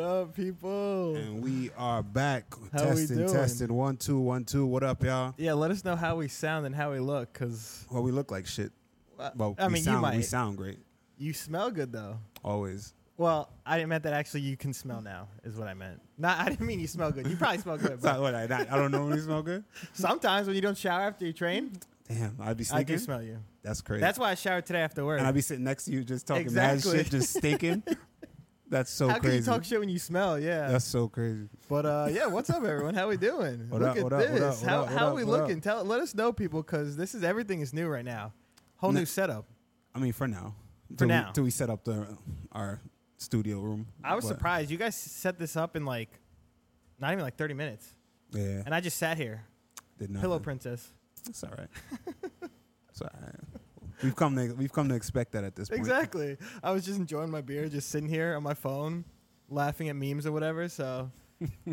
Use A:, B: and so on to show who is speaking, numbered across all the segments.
A: up, people?
B: And we are back.
A: How we
B: testing,
A: doing?
B: testing. One, two, one, two. What up, y'all?
A: Yeah, let us know how we sound and how we look, cause
B: Well, we look like shit.
A: uh,
B: Well,
A: I
B: we
A: mean,
B: sound,
A: you might.
B: We sound great.
A: you smell good though.
B: Always.
A: Well, I meant that actually you can smell now is what I meant. Not, I didn't mean you smell good. You probably smell good,
B: It's not
A: but
B: what I, not- I don't normally smell good.
A: sometimes when you don't shower after you train,
B: Damn, I'd be
A: I do
B: stinking.
A: smell you.
B: That's crazy.
A: That's why I showered today after work.
B: and I'd be sitting next to you just talking
A: Exactly.
B: mad shit, just stinking. That's so
A: how can you
B: crazy.
A: talk shit when you smell? Yeah.
B: That's so crazy.
A: But uh, yeah, what's up, everyone? How we doing?
B: What
A: Look
B: up,
A: at
B: what up, what
A: this.
B: up, what
A: how
B: up,
A: how
B: what
A: we
B: up, what
A: looking?
B: up?
A: Tell let us know, people, because this is everything is new right now. Whole
B: No.
A: new setup.
B: I mean, for now. till we-
A: now.
B: till we set up the our studio room.
A: I was
B: But,
A: surprised you guys set this up in like not even like thirty minutes,
B: Yeah.
A: and I just sat here,
B: Did not.
A: pillow princess.
B: It's all right. it's all right. We've come to we've come to expect that at this point.
A: Exactly. I was just enjoying my beer, just sitting here on my phone, laughing at memes or whatever. So,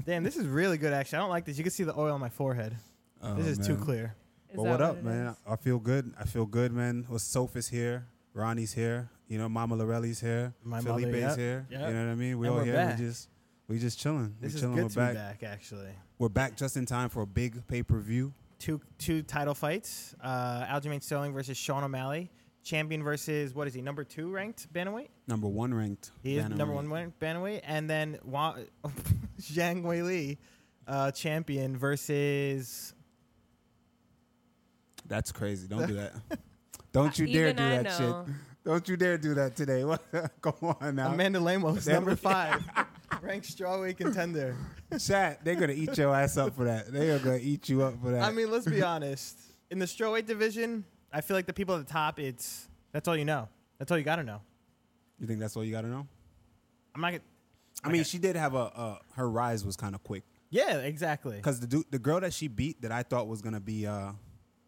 A: damn, this is really good. Actually, I don't like this. You can see the oil on my forehead.
B: Oh,
A: this is too
B: man.
A: clear.
C: Is
B: But
C: that
B: what up,
C: it
B: man?
C: is?
B: I feel good. I feel good, man. Well, Sophia's here. Ronnie's here. You know, Mama Lorelli's here.
A: My mother,
B: Felipe's
A: yep,
B: here.
A: yep.
B: You know what I mean? We
A: And
B: all
A: we're
B: here.
A: back.
B: We just we just chilling.
A: This
B: we
A: is
B: chilling.
A: good
B: we're
A: to
B: back.
A: be back. Actually,
B: We're back just in time for a big pay per view.
A: two two title fights. Uh, Aljamain Sterling versus Sean O'Malley. Champion versus what is he? Number two ranked bantamweight.
B: Number one ranked.
A: He is
B: bantamweight.
A: number one win- bantamweight, and then Wa- Zhang Wei Li, uh, champion versus
B: That's crazy. Don't do that. Don't you
C: I-
B: dare
C: Uh, even
B: do
C: I
B: that
C: know.
B: shit. Don't you dare do that today. What? Come on now.
A: Amanda Lemos,
B: That
A: number
B: was-
A: five, ranked strawweight contender.
B: Chat, they're gonna eat your ass up for that. They are gonna eat you up for that.
A: I mean, let's be honest. In the strawweight division, I feel like the people at the top, it's that's all you know. That's all you got to know.
B: you think that's all you gotta know?
A: I'm not. Gonna,
B: I mean,
A: Okay.
B: she did have a uh, her rise was kind of quick
A: yeah, exactly.
B: because the dude, the girl that she beat that I thought was gonna be uh,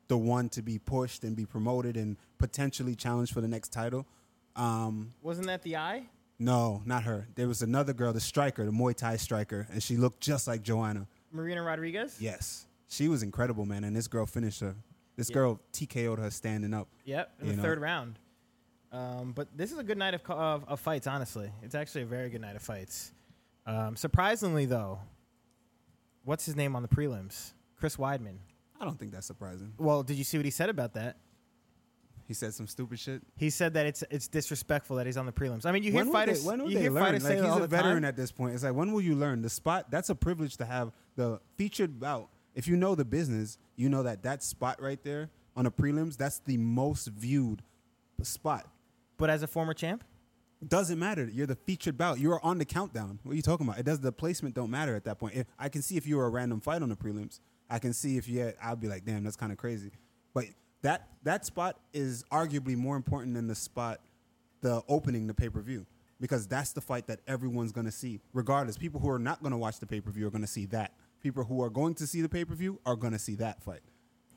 B: the one to be pushed and be promoted and potentially challenged for the next title. Um,
A: Wasn't that the eye?
B: no, not her. There was another girl, the striker, the Muay Thai striker, and she looked just like Joanna.
A: Marina Rodriguez.
B: Yes, she was incredible, man. And this girl finished her. This
A: Yeah.
B: girl TKO'd her standing up.
A: Yep, in
B: You
A: the
B: know?
A: third round. Um, but this is a good night of, co- of, of fights, honestly. It's actually a very good night of fights. Um, surprisingly, though, what's his name on the prelims? Chris Weidman.
B: I don't think that's surprising.
A: Well, did you see what he said about that?
B: He said some stupid shit.
A: He said that it's it's disrespectful that he's on the prelims. I mean, you hear
B: when will
A: fighters.
B: they, when will
A: you
B: they
A: hear
B: learn?
A: fighters
B: like
A: say
B: he's
A: that all
B: a
A: the
B: veteran
A: time.
B: at this point. It's like when will you learn the spot? That's a privilege to have the featured bout. If you know the business, you know that that spot right there on a prelims, that's the most viewed spot.
A: but as a former champ,
B: Doesn't matter. You're the featured bout. You are on the countdown. What are you talking about? It does the placement don't matter at that point. If, I can see if you were a random fight on the prelims. I can see if you had, I'd be like, damn, that's kind of crazy. But that that spot is arguably more important than the spot, the opening the pay per view, because that's the fight that everyone's gonna see, regardless. People who are not gonna watch the pay per view are gonna see that. People who are going to see the pay per view are gonna see that fight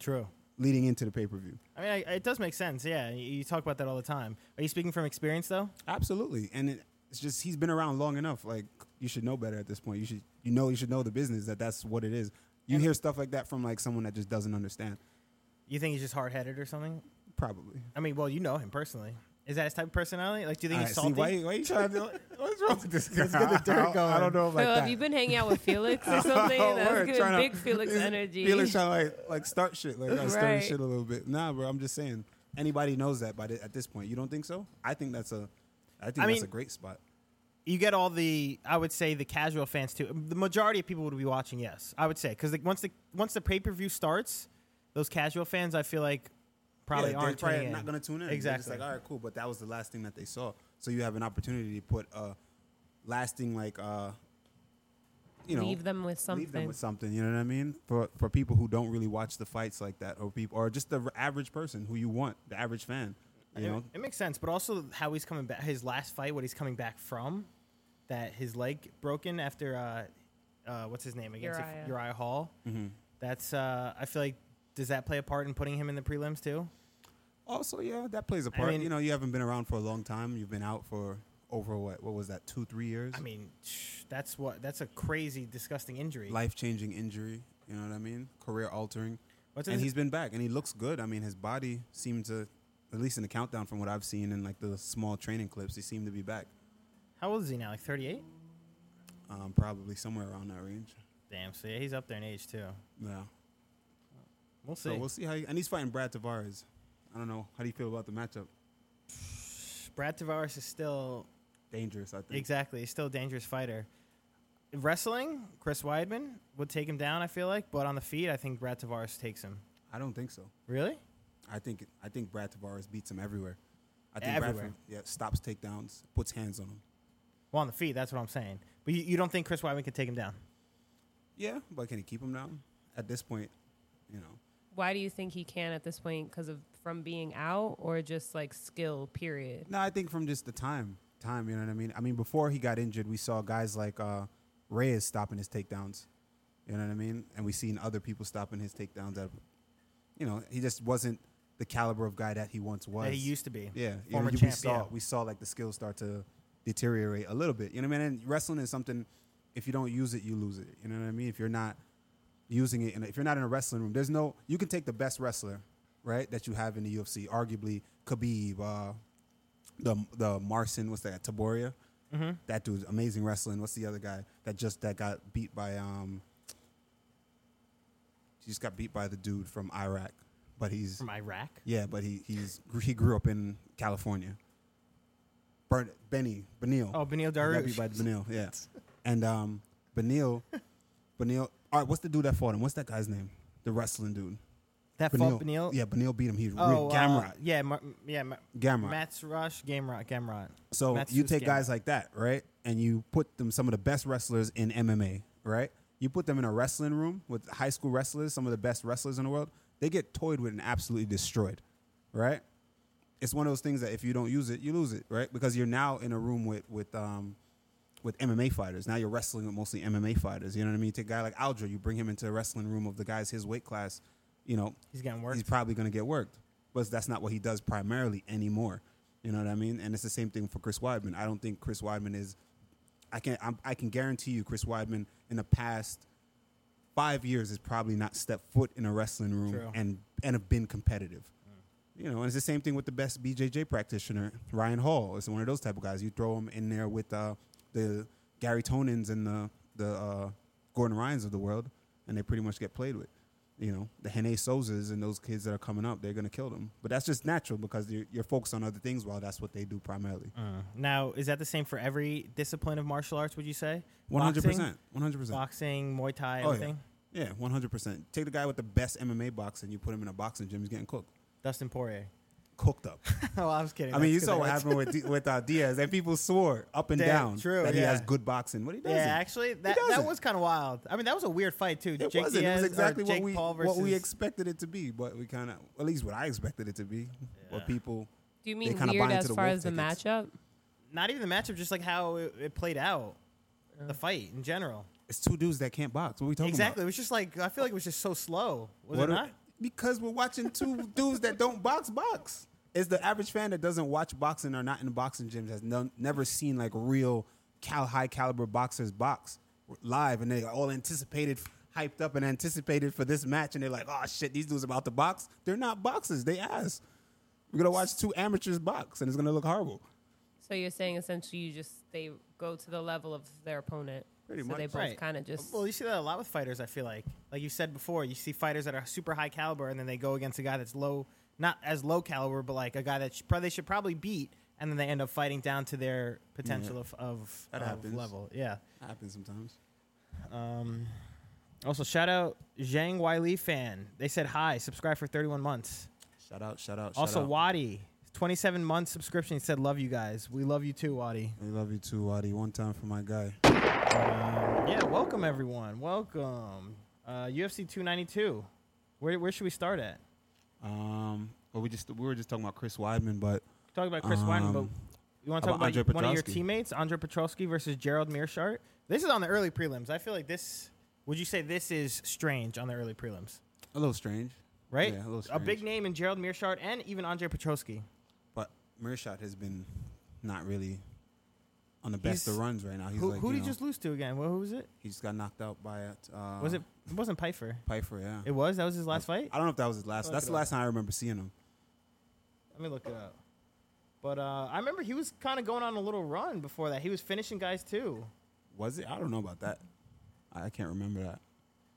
A: true.
B: leading into the pay per view.
A: I mean, I, it does make sense. Yeah, you, you talk about that all the time. Are you speaking from experience though?
B: Absolutely, and it, it's just he's been around long enough. Like you should know better at this point. You should you know you should know the business that that's what it is. You
A: And-
B: hear stuff like that from like someone that just doesn't understand.
A: You think he's just hard headed or something?
B: Probably.
A: I mean, well, you know him personally. Is that his type of personality? Like, do you think
B: All
A: he's
B: right, see,
A: salty?
B: why, why you trying to? What's wrong with this guy?
A: Let's get the dirt
B: I don't- I
A: going.
B: don't know if like
C: Well,
B: that.
C: have you been hanging out with Felix or something?
B: Oh,
C: That's
B: word,
C: giving
B: tryna-
C: big Felix
B: he's-
C: energy.
B: Felix trying to like like start shit, like I stir
C: Right.
B: shit a little bit. Nah, bro, I'm just saying. Anybody knows that by the, at this point. You don't think so? I think that's a, I think
A: I
B: that's
A: mean-
B: a great spot.
A: you get all the I would say the casual fans too. The majority of people would be watching. Yes, I would say because once the once the pay per view starts, those casual fans I feel like probably
B: Yeah,
A: aren't
B: they're
A: tuning
B: probably
A: in.
B: not going to tune in. Exactly.
A: Exactly.
B: Just like, all right, cool, but that was the last thing that they saw. So you have an opportunity to put a lasting, like, uh, you know,
C: leave them with something.
B: leave them with something. You know what I mean? For for people who don't really watch the fights like that, or people, or just the r- average person who you want, the average fan. You
A: it,
B: know,
A: it makes sense, but also how he's coming back. His last fight, what he's coming back from, that his leg broken after uh, uh, what's his name against
C: Uriah.
A: Uriah Hall. Mm-hmm. That's uh, I feel like does that play a part in putting him in the prelims too?
B: also, yeah, that plays a part.
A: mean-
B: you know, you haven't been around for a long time. You've been out for over what? What was that? Two, three years.
A: I mean, shh, that's what that's a crazy, disgusting injury.
B: life changing injury. You know what I mean? Career altering.
A: What's
B: and
A: his-
B: he's been back, and he looks good. I mean, his body seemed to, at least in the countdown from what I've seen in like the small training clips, he seemed to be back.
A: How old is he now? Like thirty-eight.
B: um, probably somewhere around that range.
A: Damn. So yeah, he's up there in age too.
B: Yeah.
A: We'll see.
B: So we'll see how. He, and he's fighting Brad Tavares. I don't know. How do you feel about the matchup?
A: Brad Tavares is still
B: Dangerous, I think.
A: exactly. He's still a dangerous fighter. Wrestling, Chris Weidman would take him down. I feel like, but on the feet, I think Brad Tavares takes him.
B: I don't think so.
A: Really?
B: I think I think Brad Tavares beats him everywhere. I
A: Everywhere.
B: Brad yeah, stops takedowns, puts hands on him.
A: Well, on the feet, that's what I'm saying. But you, you don't think Chris Weidman can take him down?
B: Yeah, but can he keep him down? At this point, you know.
C: Why do you think he can at this point? Because of from being out or just like skill? Period.
B: No, I think from just the time, time. You know what I mean. I mean, before he got injured, we saw guys like uh, Reyes stopping his takedowns. You know what I mean. And we seen other people stopping his takedowns. That, you know, he just wasn't the caliber of guy that he once was.
A: That he used to be.
B: Yeah, you know,
A: Former
B: you-
A: champ,
B: We saw
A: yeah.
B: we saw like the skills start to deteriorate a little bit. You know what I mean? And wrestling is something. If you don't use it, you lose it. You know what I mean? If you're not using it, and if you're not in a wrestling room, there's no. You can take the best wrestler, right, that you have in the UFC, arguably Khabib, uh, the the Marcin, what's that? Taboria.
A: Mm-hmm.
B: That dude's amazing wrestling. What's the other guy that just that got beat by um? He just got beat by the dude from Iraq, but he's
A: From Iraq?
B: yeah, but he he's he grew up in California. Bern, Benny Benil.
A: Oh, Benil
B: That'd be
A: Darush.
B: by Benil, yeah. And um, Benil, Benil. All right, what's the dude that fought him? What's that guy's name? The wrestling dude.
A: That fought Benil.
B: Yeah, Benil beat him. He
A: Oh,
B: oh,
A: uh,
B: Gamrot.
A: yeah, Mar- yeah. Mar-
B: Gamrot.
A: Matt's Rush, Gamrot, Gamrot.
B: So
A: Matt
B: you
A: Seuss
B: take
A: Gamrot.
B: guys like that, right? And you put them some of the best wrestlers in MMA, right? You put them in a wrestling room with high school wrestlers, some of the best wrestlers in the world. They get toyed with and absolutely destroyed, right? It's one of those things that if you don't use it, you lose it, right? Because you're now in a room with with um, with MMA fighters. Now you're wrestling with mostly MMA fighters. You know what I mean? You take a guy like Aldra, you bring him into a wrestling room of the guys his weight class. You know,
A: He's getting worked.
B: he's probably going to get worked. But that's not what he does primarily anymore. You know what I mean? And it's the same thing for Chris Weidman. I don't think Chris Weidman is. I can I'm, I can guarantee you, Chris Weidman in the past five years has probably not stepped foot in a wrestling room
A: True.
B: and and have been competitive. You know, and it's the same thing with the best BJJ practitioner, Ryan Hall. It's one of those type of guys. You throw him in there with uh, the Gary Tonins and the the uh, Gordon Ryans of the world, and they pretty much get played with. You know, the Hene Souzas and those kids that are coming up, they're gonna kill them. But that's just natural because you're, you're focused on other things while that's what they do primarily.
A: Uh, now, is that the same for every discipline of martial arts? Would you say?
B: One hundred
A: Boxing?
B: percent, one hundred percent.
A: Boxing, Muay Thai,
B: Oh, yeah.
A: everything.
B: Yeah, one hundred percent. Take the guy with the best MMA boxing, you put him in a boxing gym, he's getting cooked,
A: Dustin Poirier.
B: cooked up.
A: oh, I was kidding.
B: I mean,
A: That's
B: you
A: good.
B: saw what
A: That's-
B: happened with D- with uh, Diaz, and people swore up and
A: Damn,
B: down
A: true,
B: that he
A: yeah.
B: has good boxing. What he does?
A: Yeah, actually, that, that
B: doesn't.
A: was kind of wild. I mean, that was a weird fight too.
B: It
A: Jake
B: wasn't.
A: Diaz
B: it
A: or
B: was exactly what
A: Jake
B: we
A: Paul
B: what we
A: versus-
B: expected it to be, but we kind of, at least what I expected it to be, what people.
C: Do you mean
B: kinda
C: weird
B: buy into
C: as
B: the
C: far
B: Wolf
C: as the
B: tickets.
C: matchup?
A: Not even the matchup, just like how it, it played out, the fight in general.
B: It's two dudes that can't box. What are we talking
A: Exactly. It
B: about?
A: was just like I feel like it was just so slow. Was
B: What
A: it
B: are-
A: not?
B: Because we're watching two dudes that don't box box. It's the average fan that doesn't watch boxing or not in boxing gyms has none, never seen like real cal high caliber boxers box live, and they all anticipated, hyped up, and anticipated for this match, and they're like, "Oh shit, these dudes about to box." They're not boxers. They ass. We're gonna watch two amateurs box, and it's gonna look horrible.
C: So you're saying essentially you just they go to the level of their opponent.
B: Pretty
C: so
B: much.
C: they both
A: Right.
C: kind of just
A: Well, you see that a lot with fighters. I feel like, like you said before, you see fighters that are super high caliber, and then they go against a guy that's low, not as low caliber, but like a guy that sh- probably they should probably beat, and then they end up fighting down to their potential of of,
B: That
A: of
B: happens.
A: level. Yeah.
B: Happens sometimes.
A: Um, also, shout out Zhang Wiley fan. They said hi. Subscribe for 31 months.
B: Shout out, shout out.
A: also,
B: shout out.
A: Wadi, 27 month subscription. He said love you guys. We love you too, Wadi.
B: We love you too, Wadi. One time for my guy.
A: Yeah, welcome everyone. Welcome. Uh, UFC 292. Where where should we start at?
B: Um, well, we just we were just talking about Chris Weidman, but
A: Talk about Chris Weidman, but
B: Um,
A: you want to talk
B: about
A: about,
B: Andre
A: one of your
B: Petrosky?
A: teammates, Andre Petrosky versus Gerald Mearshart? This is on the early prelims. I feel like this. Would you say this is strange on the early prelims?
B: a little strange,
A: Right,
B: Yeah, a little
A: a
B: strange.
A: big name in Gerald Mearshart and even Andre Petrosky.
B: But Mearshot has been not really on the best
A: He's-
B: of runs right now. He's
A: Who,
B: like,
A: who
B: you
A: did
B: know,
A: he just lose to again? Well, who was it?
B: he just got knocked out by it. Uh,
A: Was it? It wasn't Piper.
B: Piper? Yeah,
A: It Oh, was. That was his last fight.
B: I don't know if that was his last.
A: Look
B: That's
A: it
B: the
A: up.
B: last time I remember seeing him.
A: Let me look it up. But uh, I remember he was kind of going on a little run before that. He was finishing guys too.
B: Was it? I don't know about that. I I can't remember that.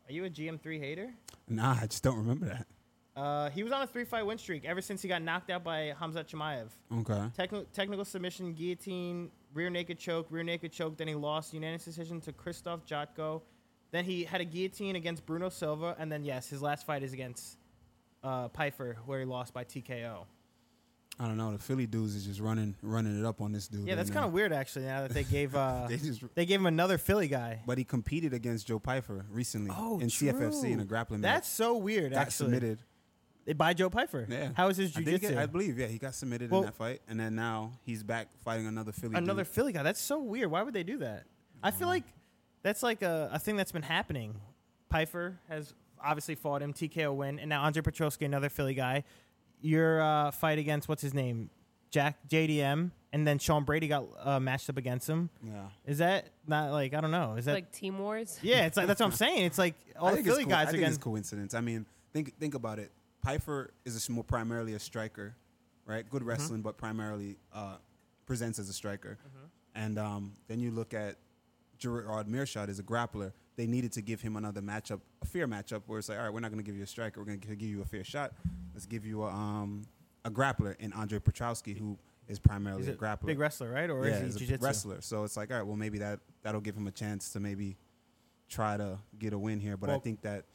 A: Are you a GM3 hater?
B: Nah, I just don't remember that.
A: Uh, he was on a three fight win streak ever since he got knocked out by Hamza Chimaev.
B: Okay.
A: Techni- technical submission, guillotine, rear naked choke, rear naked choke. Then he lost unanimous decision to Christoph Jotko. Then he had a guillotine against Bruno Silva, and then yes, his last fight is against uh, Piper, where he lost by TKO.
B: I don't know. The Philly dudes is just running running it up on this dude.
A: Yeah, that's kind
B: kind
A: of weird actually. Now that they gave uh,
B: They just-
A: they gave him another Philly guy.
B: But he competed against Joe Piper recently
A: Oh,
B: in CFFC in
A: true.
B: a grappling
A: That's
B: match.
A: so weird.
B: got
A: actually,
B: submitted.
A: by Joe Piper.
B: Yeah.
A: How is his
B: I think he- I,
A: jujitsu?
B: believe, yeah, he got submitted
A: Well-
B: in that fight, and then now he's back fighting another Philly.
A: Another
B: dude.
A: Philly guy. That's so weird. Why would they do that? I feel
B: Uh-huh.
A: like that's like a, a thing that's been happening. Piper has obviously fought him. TKO win, and now Andre Petrosky, another Philly guy. Your uh, fight against what's his name, Jack JDM, and then Sean Brady got uh, matched up against him.
B: yeah.
A: Is that not like I don't know? Is that
C: like team wars.
A: yeah? It's like that's what I'm saying. It's like all
B: I
A: the
B: think it's
A: Philly
B: co- I
A: guys are
B: think
A: getting
B: it's coincidence. I mean, think think about it. Piper is a, s- more primarily a striker, right?
A: Mm-hmm.
B: Good wrestling, but primarily uh, presents as a striker.
A: Mm-hmm.
B: And um, then you look at Gerard Mearshot as a grappler. They needed to give him another matchup, a fair matchup, where it's like, all right, we're not going to give you a striker. We're going to give you a fair shot. Let's give you a, um, a grappler in Andre Petrowski, who is primarily
A: he's
B: a grappler.
A: big wrestler, right? Or
B: yeah,
A: is
B: he's
A: he
B: a
A: jiu-jitsu?
B: wrestler. So it's like, all right, well, maybe that that'll give him a chance to maybe try to get a win here. But I
A: Well-
B: think that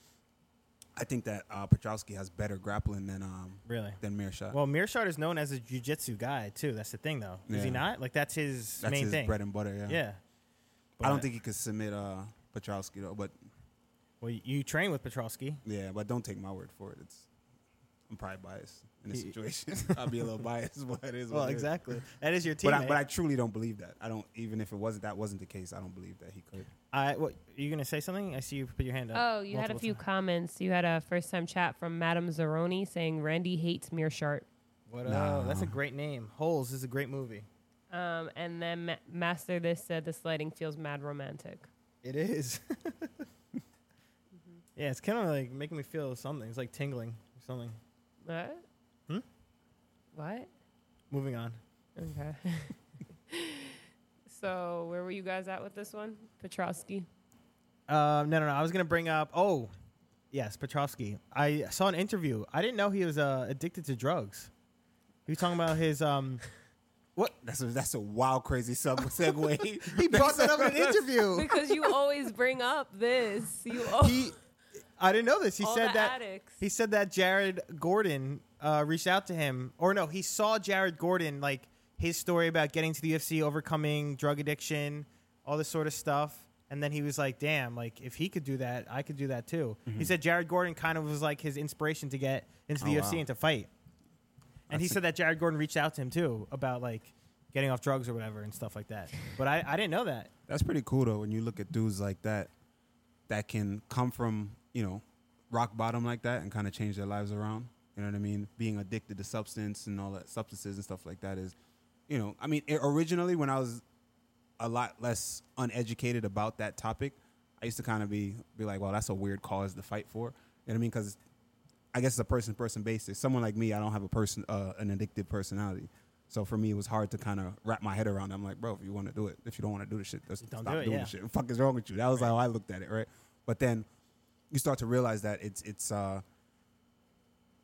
B: I think that uh, Petrowski has better grappling than um
A: Really?
B: than Mearshot.
A: Well, Mearshot is known as a jiu-jitsu guy too. That's the thing, though. Is he
B: Yeah.
A: not? Like that's his
B: That's
A: main
B: his
A: thing.
B: bread and butter. Yeah.
A: yeah.
B: I
A: But-
B: don't think he could submit uh Petrowski though. But
A: Well, you train with Petrosky.
B: yeah, but don't take my word for it. It's I'm probably biased in this
A: He-
B: situation. I'll be a little biased, but it is.
A: Well,
B: what it is.
A: exactly. That is your teammate.
B: But I, but I truly don't believe that. I don't even if it wasn't that wasn't the case. I don't believe that he could.
A: I, what, you gonna say something? I see you put your hand up.
C: Oh, you had a
A: multiple
C: few
A: times.
C: comments. You had a first time chat from Madame Zeroni saying Randy hates Mearshart.
A: What?
B: Nah.
A: Oh, that's a great name. Holes is a great movie.
C: Um, and then Ma- Master This said this lighting feels mad romantic.
A: It is. Yeah, it's kind of like making me feel something. It's like tingling or something.
C: What?
A: Hmm?
C: What?
A: Moving on.
C: Okay. so where were you guys at with this one, Petrosky?
A: Um, no, no, no. I was gonna bring up. Oh, yes, Petrovsky. I saw an interview. I didn't know he was uh, addicted to drugs. He was talking about his. Um,
B: That's a, that's a wild, crazy sub- segue.
A: he brought that up in an interview.
C: Because you always bring up this. You al-
A: He, I didn't know this. He
C: all
A: said
C: the
A: that
C: addicts.
A: He said that Jared Gordon uh, reached out to him, or no, he saw Jared Gordon like his story about getting to the UFC, overcoming drug addiction, all this sort of stuff, and then he was like, "Damn, like if he could do that, I could do that too." He said Jared Gordon kind of was like his inspiration to get into the
B: Mm-hmm. Oh,
A: UFC
B: wow.
A: and to fight, and he
B: That's-
A: said that Jared Gordon reached out to him too about like getting off drugs or whatever and stuff like that. But I, I didn't know that.
B: That's pretty cool though when you look at dudes like that that can come from, you know, rock bottom like that and kind of change their lives around. You know what I mean? Being addicted to substance and all that substances and stuff like that is, you know, I mean, it, originally when I was a lot less uneducated about that topic, I used to kind of be be like, well, that's a weird cause to fight for. You know what I mean? Because I guess it's a person person basis. Someone like me, I don't have a person uh, an addictive personality. So for me, it was hard to kind of wrap my head around. it. I'm like, bro, if you want to do it, if you don't want to do the shit, just
A: Don't
B: stop
A: do it,
B: doing
A: yeah.
B: the shit. fuck is wrong with you? That was how I looked at it, right? But then you start to realize that it's it's uh,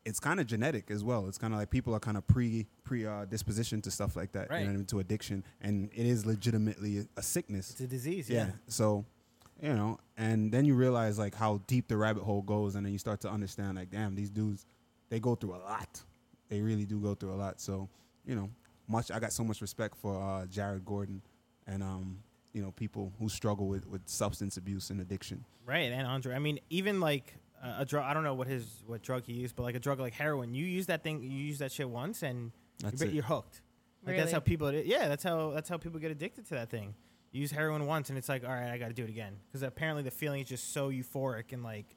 B: it's kind of genetic as well. It's kind of like people are kind of pre pre uh, disposition to stuff like that, you know
A: Right.
B: what I mean, to addiction, and it is legitimately a sickness.
A: It's a disease.
B: Yeah.
A: yeah.
B: So, you know, and then you realize like how deep the rabbit hole goes, and then you start to understand like, damn, these dudes, they go through a lot. They really do go through a lot. So, you know, much I got so much respect for uh, Jared Gordon, and um, you know, people who struggle with with substance abuse and addiction.
A: Right, and Andre. I mean, even like a, a drug. I don't know what his what drug he used, but like a drug like heroin, you use that thing, you use that shit once, and
B: That's
A: you're,
B: it.
A: you're hooked. Like that's
C: Really?
A: how people. Yeah, that's how that's how people get addicted to that thing. You use heroin once, and it's like, all right, I got to do it again because apparently the feeling is just so euphoric and like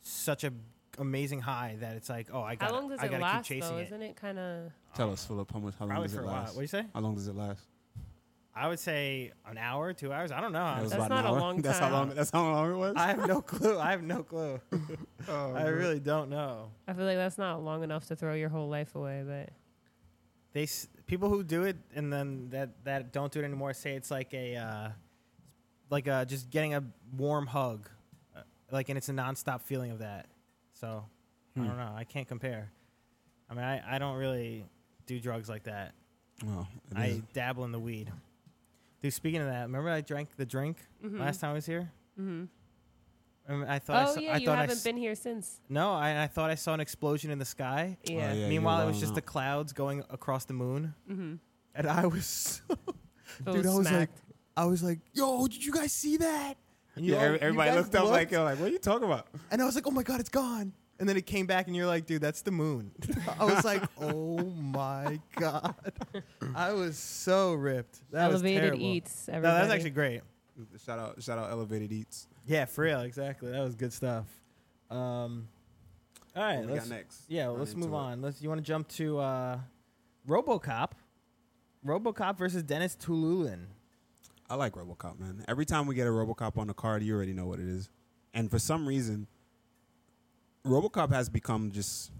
A: such a amazing high that it's like, oh, I got.
C: How long does
A: I
C: it
A: gotta
C: last
A: keep chasing
C: though?
A: it.
C: is Isn't it kind of?
B: Tell us, Philip, how much how long
A: Probably
B: does
A: for
B: it
A: a while.
B: last?
A: What do you say?
B: How long does it last?
A: I would say an hour, two hours. I don't know.
B: That was
A: honestly.
B: about
C: That's
B: an
C: not a
B: hour.
C: long
B: That's how
C: time.
B: long. That's how long it was.
A: I have no clue. I have no clue.
B: Oh,
A: I really don't know.
C: I feel like that's not long enough to throw your whole life away, but
A: they s- people who do it and then that that don't do it anymore say it's like a uh, like uh, just getting a warm hug, uh, like, and it's a nonstop feeling of that. So I
B: Hmm.
A: don't know. I can't compare. I mean, I, I don't really do drugs like that.
B: Well, it is-
A: I dabble in the weed. Dude, speaking of that, remember I drank the drink last time I was here. Mm-hmm. I thought. I
C: Hmm. Mm-hmm. oh
A: saw,
C: yeah,
A: I
C: you
A: thought I
C: haven't
A: s-
C: been here since.
A: No, I, I thought I saw an explosion in the sky.
C: Yeah.
B: yeah. you
A: Meanwhile,
B: were
A: it was
B: wrong
A: just
B: out.
A: the clouds going across the moon, mm-hmm. and I was, so-
C: Those
A: dude, I was like,
C: smacked.
A: I was like, yo, did you guys see that? And you
B: yeah,
A: all-
B: every-
A: you
B: everybody
A: guys
B: looked up like,
A: looked,
B: yo, like, what are you talking about?
A: and I was like, oh my god, it's gone. And then it came back, and you're like, dude, that's the moon. I was like, oh my god, I was so ripped. That was
C: elevated
A: terrible.
C: eats.
A: No,
C: Everybody.
A: that was actually great.
B: Shout out, shout out, Elevated Eats.
A: Yeah, for real, exactly. That was good stuff. Um, all right,
B: What we
A: let's-
B: got next?
A: Yeah,
B: Run
A: let's
B: into
A: move
B: it.
A: on. Let's. You want to jump to uh, RoboCop? RoboCop versus Dennis Tululin.
B: I like RoboCop, man. Every time we get a RoboCop on the card, you already know what it is. And for some reason, RoboCop has become just.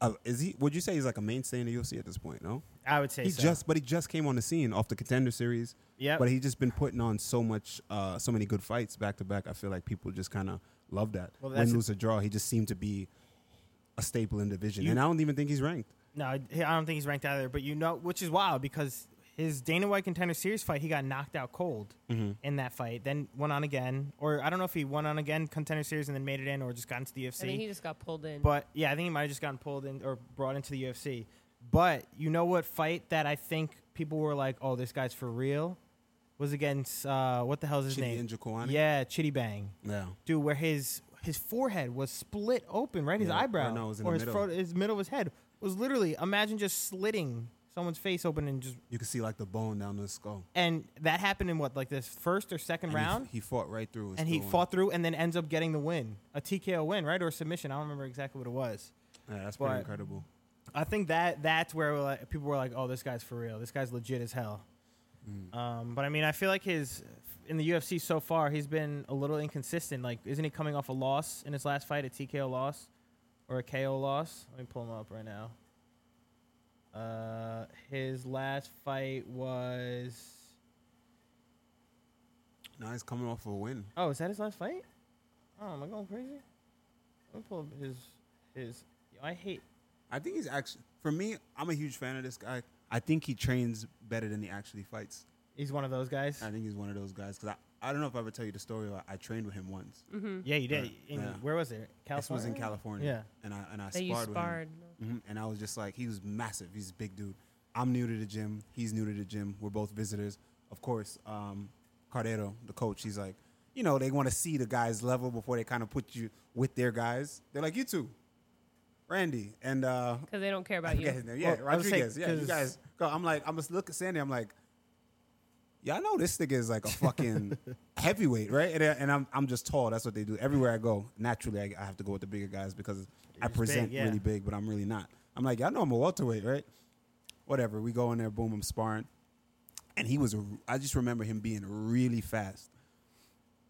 B: Uh, is he? Would you say he's like a mainstay in the UFC at this point? No,
A: I would say
B: he
A: so.
B: just, but he just came on the scene off the Contender Series.
A: Yep.
B: but he just been putting on so much, uh, so many good fights back to back. I feel like people just kind of love that.
A: Well, that's
B: Win,
A: the-
B: lose, or draw, he just seemed to be a staple in division, and I don't even think he's ranked.
A: no, I I don't think he's ranked either. But you know, which is wild because his Dana White Contender Series fight, he got knocked out cold in that fight. Then went on again, or I don't know if he went on again Contender Series and then made it in, or just got into the UFC.
C: I think he just got pulled in.
A: But yeah, I think he might have just gotten pulled in or brought into the UFC. But you know what fight that I think people were like, "Oh, this guy's for real," was against uh, what the hell's his
B: Chidi
A: name?
B: Njokwani?
A: Yeah, Chitty Bang,
B: Yeah,
A: dude. Where his his forehead was split open, right? His
B: Yeah,
A: eyebrow,
B: or no, it was in
A: or
B: the
A: his,
B: middle.
A: his middle of his head was literally. Imagine just slitting someone's face open and just
B: you can see like the bone down the skull.
A: and that happened in what like this first or second
B: And he-
A: round.
B: he, fought right through.
A: and he
B: still won.
A: fought through and then ends up getting the win, a TKO win, right, or a submission. I don't remember exactly what it was.
B: Yeah, that's pretty
A: But-
B: incredible.
A: I think that that's where like, people were like, "Oh, this guy's for real. This guy's legit as hell." Um, but I mean, I feel like his in the UFC so far, he's been a little inconsistent. Like, isn't he coming off a loss in his last fight, a TKO loss or a KO loss? Let me pull him up right now. Uh, his last fight was.
B: Now he's coming off a win.
A: Oh, is that his last fight? Oh, am I going crazy? Let me pull up his his. I hate.
B: I think he's actually. For me, I'm a huge fan of this guy. I think he trains better than he actually fights.
A: He's one of those guys.
B: I think he's one of those guys because I, I don't know if I ever tell you the story. But I trained with him once.
A: Yeah, you did.
B: Right,
A: In-
B: yeah.
A: Where was it?
B: This was in California.
A: Yeah.
B: and I and I
C: that
B: sparred,
C: you
B: with
C: sparred.
B: him. hmm And I was just like, he was massive. He's a big dude. I'm new to the gym. He's new to the gym. We're both visitors. Of course, um, Cardero, the coach, he's like, you know, they want to see the guy's level before they kind of put you with their guys. They're like, you two, Randy and uh,
C: Because they don't care
B: I
C: about
B: forget
C: you.
B: his name. Yeah,
A: Well, I was saying,
B: Rodriguez. yeah, you
A: 'cause-
B: guys. Go. I'm like, I'm just look at Sandy. I'm like, yeah, I know this nigga is like a fucking heavyweight, right? And, I- and I'm I'm just tall. That's what they do everywhere I go. Naturally, I, I have to go with the bigger guys because I
A: just
B: present
A: big, yeah.
B: really big, but I'm really not. I'm like, y'all know I'm a welterweight, right? Whatever. We go in there, boom, I'm sparring, and he was. A, I just remember him being really fast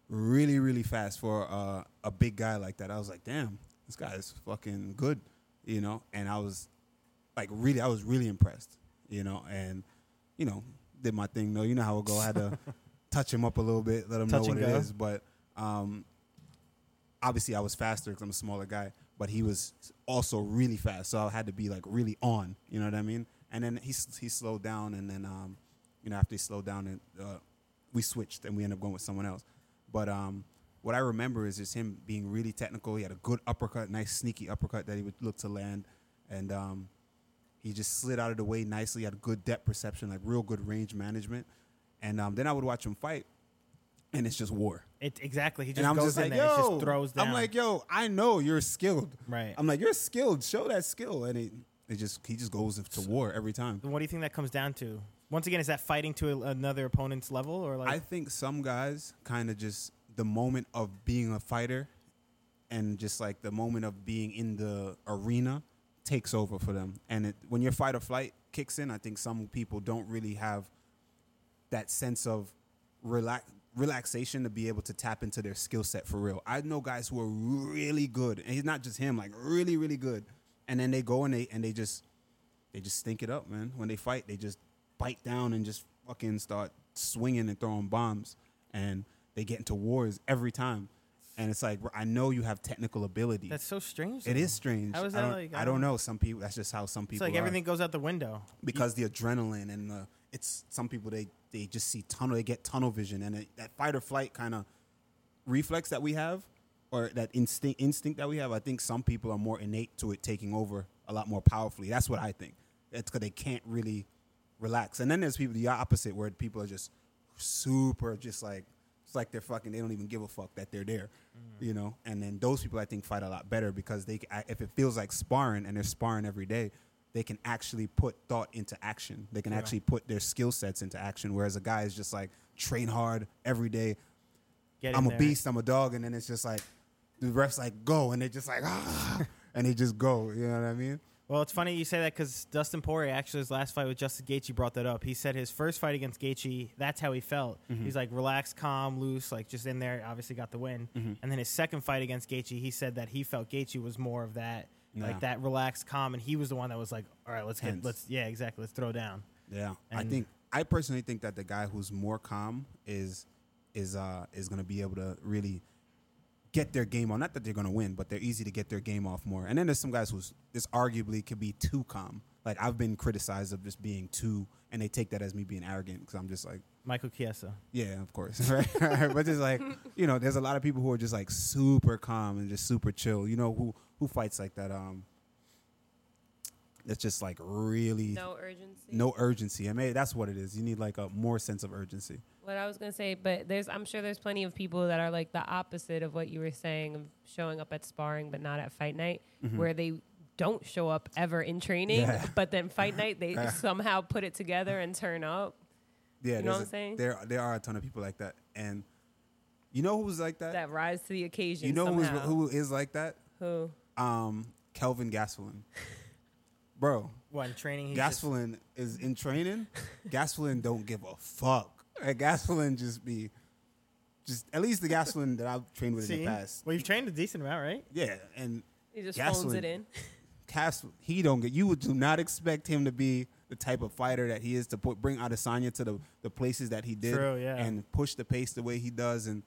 B: really, really fast for uh, a big guy like that. I was like, damn, this guy is fucking good, you know. And I was like, really, I was really impressed, you know. And you know, did my thing. though. you know how it go. I had to touch him up a little bit, let him
A: Touch
B: know
A: and
B: what it
A: go.
B: is. But um, obviously, I was faster because I'm a smaller guy. But he was also really fast, so I had to be like really on. You know what I mean? And then he s- he slowed down, and then um, you know after he slowed down, and uh, we switched, and we ended up going with someone else. But um, what I remember is just him being really technical. He had a good uppercut, nice sneaky uppercut that he would look to land, and um, he just slid out of the way nicely. Had good depth perception, like real good range management. And um, then I would watch him fight, and it's just war.
A: It exactly. He just
B: and I'm
A: goes
B: just
A: in
B: like,
A: there.
B: yo,
A: and just throws down.
B: I'm like, yo, I know you're skilled.
A: Right.
B: I'm like, you're skilled. Show that skill. And it, it just he just goes to war every time.
A: what do you think that comes down to? Once again, is that fighting to a, another opponent's level or like?
B: I think some guys kind of just the moment of being a fighter and just like the moment of being in the arena takes over for them. And it, when your fight or flight kicks in, I think some people don't really have that sense of relax relaxation to be able to tap into their skill set for real. I know guys who are really good, and he's not just him, like really, really good. And then they go and they and they just they just stink it up, man. When they fight, they just bite down and just fucking start swinging and throwing bombs. and they get into wars every time. And it's like bro, I know you have technical ability.
A: That's so strange.
B: it
A: though.
B: is strange.
A: How is
B: I
A: that,
B: don't,
A: like, I
B: I
A: don't-
B: don't know. Some people. That's just how some people.
A: It's like
B: are.
A: everything goes out the window.
B: because the adrenaline and the it's some people they they just see tunnel they get tunnel vision and it, that fight or flight kind of reflex that we have or that instinct instinct that we have i think some people are more innate to it taking over a lot more powerfully that's what i think it's because they can't really relax and then there's people the opposite where people are just super just like it's like they're fucking they don't even give a fuck that they're there you know and then those people i think fight a lot better because they I- if it feels like sparring and they're sparring every day they can actually put thought into action they can actually put their skill sets into action whereas a guy is just like train hard every day
A: Get in
B: I'm a
A: there.
B: beast, I'm a dog, and then it's just like the refs like go, and they're just like ah, and they just go. You know what I mean?
A: Well, it's funny you say that because Dustin Poirier, actually, his last fight with Justin Gaethje brought that up. He said his first fight against Gaethje, that's how he felt.
B: Mm-hmm.
A: He's like relaxed, calm, loose, like just in there. Obviously, got the win.
B: Mm-hmm.
A: And then his second fight against Gaethje, he said that he felt Gaethje was more of that,
B: Yeah.
A: like that relaxed, calm, and he was the one that was like, all right, let's
B: Tense.
A: get, let's, yeah, exactly, let's throw down.
B: Yeah, I
A: And-
B: think I personally think that the guy who's more calm is is uh is gonna be able to really get their game on. Not that they're gonna win, but they're easy to get their game off more. And then there's some guys who's this arguably could be too calm. Like I've been criticized of just being too, and they take that as me being arrogant because I'm just like.
A: Michael Chiesa.
B: Yeah, of course. Right. but just like you know, there's a lot of people who are just like super calm and just super chill. You know who who fights like that? Um, that's just like really no,
C: No urgency.
B: urgency. I mean, that's what it is. You need like a more sense of urgency.
C: What I was gonna say, but there's I'm sure there's plenty of people that are like the opposite of what you were saying of showing up at sparring but not at fight night, where they don't show up ever in training,
B: Mm-hmm. Yeah.
C: but then fight night they somehow put it together and turn up.
B: Yeah,
C: You know
B: there's
C: what I'm
B: a-
C: saying?
B: There there are a ton of people like that, and you know who's like that?
C: That rise to the occasion.
B: you know who's,
C: somehow.
B: who is like that?
C: Who?
B: Um, Kelvin Gastelum, bro.
A: What, in training? He's just-
B: Gastelin is in training. Gastelin don't give a fuck. Like, Gastelin just be, just at least the Gastelin that I've trained with in
A: See?
B: the past.
A: Well, you've trained a decent amount, right?
B: Yeah, and
C: He just phones
B: Gastelum.
C: it in.
B: Gastelin, he don't get. You would do not expect him to be the type of fighter that he is to put bring Adesanya to the the places that he did,
A: True, yeah.
B: and push the pace the way he does, and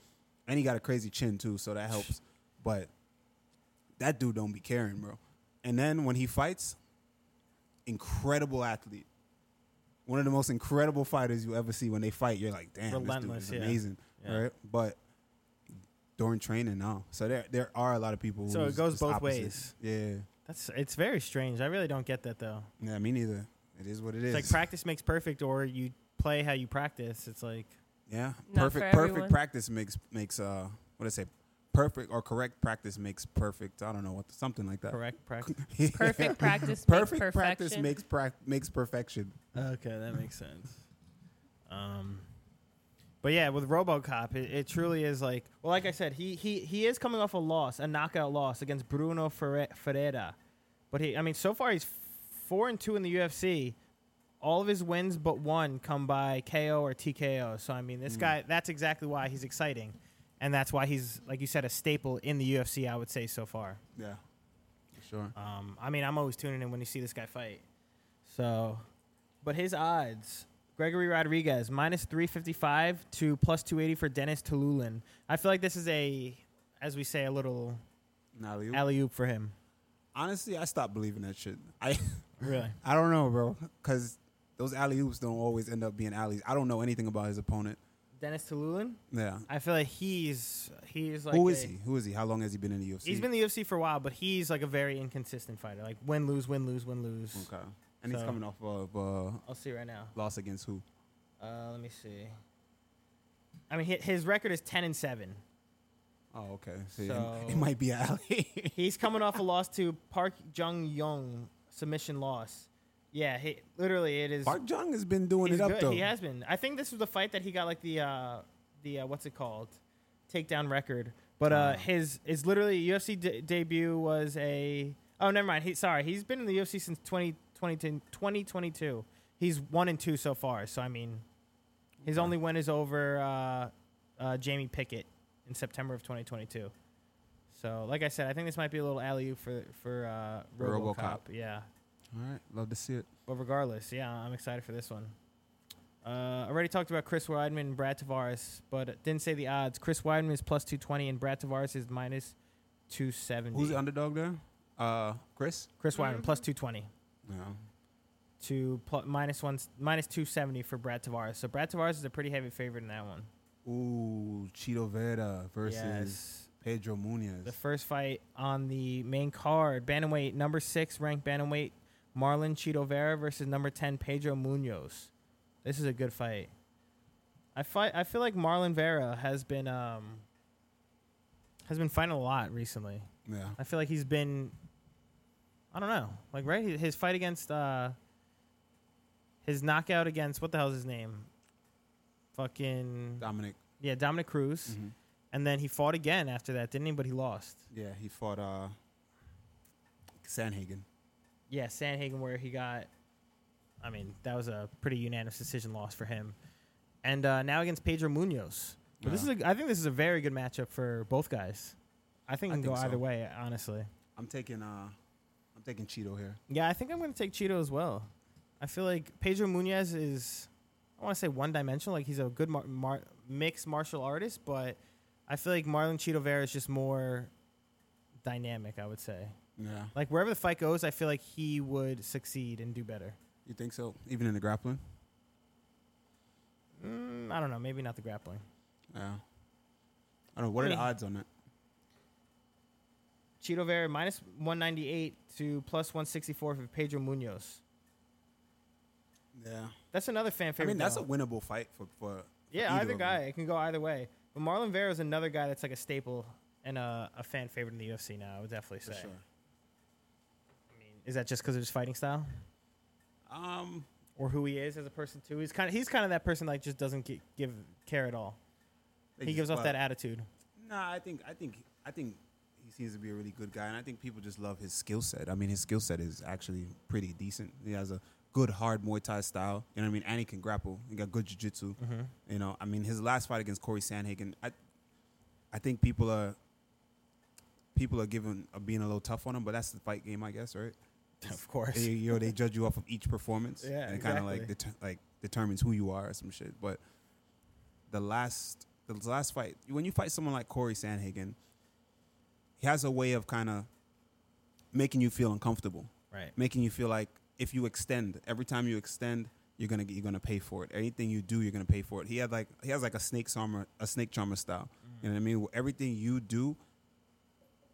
B: and he got a crazy chin too, so that helps. But that dude don't be caring, bro. And then when he fights, incredible athlete. One of the most incredible fighters you ever see. When they fight, you're like, damn,
A: Relentless,
B: this dude
A: yeah.
B: is amazing,
A: Yeah.
B: right? But during training, no. So there, there are a lot of people.
A: So it
B: who's
A: goes
B: just
A: both
B: opposite.
A: ways.
B: Yeah,
A: That's It's very strange. I really don't get that, though.
B: yeah. Me neither. It is what it
A: It's
B: is.
A: like practice makes perfect, or you play how you practice. It's like,
B: Yeah,
C: Not
B: perfect.
C: for
B: Perfect
C: everyone.
B: practice makes makes uh what did I say? Perfect or correct practice makes perfect. I don't know what something like that.
A: correct practice.
B: Yeah.
C: Perfect practice.
B: Perfect
C: makes
B: practice
C: perfection.
B: makes prac makes perfection.
A: Okay, that makes sense. Um, but yeah, with RoboCop, it, it truly is like well, like I said, he he he is coming off a loss, a knockout loss against Bruno Ferre- Ferreira, but he, I mean, so far he's four and two in the UFC. All of his wins but one come by KO or TKO. So I mean, this guy, that's exactly why he's exciting, and that's why he's like you said, a staple in the UFC. I would say so far.
B: Yeah, sure.
A: Um, I mean, I'm always tuning in when you see this guy fight. So, but his odds: Gregory Rodriguez minus 355 to plus 280 for Dennis Tululin. I feel like this is a, as we say, a little
B: Nah, Leo.
A: alley oop for him.
B: honestly, I stopped believing that shit. I
A: Really?
B: I don't know, bro, because those alley oops don't always end up being alleys. I don't know anything about his opponent.
A: Dennis Tululin?
B: Yeah,
A: I feel like he's he's like
B: who is
A: a-
B: he? Who is he? How long has he been in the UFC?
A: He's been in the UFC for a while, but he's like a very inconsistent fighter. Like win lose win lose win lose.
B: okay, and he's
A: So-
B: coming off of uh,
A: I'll see right now.
B: loss against who?
A: Uh, let me see. I mean, hi- his record is 10 and seven.
B: Oh, okay. So it-
A: So-
B: it, might be an alley.
A: He's coming off a loss to Park Jung Young submission loss. Yeah, he, literally it is.
B: Park Jung has been doing
A: he's
B: it up
A: good.
B: though.
A: He has been. I think this was the fight that he got like the uh, the uh, what's it called, takedown record. But uh,
B: Ah.
A: his is literally UFC de- debut was a. Oh, never mind. He sorry. He's been in the UFC since 2020, 2022. He's one and two so far. So I mean, his
B: Okay.
A: only win is over uh, uh, Jamie Pickett in September of 2022. So, like I said, I think this might be a little alley for for uh,
B: For
A: RoboCop.
B: RoboCop.
A: Yeah,
B: All right, love to see it.
A: but regardless, yeah, I'm excited for this one. Uh, already talked about Chris Weidman and Brad Tavares, but didn't say the odds. Chris Weidman is plus 220 and Brad Tavares is minus 270.
B: Who's the underdog there? Uh, Chris.
A: Chris Weidman plus 220
B: No.
A: to pl- minus one minus 270 for Brad Tavares. So Brad Tavares is a pretty heavy favorite in that one.
B: Ooh, Cheeto Vera versus
A: Yes.
B: Pedro Munoz.
A: The first fight on the main card, bantamweight number six ranked bantamweight Marlon Chito Vera versus number ten Pedro Munoz. This is a good fight. I fight. I feel like Marlon Vera has been um has been fighting a lot recently.
B: yeah.
A: I feel like he's been. I don't know, like right his his fight against uh his knockout against what the hell's his name, fucking
B: Dominic.
A: yeah Dominic Cruz,
B: Mhm.
A: and then he fought again after that, didn't he? But he lost.
B: Yeah, he fought uh, Sanhagen.
A: yeah, Sanhagen, where he got, I mean, that was a pretty unanimous decision loss for him. And uh, now against Pedro Munoz. But this
B: Yeah.
A: is, a, I think, this is a very good matchup for both guys. I think it
B: I
A: can go
B: think so.
A: either way, honestly.
B: I'm taking uh, I'm taking Cheeto here.
A: Yeah, I think I'm going to take Cheeto as well. I feel like Pedro Munoz is, I want to say one dimensional. Like he's a good mar- mar- mixed martial artist, but I feel like Marlon Cheeto Vera is just more dynamic. I would say,
B: Yeah.
A: like wherever the fight goes, I feel like he would succeed and do better.
B: You think so? Even in the grappling?
A: Mm, I don't know. Maybe not the grappling.
B: Yeah. I don't know. What are
A: I
B: the
A: mean-
B: odds on that?
A: Cheeto Vera minus 198 to plus 164 for Pedro Munoz.
B: Yeah.
A: That's another fan
B: I
A: favorite.
B: mean, that's a
A: though.
B: winnable fight for for.
A: yeah,
B: either
A: either
B: of them.
A: guy. It can go either way. But Marlon Vera is another guy that's like a staple and a, a fan favorite in the UFC now. I would definitely
B: For
A: say.
B: sure.
A: I mean, is that just because of his fighting style
B: Um.
A: or who he is as a person too? He's kind of he's kind of that person like just doesn't gi- give care at all.
B: they
A: he
B: just
A: gives off
B: love-
A: that attitude.
B: Nah, I think I think I think he seems to be a really good guy, and I think people just love his skill set. I mean, his skill set is actually pretty decent. He has a good hard Muay Thai style. You know what I mean? And he can grapple. He got good jiu-jitsu.
A: Mm-hmm.
B: You know, I mean, his last fight against Corey Sandhagen, I I think people are people are giving are being a little tough on him, but that's the fight game, I guess, right?
A: Of course.
B: They, you know, they judge you off of each performance.
A: Yeah,
B: and it kind of
A: exactly.
B: like det- like determines who you are or some shit. But the last the last fight, when you fight someone like Corey Sandhagen, he has a way of kind of making you feel uncomfortable,
A: Right.
B: making you feel like if you extend, every time you extend, you're gonna get, you're gonna pay for it. Anything you do, you're gonna pay for it. He had like he has like a snake charmer a snake charmer style. You know what I mean? Where everything you do,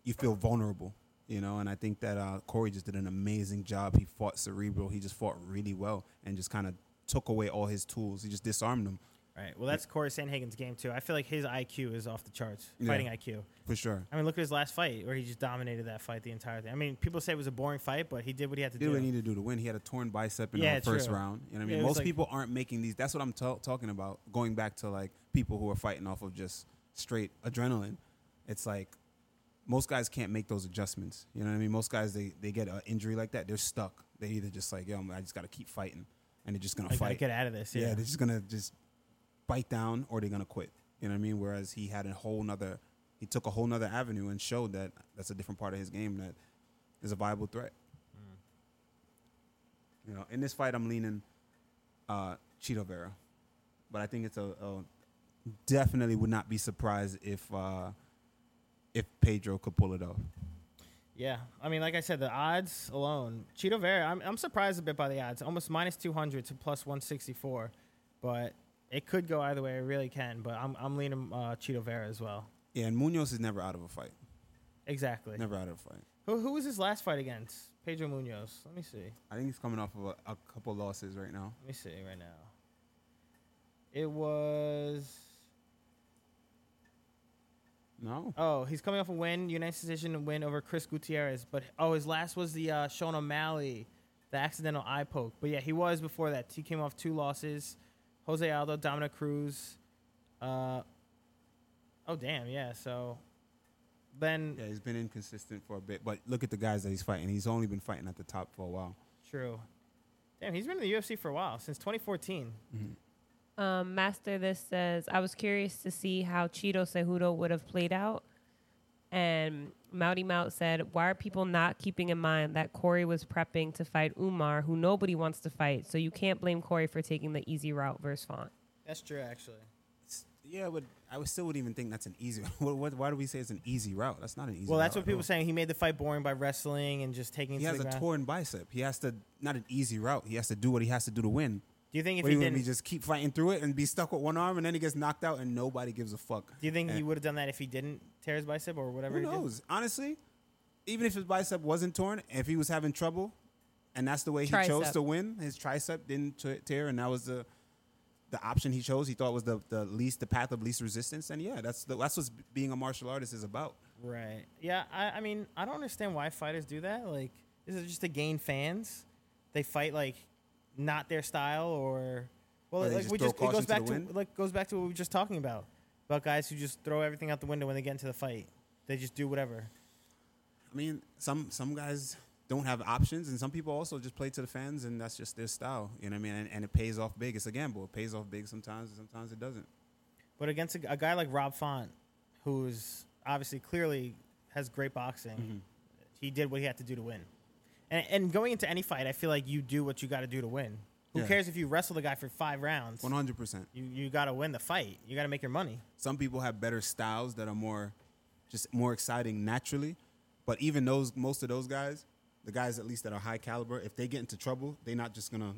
B: you feel vulnerable, you know. And I think that uh, Corey just did an amazing job. He fought cerebral. He just fought really well and just kind of took away all his tools. He just disarmed them
A: Right. Well, that's Corey Sanhagen's game too. I feel like his IQ is off the charts.
B: Yeah.
A: Fighting IQ.
B: for sure.
A: I mean, look at his last fight where he just dominated that fight the entire thing. I mean, people say it was a boring fight, but he did what he had to
B: He did
A: do.
B: what he needed to do to win. He had a torn bicep in
A: Yeah,
B: the first
A: true.
B: round. You know what I
A: Yeah, it
B: mean?
A: was
B: Most
A: like-
B: people aren't making these. That's what I'm ta- talking about. Going back to like people who are fighting off of just straight adrenaline. It's like most guys can't make those adjustments. You know what I mean? Most guys they they get an injury like that, they're stuck. They either just like yo, I just got to keep fighting, and they're just gonna
A: I gotta
B: fight.
A: get out of this.
B: yeah,
A: Yeah.
B: they're just gonna just bite down or they're gonna quit. You know what I mean? Whereas he had a whole nother he took a whole nother avenue and showed that that's a different part of his game that is a viable threat. You know, in this fight I'm leaning uh Cheeto Vera. But I think it's a, a definitely would not be surprised if uh if Pedro could pull it off.
A: yeah. I mean, like I said, the odds alone, Cheeto Vera, I'm, I'm surprised a bit by the odds. Almost minus 200 to plus 164, but it could go either way. It really can, but I'm, I'm leaning uh, Cheeto Vera as well.
B: Yeah, and Munoz is never out of a fight.
A: Exactly.
B: Never out of a fight.
A: Who, who was his last fight against? Pedro Munoz. Let me see. Let
B: I think he's coming off of a, a couple losses right now.
A: me see right now. It was.
B: No.
A: Oh, he's coming off a win, United Decision win over Chris Gutierrez. But oh, his last was the uh, Sean O'Malley, the accidental eye poke. But yeah, he was before that. He came off two losses: Jose Aldo, Dominic Cruz. Uh, oh damn, yeah. So then,
B: Yeah, he's been inconsistent for a bit, but look at the guys that he's fighting. He's only been fighting at the top for a while.
A: true. Damn, he's been in the UFC for a while since 2014.
C: Um, Master, this says I was curious to see how Cheeto Cejudo would have played out, and Mouty Mout said, Why are people not keeping in mind that Corey was prepping to fight Umar, who nobody wants to fight? So you can't blame Corey for taking the easy route versus Font.
A: That's true, actually.
B: Yeah, but I would still would even think that's an easy. What, what, why do we say it's an easy route? That's not an easy.
A: Well, that's
B: route
A: what
B: at
A: people
B: all.
A: were saying. He made the fight boring by wrestling and just taking. it
B: He
A: to
B: has
A: the
B: a
A: ground.
B: torn bicep. He has to not an easy route. He has to do what he has to do to win.
A: Do you think if
B: What do
A: he
B: you mean?
A: didn't?
B: We just keep fighting through it and be stuck with one arm, and then he gets knocked out, and nobody gives a fuck.
A: do you think
B: And-
A: he would have done that if he didn't tear his bicep or whatever? he
B: Who
A: did?
B: knows? Honestly, even if his bicep wasn't torn, if he was having trouble, and that's the way he chose
C: Tricep.
B: to win, his tricep didn't t- tear, and that was the the option he chose. He thought was the, the least the path of least resistance, and yeah, that's the, that's what being a martial artist is about.
A: Right. Yeah. I, I mean, I don't understand why fighters do that. Like, is it just to gain fans? They fight like not their style, or well,
B: Or they
A: like
B: just
A: we
B: throw
A: just it goes
B: caution to the
A: back to,
B: wind?
A: like goes back to what we were just talking about about guys who just throw everything out the window when they get into the fight. They just do whatever.
B: I mean, some some guys don't have options, and some people also just play to the fans, and that's just their style. You know what I mean? And, and it pays off big. It's a gamble. It pays off big sometimes, and sometimes it doesn't.
A: But against a, a guy like Rob Font, who's obviously clearly has great boxing,
B: Mm-hmm.
A: he did what he had to do to win. And, and going into any fight, I feel like you do what you got to do to win. Who
B: Yeah.
A: cares if you wrestle the guy for five rounds?
B: One hundred percent.
A: You you got to win the fight. You got to make your money.
B: Some people have better styles that are more, just more exciting naturally. But even those, most of those guys, the guys at least that are high caliber, if they get into trouble, they're not just gonna,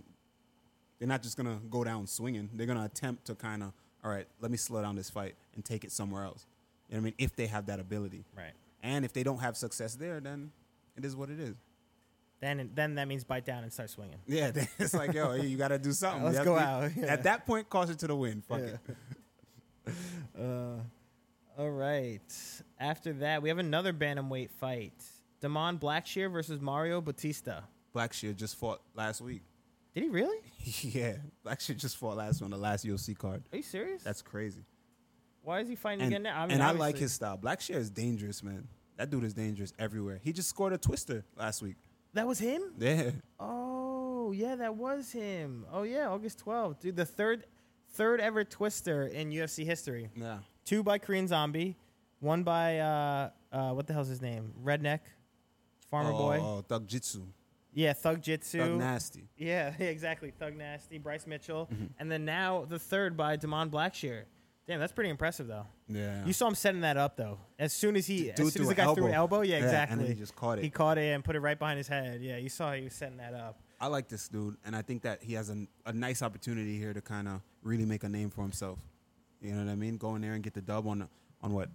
B: they're not just gonna go down swinging. They're gonna attempt to kind of, all right, let me slow down this fight and take it somewhere else. You know what I mean? If they have that ability,
A: Right.
B: And if they don't have success there, then it is what it is.
A: Then then that means bite down and start swinging.
B: Yeah, then it's like, yo, you got to do something.
A: Let's
B: You have
A: go
B: to-
A: out, yeah.
B: At that point, caution to the wind. Fuck it.
A: Uh, all right. After that, we have another bantamweight fight: Damon Blackshear versus Mario Batista.
B: Blackshear just fought last week.
A: Did he really?
B: yeah, Blackshear just fought last on the last UFC card.
A: Are you serious?
B: That's crazy.
A: Why is he fighting
B: And,
A: again now?
B: and I like
A: obviously-
B: his style. Blackshear is dangerous, man. That dude is dangerous everywhere. He just scored a twister last week.
A: That was him.
B: Yeah.
A: Oh yeah, that was him. Oh yeah, August twelfth, dude. The third, third ever twister in UFC history.
B: Yeah.
A: Two by Korean Zombie, one by uh, uh, what the hell's his name? Redneck, Farmer
B: oh,
A: Boy.
B: Oh, Thug Jitsu.
A: Yeah, Thug Jitsu.
B: Thug Nasty.
A: Yeah, yeah, exactly. Thug Nasty, Bryce Mitchell,
B: Mm-hmm.
A: and then now the third by Damon Blackshear. Damn, that's pretty impressive though.
B: Yeah.
A: You saw him setting that up though. As soon as he,
B: Dude
A: as soon
B: threw
A: as the
B: an
A: guy threw an
B: elbow.
A: elbow, yeah,
B: Yeah, and then
A: exactly.
B: he just caught it.
A: He caught it and put it right behind his head. Yeah, you saw he was setting that up.
B: I like this dude, and I think that he has a, a nice opportunity here to kind of really make a name for himself. You know what I mean? Go in there and get the dub on on what?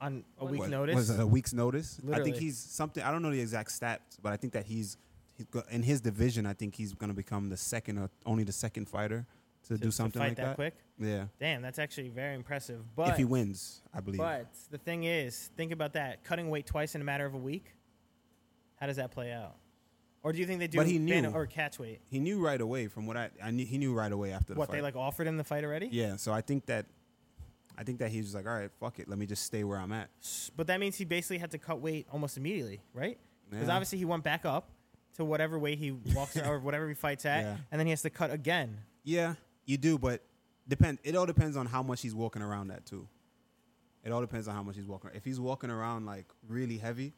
A: on a
C: One
A: week's
B: what-
A: notice.
B: Was it a week's notice? I think
A: Literally.
B: he's something. I don't know the exact stats, but I think that he's, he's go- in his division. I think he's going to become the second, or only the second fighter to,
A: to-
B: do
A: to
B: something
A: fight
B: like
A: that,
B: that.
A: quick.
B: Yeah,
A: Damn, that's actually very impressive. But
B: if he wins, I believe.
A: but the thing is, think about that: cutting weight twice in a matter of a week. How does that play out? Or do you think they do
B: But he
A: ban-
B: knew.
A: or catch weight?
B: he knew right away from what I, I knew, he knew right away after the
A: What
B: fight.
A: they like offered him the fight already?
B: yeah, so I think that, I think that he's just like, all right, fuck it, let me just stay where I'm at.
A: But that means he basically had to cut weight almost immediately, right? Because
B: Yeah.
A: obviously he went back up to whatever weight he walks or whatever he fights at,
B: Yeah.
A: and then he has to cut again.
B: Yeah, you do, but depend. It all depends on how much he's walking around that too. It all depends on how much he's walking. If he's walking around like really heavy,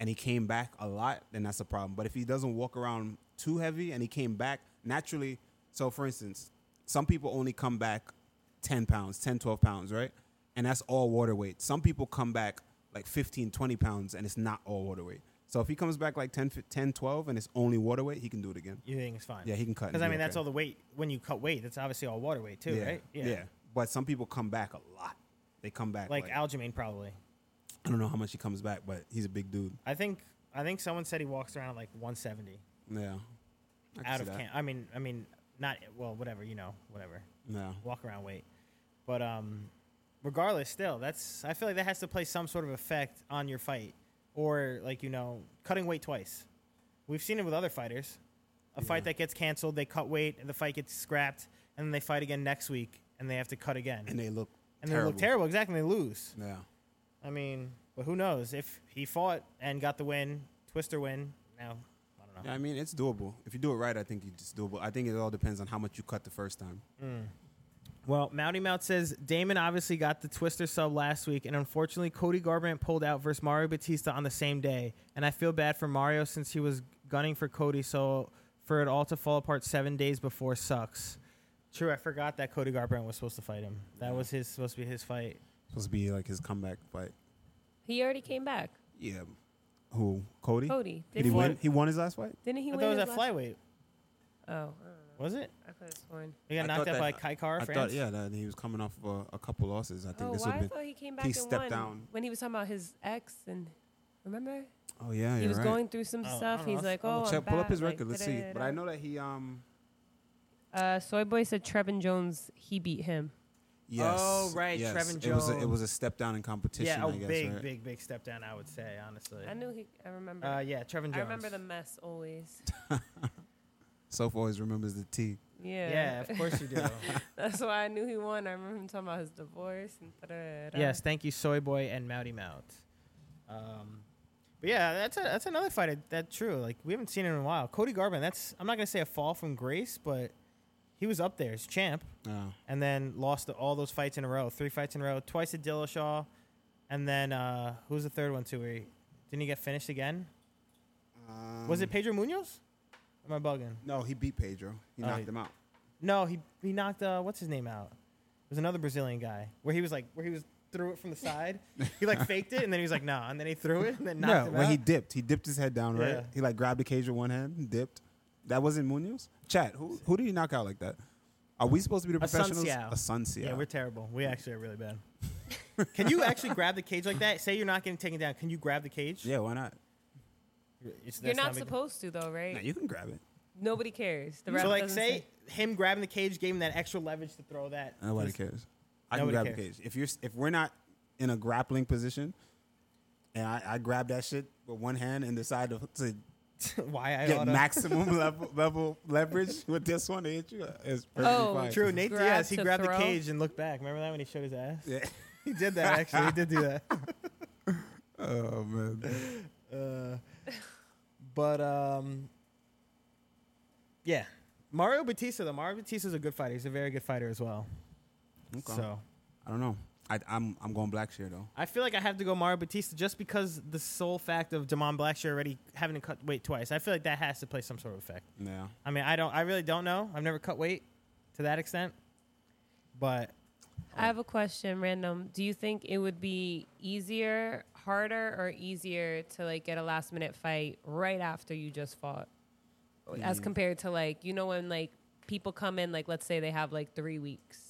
B: and he came back a lot, then that's a problem. But if he doesn't walk around too heavy and he came back naturally, so for instance, some people only come back 10 pounds, 10, 12 pounds, right? And that's all water weight. Some people come back like 15, 20 pounds and it's not all water weight. So if he comes back like 10, 10 12 and it's only water weight, he can do it again.
A: You think it's fine?
B: Yeah, he can cut and
A: Because I
B: be
A: mean, that's
B: okay.
A: all the weight when you cut weight. That's obviously all water weight too, right?
B: Yeah. But some people come back a lot. They come back like,
A: Like Aljamain probably.
B: I don't know how much he comes back, but he's a big dude.
A: I think I think someone said he walks around at like 170
B: Yeah. I can
A: out
B: see
A: of
B: that.
A: camp. I mean, I mean, not well, whatever you know, whatever
B: Yeah.
A: walk around weight. But um, regardless, still that's I feel like that has to play some sort of effect on your fight, or like you know, cutting weight twice. We've seen it with other fighters. A fight that gets canceled, they cut weight, and the fight gets scrapped, and then they fight again next week, and they have to cut again,
B: And they look
A: And they look terrible. Exactly, and they lose.
B: Yeah.
A: I mean, but who knows if he fought and got the win, Twister win. Now, I don't know.
B: Yeah, I mean, it's doable. If you do it right, I think it's doable. I think it all depends on how much you cut the first time.
A: Well, Mounty Mout says Damon obviously got the Twister sub last week, and unfortunately, Cody Garbrandt pulled out versus Mario Batista on the same day. And I feel bad for Mario since he was gunning for Cody, so for it all to fall apart seven days before sucks. True, I forgot that Cody Garbrandt was supposed to fight him. That was his supposed to be his fight.
B: Supposed to be like his comeback fight.
C: He already came back.
B: Yeah. Who? Cody?
C: Cody.
B: Did he
C: Didn't
B: win? He won his last fight?
C: Didn't he
A: I
C: win?
A: thought it was
C: his
A: at
C: last-
A: flyweight.
C: Oh, I don't know.
A: Was it?
C: I could have sworn.
A: He got
B: I
A: knocked
B: thought
A: out by
B: that-
A: Kai Car,
B: I
A: France.
B: thought, yeah, that he was coming off of a, a couple losses. I think
C: Oh,
B: this
C: why?
B: would
C: I
B: have
C: thought
B: been.
C: he came back
B: he
C: and
B: stepped
C: won
B: down.
C: when he was talking about his ex and remember
B: Oh, yeah,
C: he
B: you're
C: was
B: right.
C: going through some
A: Oh, I
C: stuff.
A: don't know.
C: He's
A: I'll-
C: like,
A: I'll
C: oh,
B: Check,
C: I'm
B: pull up
C: back,"
B: his
C: like,
B: record. Let's see. But I
C: da-da-da-da.
B: know that he. um
C: Uh, Soy Boy said Trevin Jones. He beat him.
B: Yes.
A: Oh, right,
B: yes.
A: Trevin
B: It was a, it
A: Jones.
B: was a step down in competition.
A: Yeah, a
B: I guess,
A: big,
B: right?
A: big, big step down. I would say honestly.
C: I knew he. I remember.
A: Uh, yeah, Trevin Jones.
C: I remember the mess always.
B: Soph always remembers the T.
C: Yeah.
A: Yeah, of course you do.
C: That's why I knew he won. I remember him talking about his divorce and da-da-da-da.
A: yes, thank you, Soy Boy and Mouty Mount. Um, but yeah, that's a, that's another fight. that- That true. Like we haven't seen it in a while. Cody Garbrandt. That's I'm not gonna say a fall from grace, but he was up there as champ,
B: Oh.
A: and then lost all those fights in a row. Three fights in a row. Twice at Dillashaw, and then uh, who's the third one too? Where he, didn't he get finished again? was
B: Mm.
A: it Pedro Munoz? Am I bugging?
B: No, he beat Pedro. He
A: Oh,
B: knocked
A: he-
B: him out.
A: No, he he knocked uh, what's his name out. It was another Brazilian guy where he was like where he was threw it from the side. he like faked it and then he was like nah, and then he threw it and then knocked
B: No,
A: him
B: when
A: out.
B: he dipped, he dipped his head down, right?
A: Yeah.
B: He like grabbed the cage with one hand, and dipped. That wasn't Munoz. Chat. Who who did he knock out like that? Are we supposed to be the professionals?
A: Asunciao.
B: Asunciao.
A: yeah, we're terrible. We actually are really bad. can you actually grab the cage like that? Say you're not getting taken down. Can you grab the cage?
B: Yeah, why not?
A: It's-
C: You're
A: that's
C: not
A: big-
C: supposed to though, right?
B: Nah, you can grab it.
C: Nobody cares. The ref
A: So like,
C: doesn't
A: say him grabbing the cage gave him that extra leverage to throw that.
B: Nobody
A: Just-
B: cares. I
A: Nobody
B: can grab
A: cares.
B: the cage. If you're if we're not in a grappling position, and I, I grab that shit with one hand and decide to, to
A: Why I
B: get
A: oughta-
B: maximum level level leverage with this one to hit you, it's perfectly
C: Oh.
B: fine.
A: True, Nate
C: Grab
A: Diaz. He
C: to
A: grabbed
C: throw.
A: the cage and looked back. Remember that when he showed his ass?
B: Yeah.
A: He did that actually. He did do that.
B: Oh man.
A: Uh, but um, yeah, Mario Batista. though. Mario Batista is a good fighter. He's a very good fighter as well.
B: Okay.
A: So
B: I don't know. I, I'm I'm going black share though.
A: I feel like I have to go Mario Batista just because the sole fact of Damon Blackshire already having to cut weight twice. I feel like that has to play some sort of effect.
B: Yeah.
A: I mean, I don't. I really don't know. I've never cut weight to that extent, but
C: I have a question, random. Do you think it would be easier, harder, or easier to like get a last minute fight right after you just fought, as compared to like you know when like people come in like let's say they have like three weeks.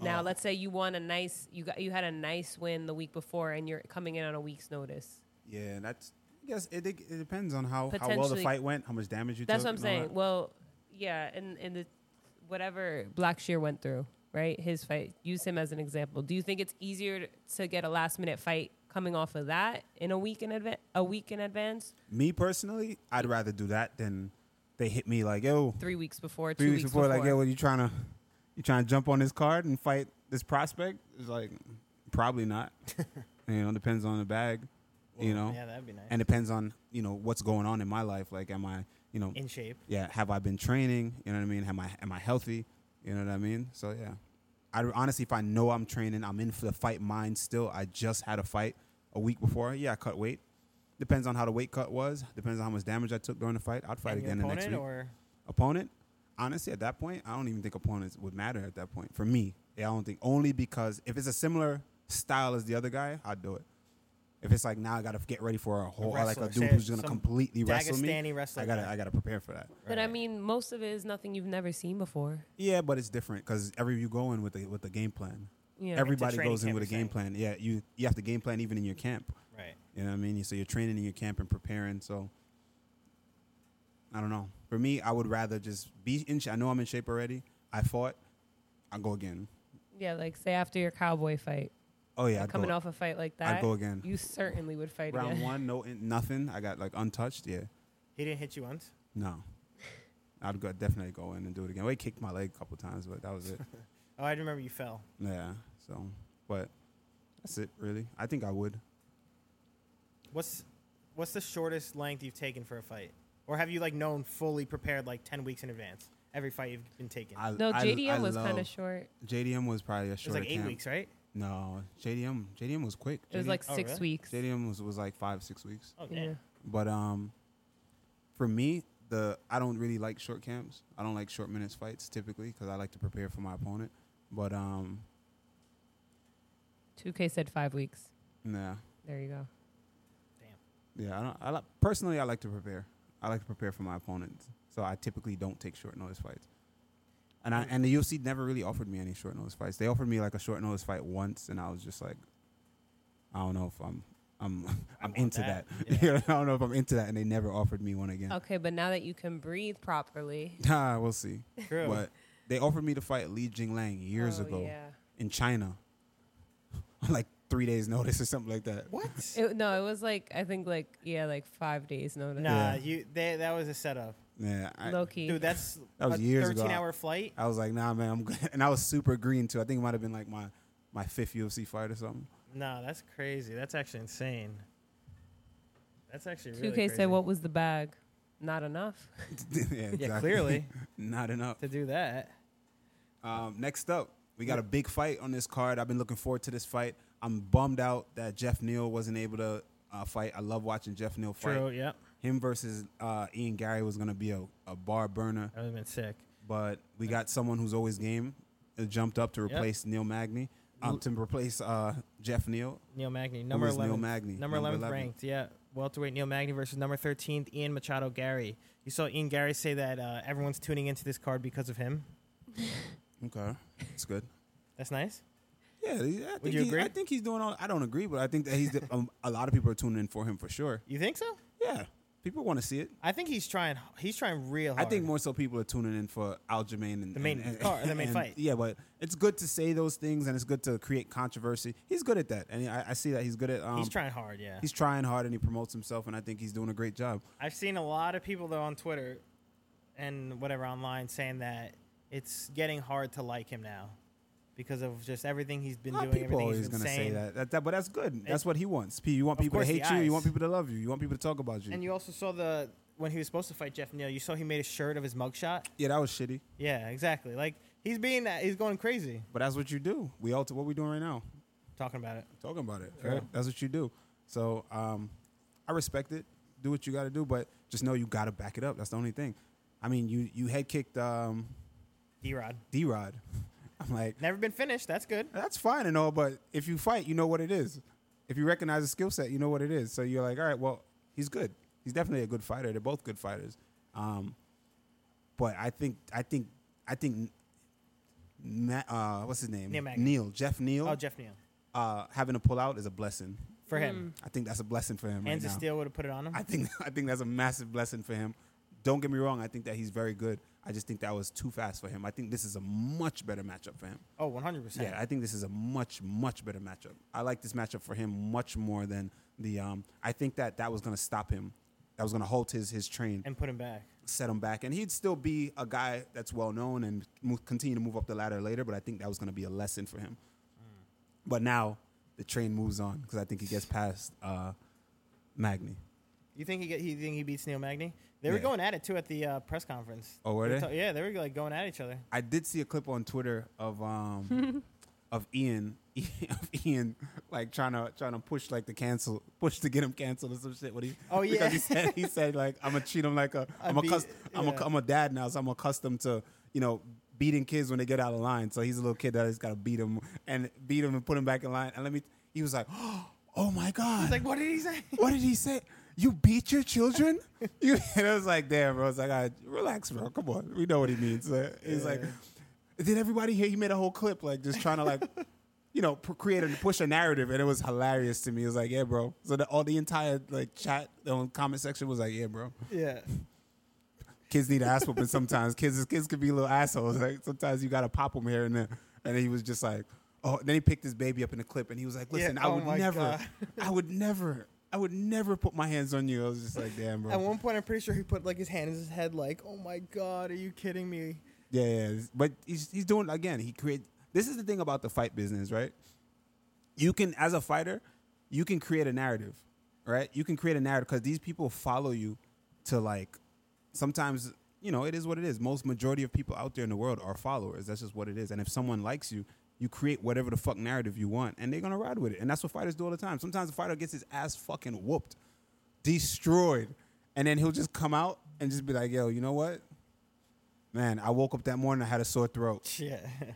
C: Now let's say you won a nice you got you had a nice win the week before and you're coming in on a week's notice.
B: Yeah, that's. I guess it, it, it depends on how, how well the
C: Potentially-
B: fight went, how much damage you
C: That's
B: took.
C: what I'm
B: and all
C: saying.
B: that.
C: Well, yeah, and and the whatever Blackshear went through, right? His fight. Use him as an example. Do you think it's easier t- to get a last minute fight coming off of that in a week in advance? A week in advance,
B: Me personally, I'd rather do that than they hit me like yo
C: three weeks before,
B: three
C: two
B: weeks before, like yo, what you trying to you trying to jump on this card and fight this prospect? It's like probably not. you know, depends on the bag. you know,
A: yeah, that'd be nice.
B: and depends on you know what's going on in my life. Like, am I you know
A: In shape.
B: yeah, have I been training? You know what I mean? Am I am I healthy? You know what I mean? So yeah, I honestly, if I know I'm training, I'm in for the fight mind still. I just had a fight a week before. Yeah, I cut weight. Depends on how the weight cut was. Depends on how much damage I took during the fight. I'd fight
A: And your
B: again the next
A: opponent
B: week.
A: or
B: opponent, honestly, at that point, I don't even think opponents would matter at that point for me. Yeah, I don't think only because if it's a similar style as the other guy, I'd do it. If it's like now I gotta get ready for a whole like
A: wrestler,
B: a dude
A: say
B: who's gonna
A: some
B: completely wrestle me,
A: Dagestani wrestler
B: I gotta
A: guy.
B: I gotta prepare for that.
C: But I
A: Right.
C: mean, most of it is nothing you've never seen before.
B: Yeah, but it's different because every you go in with a with a game plan.
C: Yeah.
B: Everybody
A: training
B: goes in
A: camp,
B: with a
A: you're
B: game plan. Yeah, you you have to game plan even in your camp.
A: right.
B: You know what I mean? So you're training in your camp and preparing. So I don't know. For me, I would rather just be in. sh- I know I'm in shape already. I fought. I go again.
C: Yeah, like say after your cowboy fight,
B: Oh yeah, I'd
C: coming
B: go.
C: off a fight like that,
B: I'd go again.
C: You certainly would fight
B: Round
C: again.
B: one, no in, nothing. I got like untouched. Yeah,
A: He didn't hit you once.
B: no. I'd go, definitely go in and do it again. Well, he kicked my leg a couple times, but that was it.
A: Oh, I remember you fell.
B: yeah. So, but that's it really. I think I would.
A: What's what's the shortest length you've taken for a fight? Or have you like known fully prepared like ten weeks in advance? every fight you've been taking.
B: I,
C: No,
B: I-
C: JDM
B: I
C: was kind
B: love-
C: of short.
B: JDM was probably a
A: it was
B: shorter
A: like eight
B: camp.
A: weeks, right?
B: No, JDM JDM was quick.
C: It was
B: JDM
C: like
A: Oh,
C: six
A: really?
C: weeks.
B: JDM was, was like five six weeks.
A: Oh,
C: Yeah.
A: damn.
B: But um, for me, the I don't really like short camps. I don't like short minutes fights typically because I like to prepare for my opponent. But um,
C: 2K said five weeks.
B: nah,
C: There you go.
B: yeah, I don't. I like, personally, I like to prepare. I like to prepare for my opponents, so I typically don't take short notice fights. And I and the UFC never really offered me any short notice fights. They offered me like a short notice fight once, and I was just like, I don't know if I'm. I'm I'm
A: want
B: into that.
A: that. Yeah.
B: I don't know if I'm into that, and they never offered me one again.
C: Okay, but now that you can breathe properly.
B: Ah, we'll see.
A: True.
B: But they offered me to fight Li Jinglang years
C: Oh,
B: ago
C: Yeah.
B: in China on like three days' notice or something like that.
A: What?
C: It, no, it was like I think like yeah, like five days notice.
A: nah,
B: Yeah.
A: you they, that was a setup,
B: Yeah, I,
C: Low key.
A: dude. That's
B: That was
A: a
B: years ago.
A: thirteen hour flight.
B: I was like, nah, man, I'm good. And I was super green too. I think it might have been like my, my fifth UFC fight or something.
A: Nah, that's crazy. That's actually insane. That's actually really
C: 2K
A: crazy.
C: said, "What was the bag? Not enough."
B: yeah,
A: Yeah,
B: exactly.
A: clearly
B: Not enough.
A: to do that.
B: Um, next up, we got a big fight on this card. I've been looking forward to this fight. I'm bummed out that Jeff Neal wasn't able to uh, fight. I love watching Jeff Neal fight.
A: True. Yep.
B: Him versus uh, Ian Gary was going to be a, a bar burner.
A: That would have been sick.
B: but we got someone who's always game uh, jumped up to
A: Yep.
B: replace Neil Magny, um, to replace uh, Jeff Neal.
A: Neil Magny, number
B: is Neil
A: eleven,
B: Magny?
A: number,
B: Number
A: eleven
B: 11.
A: ranked. Yeah, welterweight Neil Magny versus number thirteen Ian Machado Gary. You saw Ian Gary say that uh, everyone's tuning into this card because of him.
B: Okay, that's good.
A: That's nice.
B: Yeah, he- I think,
A: you
B: he-
A: agree?
B: I think he's doing all. I don't agree, but I think that he's the, um, a lot of people are tuning in for him for sure.
A: You think so?
B: Yeah, people want to see it.
A: I think he's trying. He's trying real hard.
B: I think more so people are tuning in for Aljamain and
A: The main
B: and- and-
A: car- the main
B: and-
A: fight.
B: Yeah, but it's good to say those things and it's good to create controversy. He's good at that, and I, I see that he's good at. Um,
A: he's trying hard. Yeah.
B: He's trying hard and he promotes himself, and I think he's doing a great job.
A: I've seen a lot of people though on Twitter and whatever online saying that it's getting hard to like him now because of just everything he's been
B: A lot of
A: doing.
B: people
A: Everything
B: always
A: he's been
B: gonna
A: saying.
B: say that. That, that. But that's good. That's what he wants. P- You want
A: Of
B: people to
A: course,
B: hate
A: the
B: you. You
A: eyes.
B: want people to love you. You want people to talk about you.
A: And you also saw the when he was supposed to fight Jeff Neal. You saw he made a shirt of his mugshot.
B: yeah, that was shitty.
A: Yeah, exactly. Like he's being that he's going crazy
B: But that's what you do. We all. T- what we doing right now?
A: talking about it.
B: Talking about it.
A: Yeah.
B: right? That's what you do. So um, I respect it. Do what you got to do, but just know you got to back it up. That's the only thing. I mean, you you head kicked um,
A: D-Rod
B: D Rod. I'm like,
A: never been finished. That's good.
B: that's fine and all, but if you fight, you know what it is. If you recognize the skill set, you know what it is. So you're like, all right, well, he's good. He's definitely a good fighter. They're both good fighters. Um, but I think, I think, I think, Ma- uh, what's his name?
A: Neil Magny.
B: Neil, Jeff Neil.
A: Oh, Jeff Neal
B: uh, having to pull out is a blessing.
A: for him.
B: I think that's a blessing for him
A: Mm.
B: right
A: Anza
B: now.
A: Steele would have put it on him.
B: I think, I think that's a massive blessing for him. Don't get me wrong. I think that he's very good. I just think that was too fast for him. I think this is a much better matchup for him.
A: oh, 100. percent
B: Yeah, I think this is a much much better matchup. I like this matchup for him much more than the. Um, I think that that was going to stop him. That was going to halt his his train,
A: And put him back.
B: set him back, and he'd still be a guy that's well known and move, continue to move up the ladder later. But I think that was going to be a lesson for him. But now the train moves on because I think he gets past uh, Magni.
A: You think he get? You think he beats Neil Magny? They were
B: Yeah.
A: going at it too at the uh, press conference.
B: Oh, were they?
A: ta- yeah, they were like going at each other.
B: I did see a clip on Twitter of um of Ian of Ian like trying to trying to push like the cancel push to get him canceled or some shit. What he
A: Oh, yeah.
B: because he said he said like I'm gonna treat him like a I'm
A: be-
B: accust- I'm a,
A: yeah.
B: I'm a dad now so I'm accustomed to you know beating kids when they get out of line. So he's a little kid that has got to beat him and beat him and put him back in line. And let me he was like oh my god
A: It's like, what did he say?
B: what did he say? You beat your children? You and I was like, damn, bro. I was like, "Ah, relax, bro. Come on. We know what he means. Uh, He's like, did everybody hear? He made a whole clip, like just trying to like, you know, pr- create and push a narrative, and it was hilarious to me. It was like, yeah, bro. So the, all the entire like chat, the whole comment section was like, yeah, bro.
A: yeah.
B: Kids need an ass whooping sometimes. Kids, kids could be little assholes. Like sometimes you gotta pop them here and there. And he was just like, oh. Then he picked his baby up in the clip, and he was like,
A: Yeah,
B: listen, I
A: oh
B: would
A: my
B: never,
A: God.
B: I would never, I would never put my hands on you. I was just like, damn, bro.
A: At one point, I'm pretty sure he put like his hand in his head, like, "Oh my God, are you kidding me?"
B: Yeah, yeah. it's- But he's he's doing again. He create. This is the thing about the fight business, right? You can, as a fighter, you can create a narrative, right? You can create a narrative because these people follow you to like. Sometimes you know, it is what it is. Most majority of people out there in the world are followers. That's just what it is. And if someone likes you, you create whatever the fuck narrative you want, and they're gonna ride with it. And that's what fighters do all the time. Sometimes a fighter gets his ass fucking whooped, destroyed, and then he'll just come out and just be like, "Yo, you know what? Man, I woke up that morning, I had a sore throat."
A: Yeah.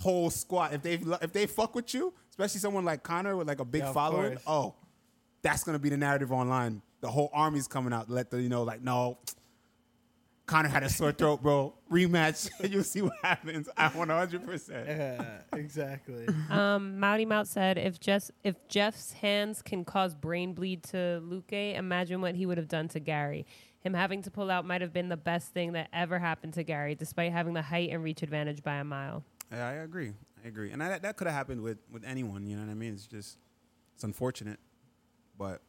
B: whole squad. If they if they fuck with you, especially someone like Connor with like a big
A: Yeah, of
B: following,
A: course.
B: oh, that's gonna be the narrative online. The whole army's coming out. to Let the you know like no, Connor had a sore throat, bro. Rematch. You'll see what happens. I one hundred percent.
A: Uh, exactly.
C: Um, Mouty Mout said, if Jeff, if Jeff's hands can cause brain bleed to Luke, imagine what he would have done to Gary. Him having to pull out might have been the best thing that ever happened to Gary, despite having the height and reach advantage by a mile.
B: Yeah, I agree. I agree. And I, that could have happened with with anyone. You know what I mean? It's just it's unfortunate, but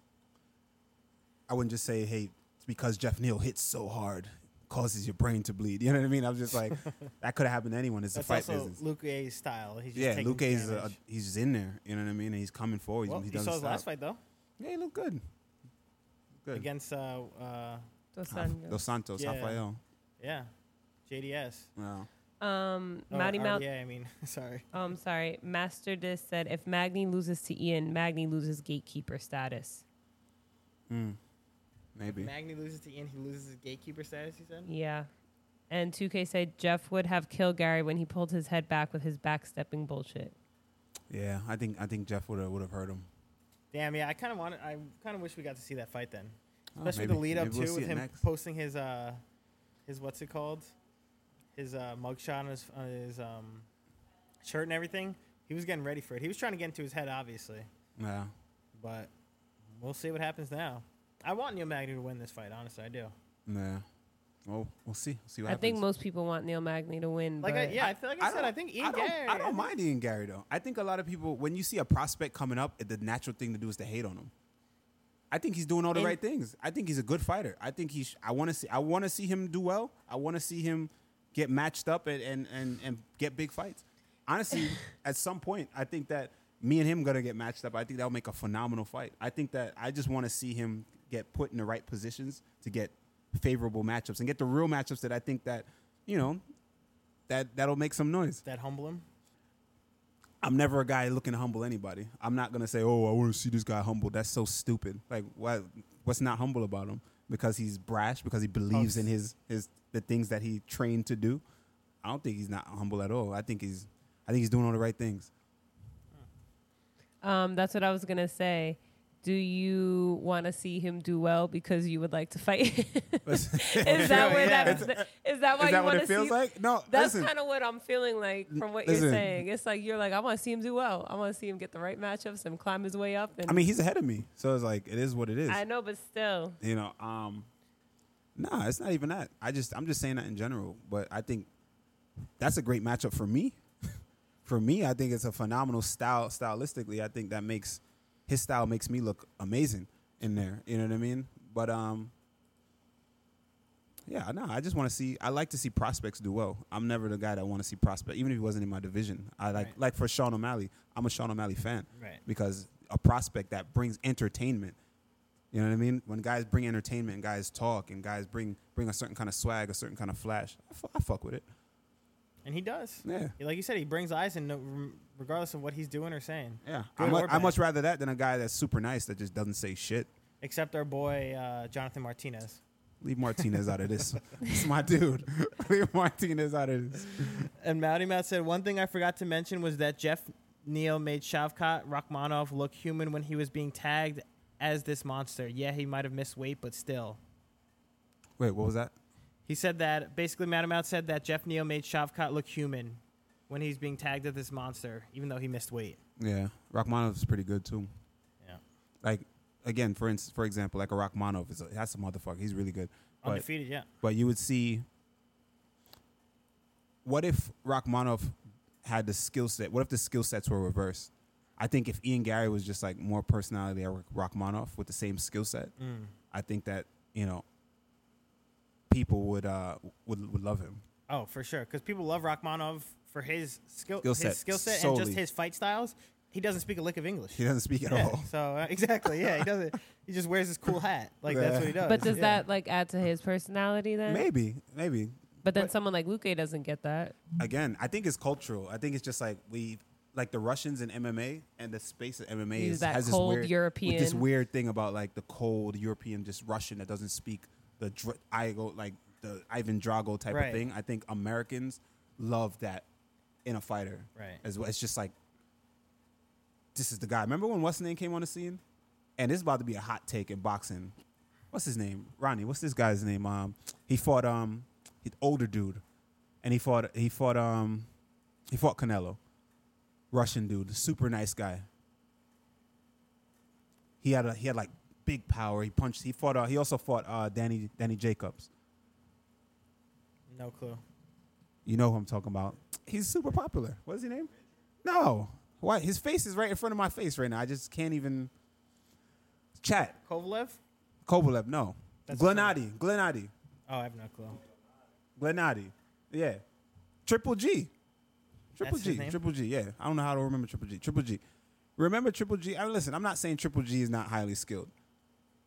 B: I wouldn't just say hey it's because Jeff Neal hits so hard. Causes your brain to bleed. You know what I mean? I'm just like, that could have happened to anyone. It's a
A: That's
B: fight
A: also
B: business.
A: Luke A's style. He's just
B: Yeah,
A: taking
B: Luke is a,
A: damage.
B: he's just in there. You know what I mean? And he's coming forward.
A: well,
B: he
A: you
B: doesn't
A: saw his
B: stop.
A: last fight though
B: Yeah, he looked good. Good.
A: against uh, uh,
C: Dos
B: Ah, Dos
C: Anjos.
B: Santos,
A: Yeah.
B: Rafael.
A: yeah, JDS.
B: Wow.
C: Um,
A: Oh,
C: Mouty Mout,
A: Yeah, I mean, sorry.
C: oh, I'm sorry. Master Dis said, if Magni loses to Ian, Magni loses gatekeeper status.
B: Mm. Maybe.
A: Magni loses to Ian. He loses his gatekeeper status. He said.
C: Yeah. And 2K said Jeff would have killed Gary when he pulled his head back with his backstepping bullshit.
B: Yeah, I think I think Jeff would have would have heard him.
A: Damn. Yeah, I kind of wanted. I kind of wish we got to see that fight then,
B: Oh,
A: especially
B: maybe.
A: the lead up
B: Maybe
A: too
B: we'll see
A: with
B: it
A: him
B: next.
A: posting his uh, his what's it called, his uh mugshot on his on his um, shirt and everything. He was getting ready for it. He was trying to get into his head, obviously,
B: Yeah.
A: but we'll see what happens now. I want Neil Magny to win this fight. Honestly, I do.
B: Yeah. Well, we'll see. see what
C: I
B: happens.
C: think most people want Neil Magny to win.
A: Like,
C: but
A: I, yeah, I, feel like I, said,
B: don't-
A: I think Ian
B: I don't,
A: Gary.
B: I don't mind Ian Gary though. I think a lot of people, when you see a prospect coming up, the natural thing to do is to hate on him. I think he's doing all the
A: And-
B: right things. I think he's a good fighter. I think he's. I want to see. I want to see him do well. I want to see him get matched up and and and, and get big fights. Honestly, at some point, I think that me and him gonna get matched up. I think that'll make a phenomenal fight. I think that I just want to see him get put in the right positions to get favorable matchups and get the real matchups that I think that you know that that'll make some noise.
A: that humble him.
B: I'm never a guy looking to humble anybody. I'm not gonna say, "Oh, I want to see this guy humble." That's so stupid. Like, what? What's not humble about him? Because he's brash. Because he believes in his his the things that he trained to do. I don't think he's not humble at all. I think he's I think he's doing all the right things.
C: Um, that's what I was gonna say. Do you want to see him do well because you would like to fight?
B: is
C: is that where
A: Yeah.
C: that is that why
B: that
C: you
B: what
C: want
B: it
C: to
B: feels
C: see?
B: like? No,
C: That's
B: listen.
C: kind of what I'm feeling like from what
B: Listen.
C: you're saying. It's like you're like I want to see him do well. I want to see him get the right matchups and climb his way up. And
B: I mean, he's ahead of me, so it's like it is what it is.
C: I know, but still,
B: you know um nah it's not even that i just i'm just saying that in general but i think that's a great matchup for me for me i think it's a phenomenal style stylistically i think that makes his style makes me look amazing in there you know what i mean but um yeah no i just want to see i like to see prospects do well i'm never the guy that want to see prospect even if he wasn't in my division i like
A: Right.
B: like for sean o'malley i'm a sean o'malley fan
A: Right.
B: because a prospect that brings entertainment you know what I mean? When guys bring entertainment, and guys talk, and guys bring bring a certain kind of swag, a certain kind of flash. I fu- I fuck with it.
A: And he does.
B: Yeah,
A: Yeah, Like you said, he brings eyes in no, regardless of what he's doing or saying.
B: yeah.
A: Good
B: I, mu-
A: or
B: I
A: bad.
B: much rather that than a guy that's super nice that just doesn't say shit.
A: Except our boy uh, Jonathan Martinez.
B: Leave Martinez out of this. It's my dude. Leave Martinez out of this.
A: And Matty Matt said one thing I forgot to mention was that Jeff Neal made Shavkat Rachmanov look human when he was being tagged as this monster. Yeah, he might have missed weight, but still.
B: Wait, what was that?
A: He said that basically Madam Out said that Jeff Neal made Shavkat look human when he's being tagged as this monster, even though he missed weight.
B: Yeah, Rachmanov's pretty good too.
A: Yeah.
B: Like again, for ins- for example, like a Rachmanov is a, that's a motherfucker. He's really good. But-
A: Undefeated, yeah.
B: But you would see. What if Rachmanov had the skill set? What if the skill sets were reversed? I think if Ian Gary was just like more personality at Rachmanov with the same skill set,
A: Mm.
B: I think that you know people would uh would, would love him.
A: Oh, for sure. Because people love Rachmanov for his skill,
B: Skill
A: his
B: set,
A: skill set, and
B: solely.
A: just his fight styles. he doesn't speak a lick of English.
B: He doesn't speak at
A: Yeah,
B: all.
A: So uh, exactly, yeah, he doesn't. He just wears his cool hat, like that's what he does.
C: But does
A: yeah.
C: that like add to his personality then?
B: Maybe, maybe.
C: But then someone like Luke doesn't get that.
B: Again, I think it's cultural. I think it's just like we, like the Russians in MMA and the space of MMA
C: He's
B: is,
C: that
B: has
C: cold
B: this weird,
C: European.
B: with this weird thing about like the cold European, just Russian that doesn't speak the dr- Igo, like the Ivan Drago type
A: Right.
B: of thing. I think Americans love that in a fighter,
A: Right.
B: As well, it's just like this is the guy. Remember when what's his name came on the scene? And it's about to be a hot take in boxing. What's his name? Ronnie. What's this guy's name? Um, he fought um, he's older dude, and he fought he fought um, he fought Canelo, Russian dude, super nice guy. He had a he had like big power. He punched. He fought. Uh, he also fought uh, Danny Danny Jacobs.
A: No clue.
B: You know who I'm talking about. He's super popular. What is his name? No. Why? His face is right in front of my face right now. I just can't even. Chat.
A: Kovalev?
B: Kovalev. No.
A: That's
B: Glenati. Glenati.
A: Oh, I have no clue.
B: Glenati. Yeah. Triple G. Triple
A: That's his
B: G.
A: name?
B: Triple G. Yeah. I don't know how to remember Triple G. Triple G. Remember Triple G? I listen, I'm not saying Triple G is not highly skilled.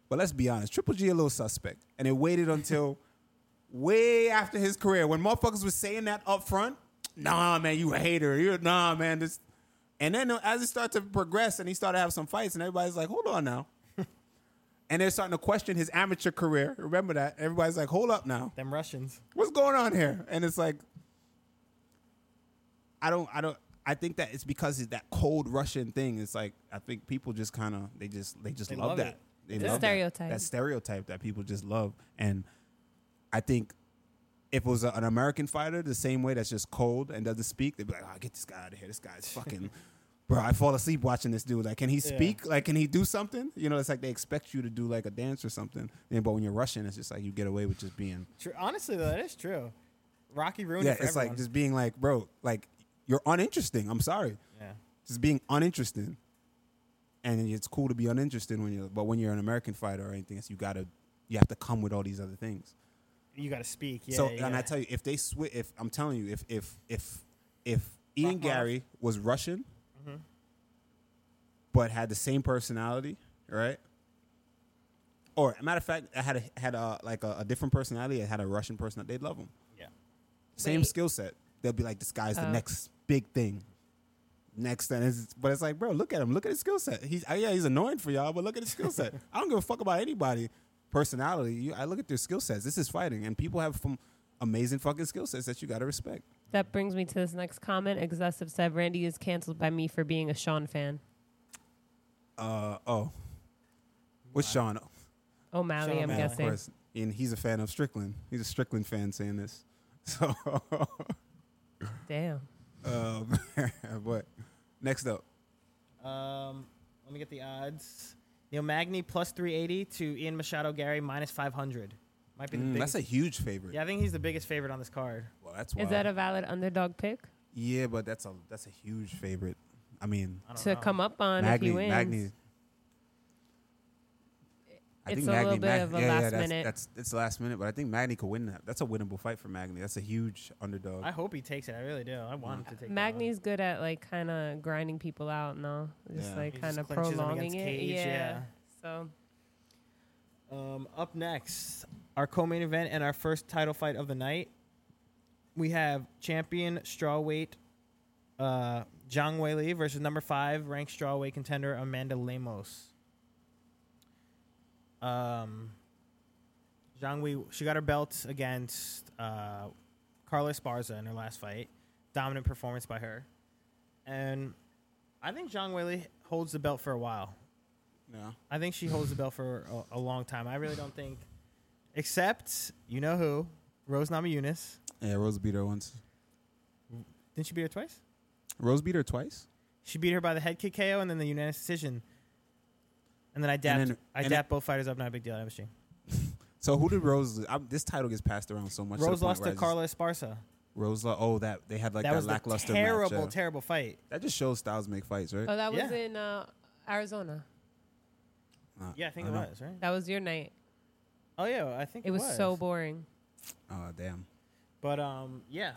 B: But let's be honest, Triple G a little suspect. And it waited until way after his career when motherfuckers was saying that up front. Nah, man, you a hater. You're nah, man. This and then as it started to progress and he started to have some fights and everybody's like, hold on now. and they're starting to question his amateur career. Remember that. Everybody's like, hold up now
A: Them Russians.
B: what's going on here? And it's like, I don't, I don't, I think that it's because it's that cold Russian thing. It's like I think people just kind of they just they just
A: They
B: love,
A: love
B: that
A: it.
B: they
C: It's a
B: love that-
C: stereotype.
B: that stereotype that people just love. And I think if it was a, an American fighter, the same way that's just cold and doesn't speak, they'd be like, "Oh, get this guy out of here. This guy's fucking." Bro, I fall asleep watching this dude. Like, can he speak? Like, can he do something? You know, it's like they expect you to do like a dance or something. And, but when you're Russian, it's just like you get away with just being
A: True. Honestly, though, that is true. Rocky ruined
B: yeah,
A: it for
B: it's like
A: everyone.
B: just being like, bro, like you're uninteresting. I'm sorry,
A: yeah.
B: just being uninteresting. And it's cool to be uninterested when you're, but when you're an American fighter or anything else, you gotta, you have to come with all these other things.
A: You got to speak. Yeah,
B: so,
A: yeah.
B: and I tell you, if they switch, if I'm telling you, if if if if Ian
A: Rachmaninoff.
B: Gary was Russian,
A: Mm-hmm.
B: but had the same personality, right? Or matter of fact, I had a, had a like a, a different personality. I had a Russian person. They'd love him
A: Yeah.
B: same
C: Wait.
B: skill set. They'll be like, this guy's the
C: Oh.
B: next big thing. Next, and it's, but it's like, bro, look at him. Look at his skill set. He's uh, yeah, he's annoying for y'all, but look at his skill set. I don't give a fuck about anybody personality. You, I look at their skill sets. This is fighting, and people have from amazing fucking skill sets that you gotta respect.
C: That brings me to this next comment. Excessive said Randy is canceled by me for being a Sean fan.
B: Uh oh, what's Sean?
C: O'Malley,
A: Sean
C: I'm
A: O'Malley.
C: guessing.
B: and he's a fan of Strickland. He's a Strickland fan saying this. So,
C: Damn.
B: um, but next up,
A: Um, let me get the odds. Neil Magny plus 380 to Ian Machado Gary minus 500. Might be the
B: Mm,
A: biggest.
B: that's a huge favorite.
A: yeah, I think he's the biggest favorite on this card.
B: well, that's wild.
C: Is that a valid underdog pick
B: Yeah, but that's a that's a huge favorite. I mean,
A: I don't
C: to
A: know.
C: come up on if he wins?
B: Magni.
C: It's a little bit of a last
B: that's,
C: minute.
B: That's it's last minute, but I think Magni could win that. That's a winnable fight for Magni. That's a huge underdog.
A: I hope he takes it. I really do. I want him to take that one.
C: Magni's good at like kind of grinding people out, no? Just
B: Yeah.
C: like
A: He
C: kind
A: just
C: of
A: clinches 'em
C: prolonging
A: against
C: it.
A: Cage,
C: yeah.
A: yeah.
C: So
A: Um, up next, our co-main event and our first title fight of the night. We have champion strawweight uh, Zhang Weili versus number five ranked strawweight contender Amanda Lemos. Um, Zhang Wei she got her belt against uh, Carla Esparza in her last fight. Dominant performance by her, and I think Zhang Weili holds the belt for a while.
B: yeah.
A: I think she holds the belt for a, a long time. I really don't think, except you know who, Rose Namajunas.
B: yeah, Rose beat her once.
A: Didn't she beat her twice?
B: Rose beat her twice.
A: She beat her by the head kick KO and then the unanimous decision. And then I dapped,
B: And then-
A: I
B: and
A: dapped both fighters up. Not a big deal. That was she.
B: So who did Rose? i this title gets passed around so much. the
A: Rose
B: point
A: lost
B: where
A: to
B: I just-
A: Carla Esparza.
B: Rose, lo- oh, that they had like
A: that,
B: that,
A: was
B: lackluster
A: the terrible,
B: match. yeah.
A: terrible fight.
B: that just shows styles make fights, right?
C: Oh, that was
A: Yeah.
C: in uh, Arizona.
B: Uh,
A: Yeah, I think it
B: don't know.
A: was right.
C: That was your night.
A: Oh yeah, I think
C: It was so boring.
B: Oh damn.
A: But um, yeah.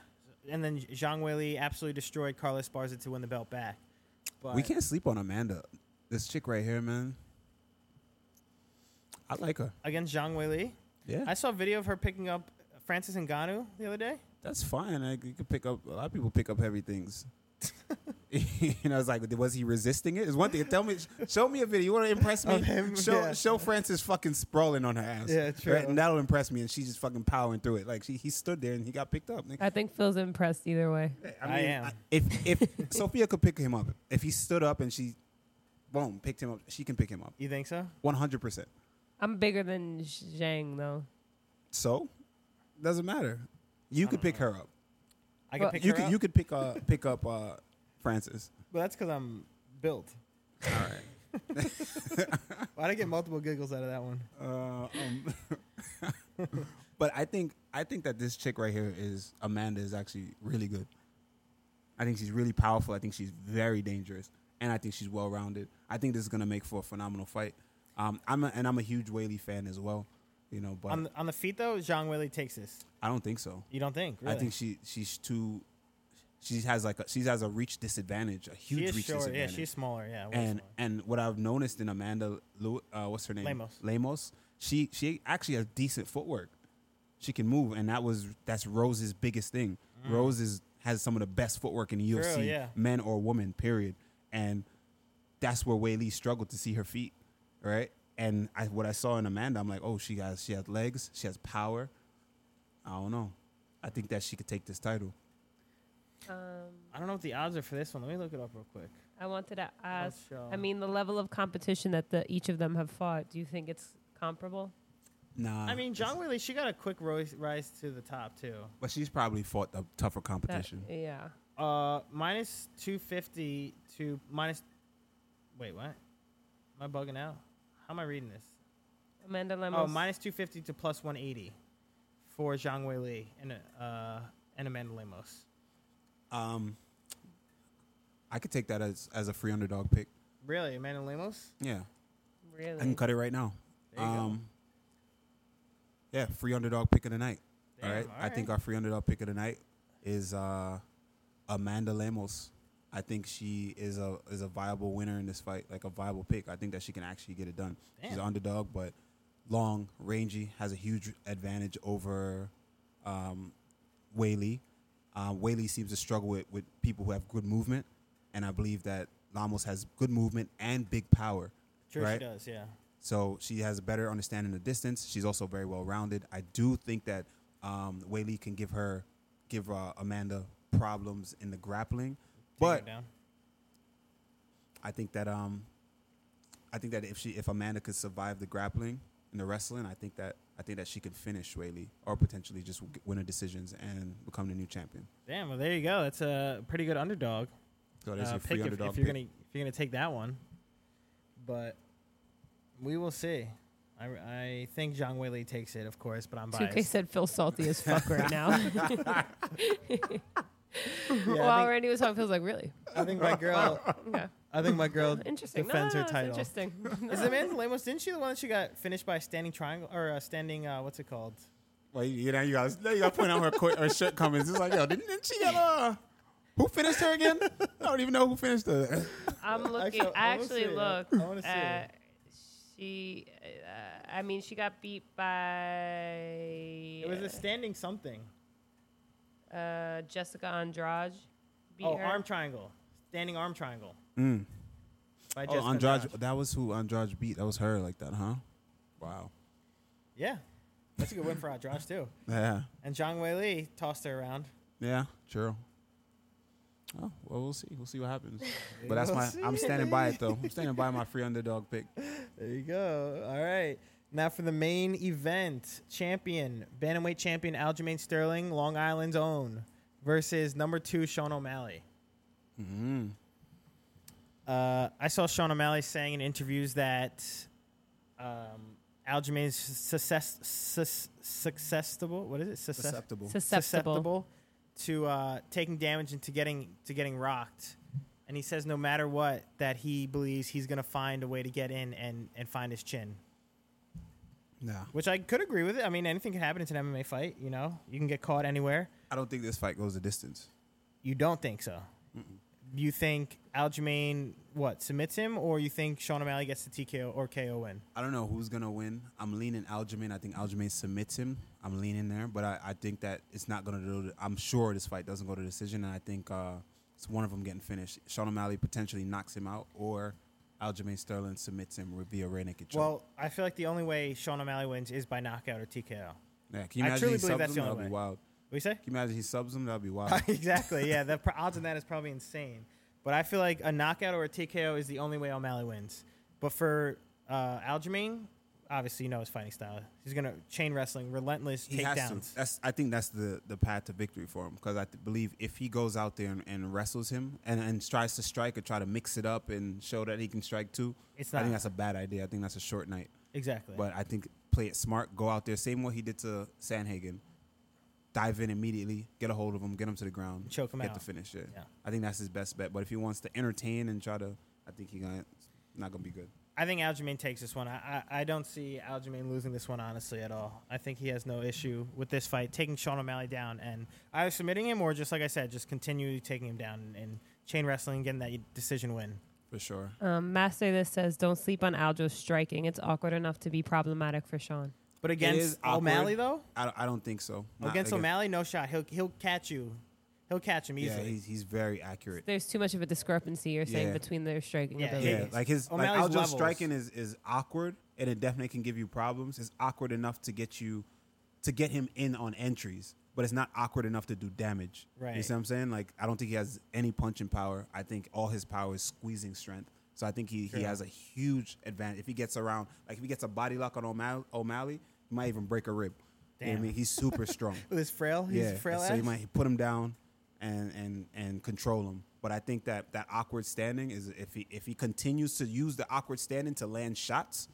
A: And then Zhang Weili absolutely destroyed Carla Esparza to win the belt back. But
B: we can't sleep on Amanda. This chick right here, man. I like her.
A: against Zhang Wei Li.
B: Yeah,
A: I saw a video of her picking up Francis Ngannou the other day.
B: that's fine. Like, you could pick up a lot of people pick up heavy things. you know, it's like, was he resisting it? It's one thing. Tell me, show me a video. You want to impress me?
A: Of him,
B: show
A: yeah.
B: show Francis fucking sprawling on her ass.
A: Yeah, true.
B: And that'll impress me. And she's just fucking powering through it. Like she, he stood there and he got picked up. Like,
C: I think Phil's impressed either way.
A: I am.
B: if if Sophia could pick him up, if he stood up and she, boom, picked him up, she can pick him up.
A: You think so?
B: One hundred percent.
C: I'm bigger than Zhang though.
B: So, doesn't matter. You could pick her up.
A: I can
C: Well,
A: pick
B: you
A: her
B: could
A: up.
B: you could pick uh pick up uh Francis.
A: well, that's because I'm built.
B: All right.
A: Why'd I get multiple giggles out of that one?
B: Uh, um, but I think I think that this chick right here is Amanda is actually really good. I think she's really powerful. I think she's very dangerous, and I think she's well rounded. I think this is gonna make for a phenomenal fight. Um, I'm a, and I'm a huge Whaley fan as well. You know, but
A: On the, on the feet though, Zhang Wei Li takes this.
B: I don't think so.
A: You don't think? Really?
B: I think she she's too. She has like a, she has a reach disadvantage, a huge
A: she is
B: reach
A: short. Yeah,
B: disadvantage.
A: she's smaller. Yeah, way
B: and
A: smaller.
B: and what I've noticed in Amanda, Lew- uh, what's her name?
A: Lemos.
B: Lemos. She she actually has decent footwork. She can move, and that was that's Rose's biggest thing. Rose is has some of the best footwork in the UFC,
A: Mm. yeah.
B: men or women, period. And that's where Wei Lee struggled to see her feet, right? And I, what I saw in Amanda, I'm like, oh, she has she has legs, she has power. I don't know. I think that she could take this title.
C: Um,
A: I don't know what the odds are for this one. Let me look it up real quick.
C: I wanted to ask.
A: show.
C: I mean, the level of competition that the each of them have fought. Do you think it's comparable?
B: Nah,
A: I mean, John Willie, she got a quick rise, rise to the top too.
B: but she's probably fought the tougher
C: That-
B: competition.
C: yeah.
A: Uh, minus two fifty to minus. Wait, what? Am I bugging out? How am I reading this?
C: Amanda Lemos.
A: Oh, minus two fifty to plus one eighty for Zhang Wei Li and uh and Amanda Lemos.
B: Um, I could take that as as a free underdog pick.
A: Really, Amanda Lemos?
B: Yeah, I can
C: really?
B: cut it right now.
A: There you go.
B: Um, yeah, free underdog pick of the night.
A: Damn,
B: all right, I think our free underdog pick of the night is uh, Amanda Lemos. I think she is a is a viable winner in this fight, like a viable pick. I think that she can actually get it done. She's
A: Damn.
B: an underdog, but long, rangy, has a huge advantage over um, Whaley. Um, Whaley seems to struggle with, with people who have good movement, and I believe that Lamos has good movement and big power.
A: Sure
B: right?
A: she does. Yeah.
B: So she has a better understanding of distance. She's also very well rounded. I do think that um, Whaley can give her, give uh, Amanda problems in the grappling,
A: Take her
B: but
A: down.
B: I think that um, I think that if she, if Amanda could survive the grappling and the wrestling, I think that I think that she can finish Whaley or potentially just w- win her decisions and become the new champion.
A: Damn. Well, there you go. That's a pretty good underdog.
B: So that's
A: uh,
B: your free
A: pick if,
B: underdog
A: if you're
B: pick.
A: gonna if you're gonna take that one. But we will see. I, I think Zhang Weili takes it, of course, but I'm
C: 2K
A: biased.
C: said Phil salty as fuck right now.
A: Yeah, I,
C: well,
A: think,
C: already was how Phil's like, really?
A: I think my girl.
C: Okay.
A: I think my girl
C: Interesting. No,
A: defends
C: no, no,
A: her
C: it's
A: title.
C: Interesting.
A: Is Amanda Lemos? Didn't she the one that she got finished by a standing triangle or a standing? Uh, what's it called?
B: Well, you, you know, you guys, now you got to point out her, qu- her shirt comments. It's like, yo, didn't, didn't she get uh, who finished her again? I don't even know who finished her.
C: I'm
A: Actually,
C: looking.
A: I
C: I
A: wanna
C: actually
A: see it. I-
C: looked.
A: I wanna see
C: at She, uh, I mean, she got beat by
A: It was a standing something.
C: uh, Jessica Andrade. Beat
A: oh,
C: her.
A: arm triangle, standing arm triangle.
B: Mm.
A: By
B: Oh,
A: Jessica
B: Andrade,
A: Andrade.
B: that was who Andrade beat. That was her like that, huh? Wow.
A: Yeah, that's a good win for Andrade too.
B: Yeah.
A: And Zhang Wei Li tossed her around.
B: Yeah, true. Oh, well, we'll see. We'll see what happens. But that's
A: We'll
B: my.
A: see.
B: I'm standing by it though. I'm standing by my free underdog pick.
A: There you go. All right. Now for the main event, champion, bantamweight champion Aljamain Sterling, Long Island's own, versus number two Sean O'Malley.
B: Mm.
A: Uh, I saw Sean O'Malley saying in interviews that um, Aljamain's success, sus, successable. What is it? Success,
B: Susceptible.
C: susceptible.
A: to uh, taking damage and to getting to getting rocked. And he says no matter what that he believes he's going to find a way to get in and and find his chin.
B: Nah,
A: which I could agree with it. I mean, anything can happen. It's an MMA fight, you know. You can get caught anywhere.
B: I don't think this fight goes the distance.
A: You don't think so? you think Aljamain what submits him, or you think Sean O'Malley gets the TKO or KO win?
B: I don't know who's gonna win. I'm leaning Aljamain. I think Aljamain submits him. I'm leaning there, but I, I think that it's not gonna. Do, I'm sure this fight doesn't go to decision, and I think uh, it's one of them getting finished. Sean O'Malley potentially knocks him out, or Aljamain Sterling submits him via rear naked choke.
A: Well, I feel like the only way Sean O'Malley wins is by knockout or TKO.
B: yeah, can you
A: I
B: imagine
A: truly believe
B: he subs
A: that's
B: him?
A: the
B: That'd
A: only
B: be
A: way.
B: wild.
A: What do you say?
B: Can you imagine he subs him? That'd be wild.
A: exactly. Yeah, the pro- odds on that is probably insane. But I feel like a knockout or a TKO is the only way O'Malley wins. But for uh, Aljamain, obviously you know his fighting style. He's gonna chain wrestling, relentless
B: he has
A: takedowns.
B: to. That's I think that's the the path to victory for him because I th- believe if he goes out there and, and wrestles him and, and tries to strike or try to mix it up and show that he can strike too,
A: It's
B: I
A: not-
B: think that's a bad idea. I think that's a short night.
A: Exactly.
B: But I think play it smart. Go out there, same what he did to Sanhagen. Dive in immediately, get a hold of him, get him to the ground,
A: Choke him
B: get
A: out.
B: the finish. Yeah.
A: Yeah.
B: I think that's his best bet. But if he wants to entertain and try to, I think he's gonna not gonna be good.
A: I think Aljamain takes this one. I, I, I don't see Aljamain losing this one honestly at all. I think he has no issue with this fight taking Sean O'Malley down and either submitting him or just like I said, just continually taking him down and, and chain wrestling, getting that decision win.
B: For sure.
C: Um, Master this says, don't sleep on Aljo striking. It's awkward enough to be problematic for Sean.
A: But
B: is
A: against
B: awkward.
A: O'Malley though,
B: I, don't- I don't think so. Not
A: against O'Malley, no shot. He'll he'll catch you. He'll catch him
B: Yeah,
A: easily.
B: he's, he's very accurate.
C: There's too much of a discrepancy, you're saying,
B: Yeah.
C: between their striking
A: Yeah,
C: ability.
B: Yeah,
A: Vegas.
B: like his like
A: O'Malley's
B: Aljo
A: levels.
B: striking is is awkward, and it definitely can give you problems. It's awkward enough to get you to get him in on entries, but it's not awkward enough to do damage. You
A: Right.
B: see what I'm saying? Like I don't think he has any punching power. I think all his power is squeezing strength. So I think he, he has a huge advantage if he gets around. Like if he gets a body lock on O'Malley, O'Malley he might even break a rib. You know what I
A: Damn.
B: mean? He's super strong.
A: With his frail, he's
B: yeah,
A: frail
B: so you
A: ass.
B: might put him down and and and control him. But I think that that awkward standing is if he if he continues to use the awkward standing to land shots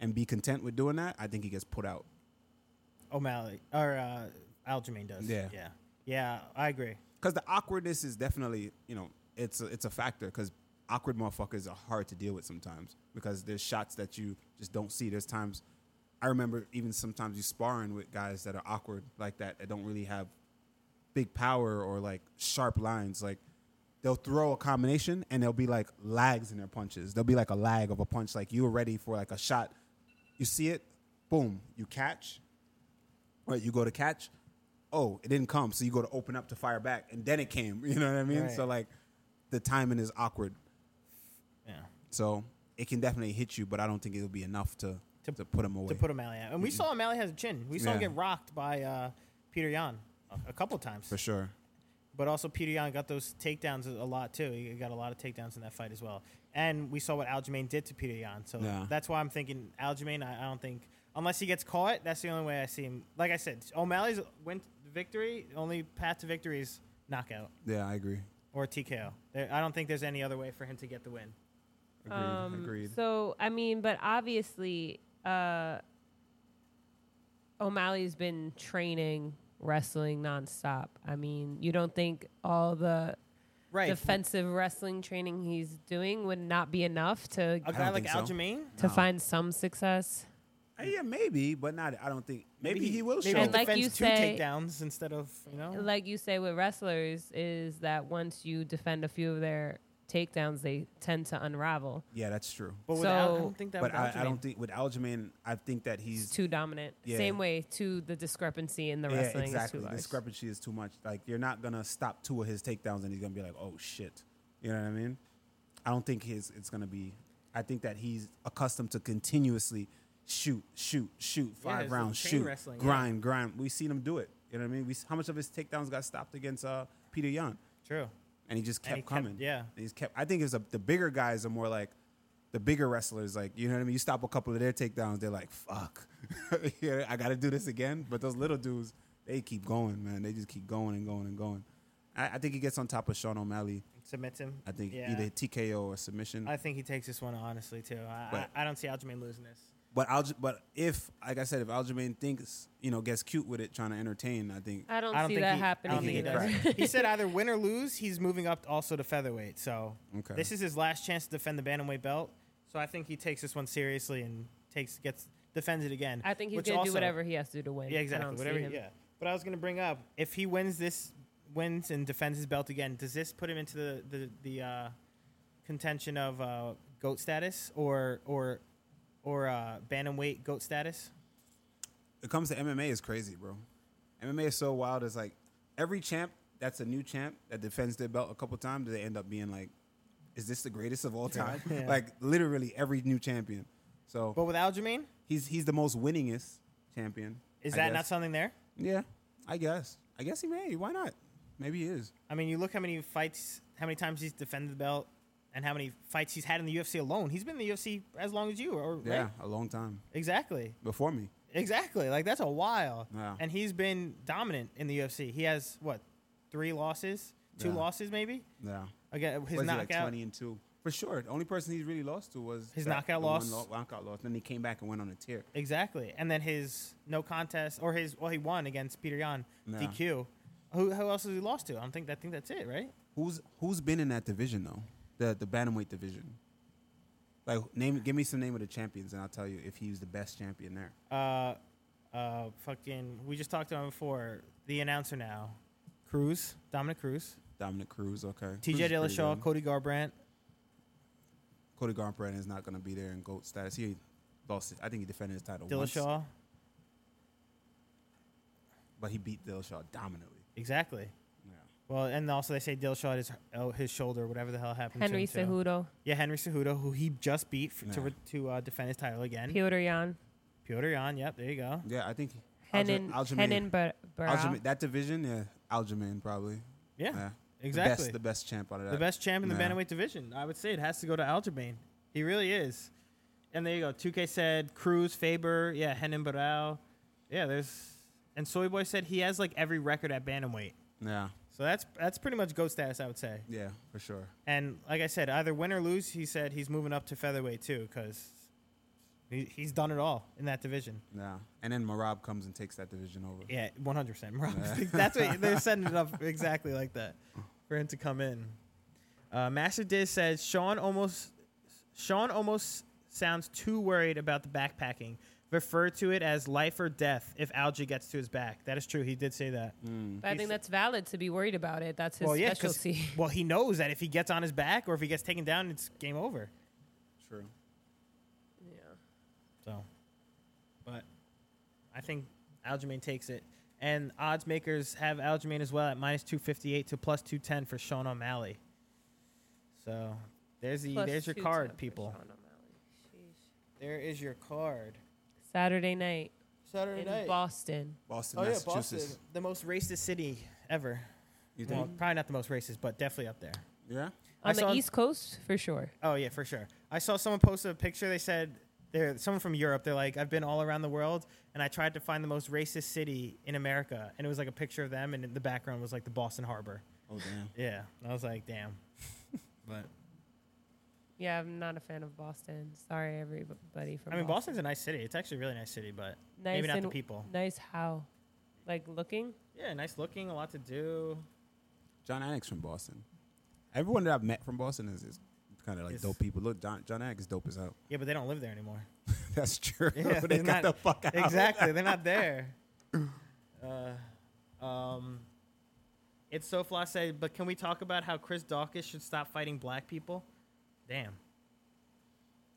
B: and be content with doing that, I think he gets put out.
A: O'Malley or uh, Aljamain does.
B: Yeah.
A: yeah, yeah. I agree.
B: Because the awkwardness is definitely you know it's a, it's a factor because awkward motherfuckers are hard to deal with sometimes because there's shots that you just don't see. There's times I remember even sometimes you sparring with guys that are awkward like that that don't really have big power or like sharp lines. Like they'll throw a combination and there'll be like lags in their punches. There'll be like a lag of a punch. Like you were ready for like a shot. You see it, boom, you catch. Right, you go to catch. Oh, it didn't come. So you go to open up to fire back and then it came. You know what I mean?
A: Right.
B: So like the timing is awkward.
A: Yeah,
B: So it can definitely hit you, but I don't think it'll be enough to to,
A: To-
B: put him away.
A: to put O'Malley out, and we saw O'Malley has a chin. We saw him
B: Yeah.
A: get rocked by uh, Peter Yan a, a couple times.
B: for sure.
A: But also Peter Yan got those takedowns a lot too. He got a lot of takedowns in that fight as well. And we saw what Aljamain did to Peter Yan. So
B: Yeah.
A: that's why I'm thinking Aljamain. I, I don't think unless he gets caught, that's the only way I see him. Like I said, O'Malley's win victory. Only path to victory is knockout
B: Yeah, I agree.
A: or TKO. There, I don't think there's any other way for him to get the win.
B: Agreed. Agreed.
C: So I mean, but obviously, uh, O'Malley's been training wrestling nonstop. I mean, you don't think all the
A: Right.
C: defensive wrestling training he's doing would not be enough to
A: a
B: don't
A: guy like
B: think so.
A: Aljamain.
C: to find some success?
B: Uh, yeah, maybe, but not. I don't think. Maybe, he, will
A: maybe
B: show.
A: he
C: And, like,
A: defends
C: you
A: two
C: say-
A: takedowns instead of you know.
C: Like you say with wrestlers, is that once you defend a few of their takedowns, they tend to unravel.
B: yeah, that's true.
A: But
C: So-
A: without, I don't think that.
B: But
A: But
B: I, I don't think with Aljamain, I think that he's
C: It's too dominant.
B: Yeah.
C: Same way to the discrepancy in the wrestling
B: exactly.
C: is too
B: The
C: large.
B: discrepancy is too much. Like you're not gonna stop two of his takedowns, and he's gonna be like, "Oh shit," you know what I mean? I don't think his it's gonna be. I think that he's accustomed to continuously shoot, shoot, shoot, five
A: it's the
B: rounds,
A: chain
B: shoot,
A: wrestling, yeah.
B: grind, grind. We've seen him do it. You know what I mean? We s- how much of his takedowns got stopped against uh, Peter Young?
A: True.
B: and he just kept
A: And he kept-
B: coming.
A: yeah.
B: and he's kept. I think it's a, the bigger guys are more like the bigger wrestlers. Like you know what I mean. You stop a couple of their takedowns, they're like, "Fuck, Yeah, I got to do this again." But those little dudes, they keep going, man. They just keep going and going and going. I, I think he gets on top of Sean O'Malley.
A: Submits him.
B: I think
A: Yeah.
B: either TKO or submission.
A: I think he takes this one honestly too. I,
B: But-
A: I, I don't see Aljamain losing this.
B: but Alj- but if like I said, if Aljamain thinks you know gets cute with it, trying to entertain, I think
C: I don't,
A: I don't
C: see
A: think
C: that
A: he,
C: happening
A: I don't think he,
C: either.
B: either.
A: does. he said either win or lose. He's moving up also to featherweight. So
B: Okay.
A: this is his last chance to defend the bantamweight belt. So I think he takes this one seriously and takes gets defends it again.
C: I think he's
A: Which
C: gonna do
A: also-
C: whatever he has to do to win.
A: Yeah,
C: I
A: exactly.
C: don't see
A: Whatever.
C: him.
A: Yeah. But I was gonna bring up if he wins this wins and defends his belt again, does this put him into the the, the uh, contention of uh, goat status or or or uh, bantamweight goat status?
B: it comes to MMA is crazy, bro. MMA is so wild. It's like every champ that's a new champ that defends their belt a couple times, they end up being like, "Is this the greatest of all time?"
A: Yeah.
B: like literally every new champion. So
A: But with Aljamain,
B: he's he's the most winningest champion.
A: is
B: I
A: that not
B: guess.
A: something there?
B: Yeah, I guess. I guess he may. Why not? Maybe he is.
A: I mean, you look how many fights, how many times he's defended the belt, and how many fights he's had in the UFC alone. He's been in the UFC as long as you, or
B: Yeah,
A: right?
B: a long time
A: Exactly,
B: before me.
A: exactly. Like that's a while,
B: Yeah.
A: and he's been dominant in the UFC. He has what, three losses, two
B: Yeah.
A: losses maybe.
B: Yeah,
A: Again, his
B: Was he,
A: knockout.
B: like twenty and two for sure. The only person he's really lost to was
A: His
B: that-
A: knockout
B: the one
A: loss.
B: lo- knockout loss. Then he came back and went on a tear.
A: Exactly, and then his no contest or his well, he won against Peter Yan
B: Yeah.
A: DQ. Who, who else has he lost to? I don't think I think that's it, right?
B: Who's who's been in that division though? The the bantamweight division. Like name, give me some name of the champions, and I'll tell you if he's the best champion there.
A: Uh, uh, fucking. We just talked about him before. The announcer now, Cruz, Dominic Cruz,
B: Dominic Cruz, okay.
A: T.J.
B: Cruz is pretty
A: Dillashaw,
B: good.
A: Cody Garbrandt.
B: Cody Garbrandt is not going to be there in goat status. He lost. It. I think he defended his title once,
A: Dillashaw,
B: but he beat Dillashaw dominantly.
A: exactly.
B: Yeah.
A: Well, and also they say Dillashaw is oh, his shoulder, whatever the hell happened.
C: Henry
A: to him too.
C: Cejudo,
A: Yeah, Henry Cejudo, who he just beat f- to
B: Yeah.
A: re- to uh, defend his title again.
C: Piotr Jan,
A: Piotr Yan. Yep, there you go.
B: Yeah, I think
C: Henan,
B: Aljamain-
C: Henan Bar- Barao.
B: Aljamain- that division, yeah, Aljamain probably.
A: Yeah,
B: The
A: exactly.
B: best, the best champ out of that.
A: The best champ in the
B: Yeah.
A: bantamweight division. I would say it has to go to Aljamain. He really is. And there you go. 2K said Cruz, Faber, yeah, Henan Barao. Yeah, there's and Soy Boy said he has like every record at bantamweight.
B: Yeah,
A: So that's that's pretty much goat status, I would say.
B: yeah, for sure.
A: And like I said, either win or lose, he said he's moving up to featherweight too because he, he's done it all in that division.
B: Yeah, and then Marab comes and takes that division over.
A: Yeah, 100. percent That's what they're setting it up exactly like that for him to come in. Uh, Master Diz says Sean almost Sean almost sounds too worried about the backpacking. Refer to it as life or death if Algie gets to his back. That is true. He did say that.
B: Mm,
C: But I think that's valid to be worried about it. That's his
A: well, yeah, 'cause-
C: specialty.
A: well, he knows that if he gets on his back or if he gets taken down, it's game over.
B: True.
A: So, but I think Aljamain takes it. And odds makers have Aljamain as well at minus 258 to plus 210 for Sean O'Malley. So, there's the
C: Plus
A: there's your
C: two
A: card,
C: tap for
A: people.
C: Sean O'Malley. Sheesh.
A: There is your card.
C: Saturday night
A: Saturday
C: in Boston.
B: Boston,
A: Oh yeah,
B: Massachusetts.
A: Boston, the most racist city ever.
B: You
A: Well,
B: think?
A: probably not the most racist, but definitely up there.
B: Yeah.
A: I
C: On the
A: saw-
C: East Coast, for sure.
A: Oh yeah, for sure. I saw someone post a picture. They said they're someone from Europe. They're like, I've been all around the world, and I tried to find the most racist city in America, and it was like a picture of them, and in the background was like the Boston Harbor.
B: Oh damn.
A: Yeah, And I was like, damn. but
C: Yeah, I'm not a fan of Boston. Sorry, everybody from.
A: I mean, Boston's a nice city. It's actually a really nice city, but
C: Nice
A: maybe not the
C: and-
A: people.
C: Nice how, like looking.
A: Yeah, nice looking, a lot to do.
B: John Anik's from Boston. Everyone that I've met from Boston is, is kind of like
A: It's-
B: dope people. Look, John John Anik is dope as hell.
A: Yeah, but they don't live there anymore.
B: That's true.
A: Yeah,
B: they
A: they're
B: got
A: not-
B: the fuck out.
A: exactly. They're not there. Uh, um, it's so floss said, but can we talk about how Chris Dawkins should stop fighting black people? Damn.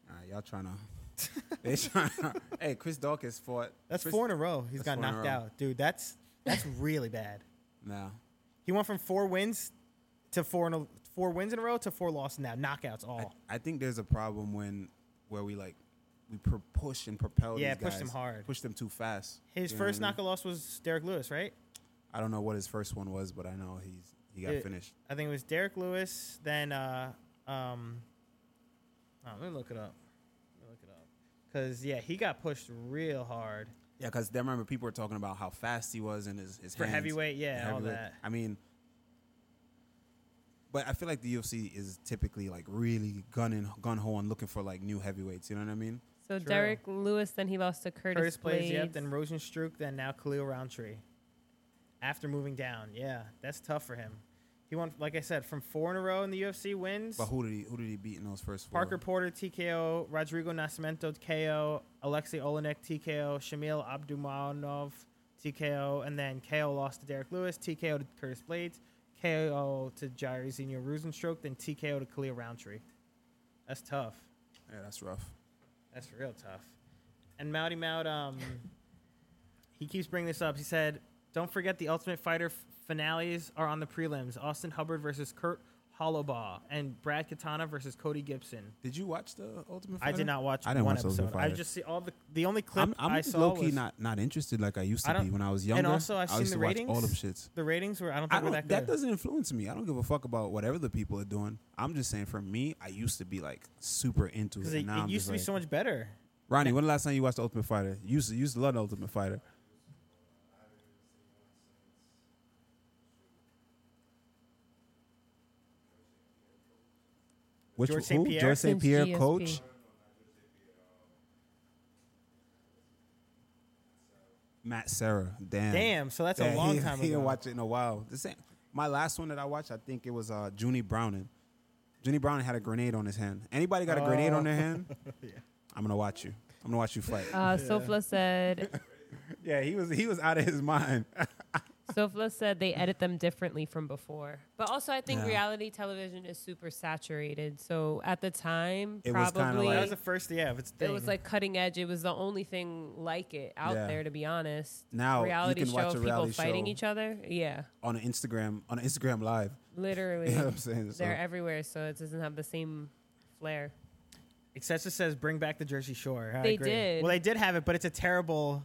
B: All right, y'all trying to. they trying hey, Chris Dawkins fought.
A: That's
B: Chris,
A: four in a row. He's
B: that's
A: got
B: four in a
A: knocked
B: row.
A: out. Dude, that's that's really bad.
B: No.
A: He went from four wins to four in a, four wins in a row to four losses now. Knockouts all.
B: I, I think there's a problem when where we like we pr- push and propel.
A: Yeah,
B: these
A: push
B: guys,
A: them hard.
B: Push them too fast.
A: His
B: You know what
A: first
B: I mean?
A: knockout loss was Derek Lewis, right?
B: I don't know what his first one was, but I know he's he got
A: It-
B: finished.
A: I think it was Derek Lewis, then uh um oh, let me look it up. Let me look it up. Cause yeah, he got pushed real hard.
B: Yeah, because I remember people were talking about how fast he was and his, his
A: For
B: hands.
A: heavyweight, yeah, all
B: heavyweight.
A: that.
B: I mean, but I feel like the UFC is typically like really gunning gun ho on looking for like new heavyweights. You know what I mean?
C: So
A: True.
C: Derek Lewis, then he lost to Curtis,
A: Curtis plays, yep,
C: Blades.
A: then Rosenstruck, then now Khalil Roundtree. After moving down, yeah, that's tough for him. He won, like I said, from four in a row in the UFC wins.
B: But who did he who did he beat in those first four?
A: Parker Porter TKO, Rodrigo Nascimento TKO, Alexei Olenek TKO, Shamil Abdumanov TKO, and then KO lost to Derek Lewis, TKO to Curtis Blades, KO to Jairzinho Rosenstroke, then TKO to Kalia Roundtree. That's tough.
B: Yeah, that's rough.
A: That's real tough. And Mouty Mout, um, he keeps bringing this up. He said, "Don't forget the Ultimate Fighter f- finales are on the prelims: Austin Hubbard versus Kurt Hollabaugh and Brad Katana versus Cody Gibson."
B: Did you watch the Ultimate
A: I
B: Fighter?
A: did not watch
B: I didn't
A: one
B: watch Ultimate
A: episode. I
B: Fighter.
A: just see all the the only clip
B: I'm, I'm
A: I saw
B: low key
A: was
B: not, not interested like I used
A: I
B: to be
A: don't-
B: when I was younger.
A: and also I've
B: I used
A: seen the
B: to watch
A: ratings.
B: all them shits.
A: the ratings were. I don't
B: I
A: think were that
B: don't, that,
A: good.
B: doesn't influence me. I don't give a fuck about what other people are doing. I'm just saying, for me, I used to be like super into it.
A: because
B: and
A: it,
B: now I'm
A: it used
B: just
A: to be
B: like-
A: so much better.
B: Ronnie, when the last time you watched The Ultimate Fighter? You used to, you used to love The Ultimate Fighter. Which,
A: George St.
B: who?
A: Pierre?
B: George St.
C: Since
B: Pierre,
C: GSP.
B: coach. Matt Sarah. Damn.
A: Damn, so that's a
B: Yeah,
A: long
B: he,
A: time
B: He
A: ago.
B: didn't watch it in a while. The same. My last one that I watched, I think it was uh, Junie Browning. Junie Browning had a grenade on his hand. Anybody got a grenade on their hand? I'm gonna watch you. I'm gonna watch you fight.
C: Oh. Uh, Sofla said,
B: yeah, he was he was out of his mind.
C: Sofla said they edit them differently from before. But also, I think
B: Yeah.
C: reality television is super saturated. So at the time,
B: It was kinda
C: probably
A: That
B: like-
A: was the first. Yeah, if it's
C: it was like cutting edge. It was the only thing like it out
B: Yeah.
C: there, to be honest.
B: Now, you
C: reality
B: can
C: show
B: watch
C: of
B: a
C: people
B: reality
C: fighting
B: show.
C: each other. Yeah,
B: on an Instagram on an Instagram live.
C: literally,
B: You know what I'm saying? So,
C: they're everywhere, so it doesn't have the same flair.
A: Excessa says bring back the Jersey Shore. I
C: They
A: agree.
C: did.
A: Well, they did have it, but it's a terrible.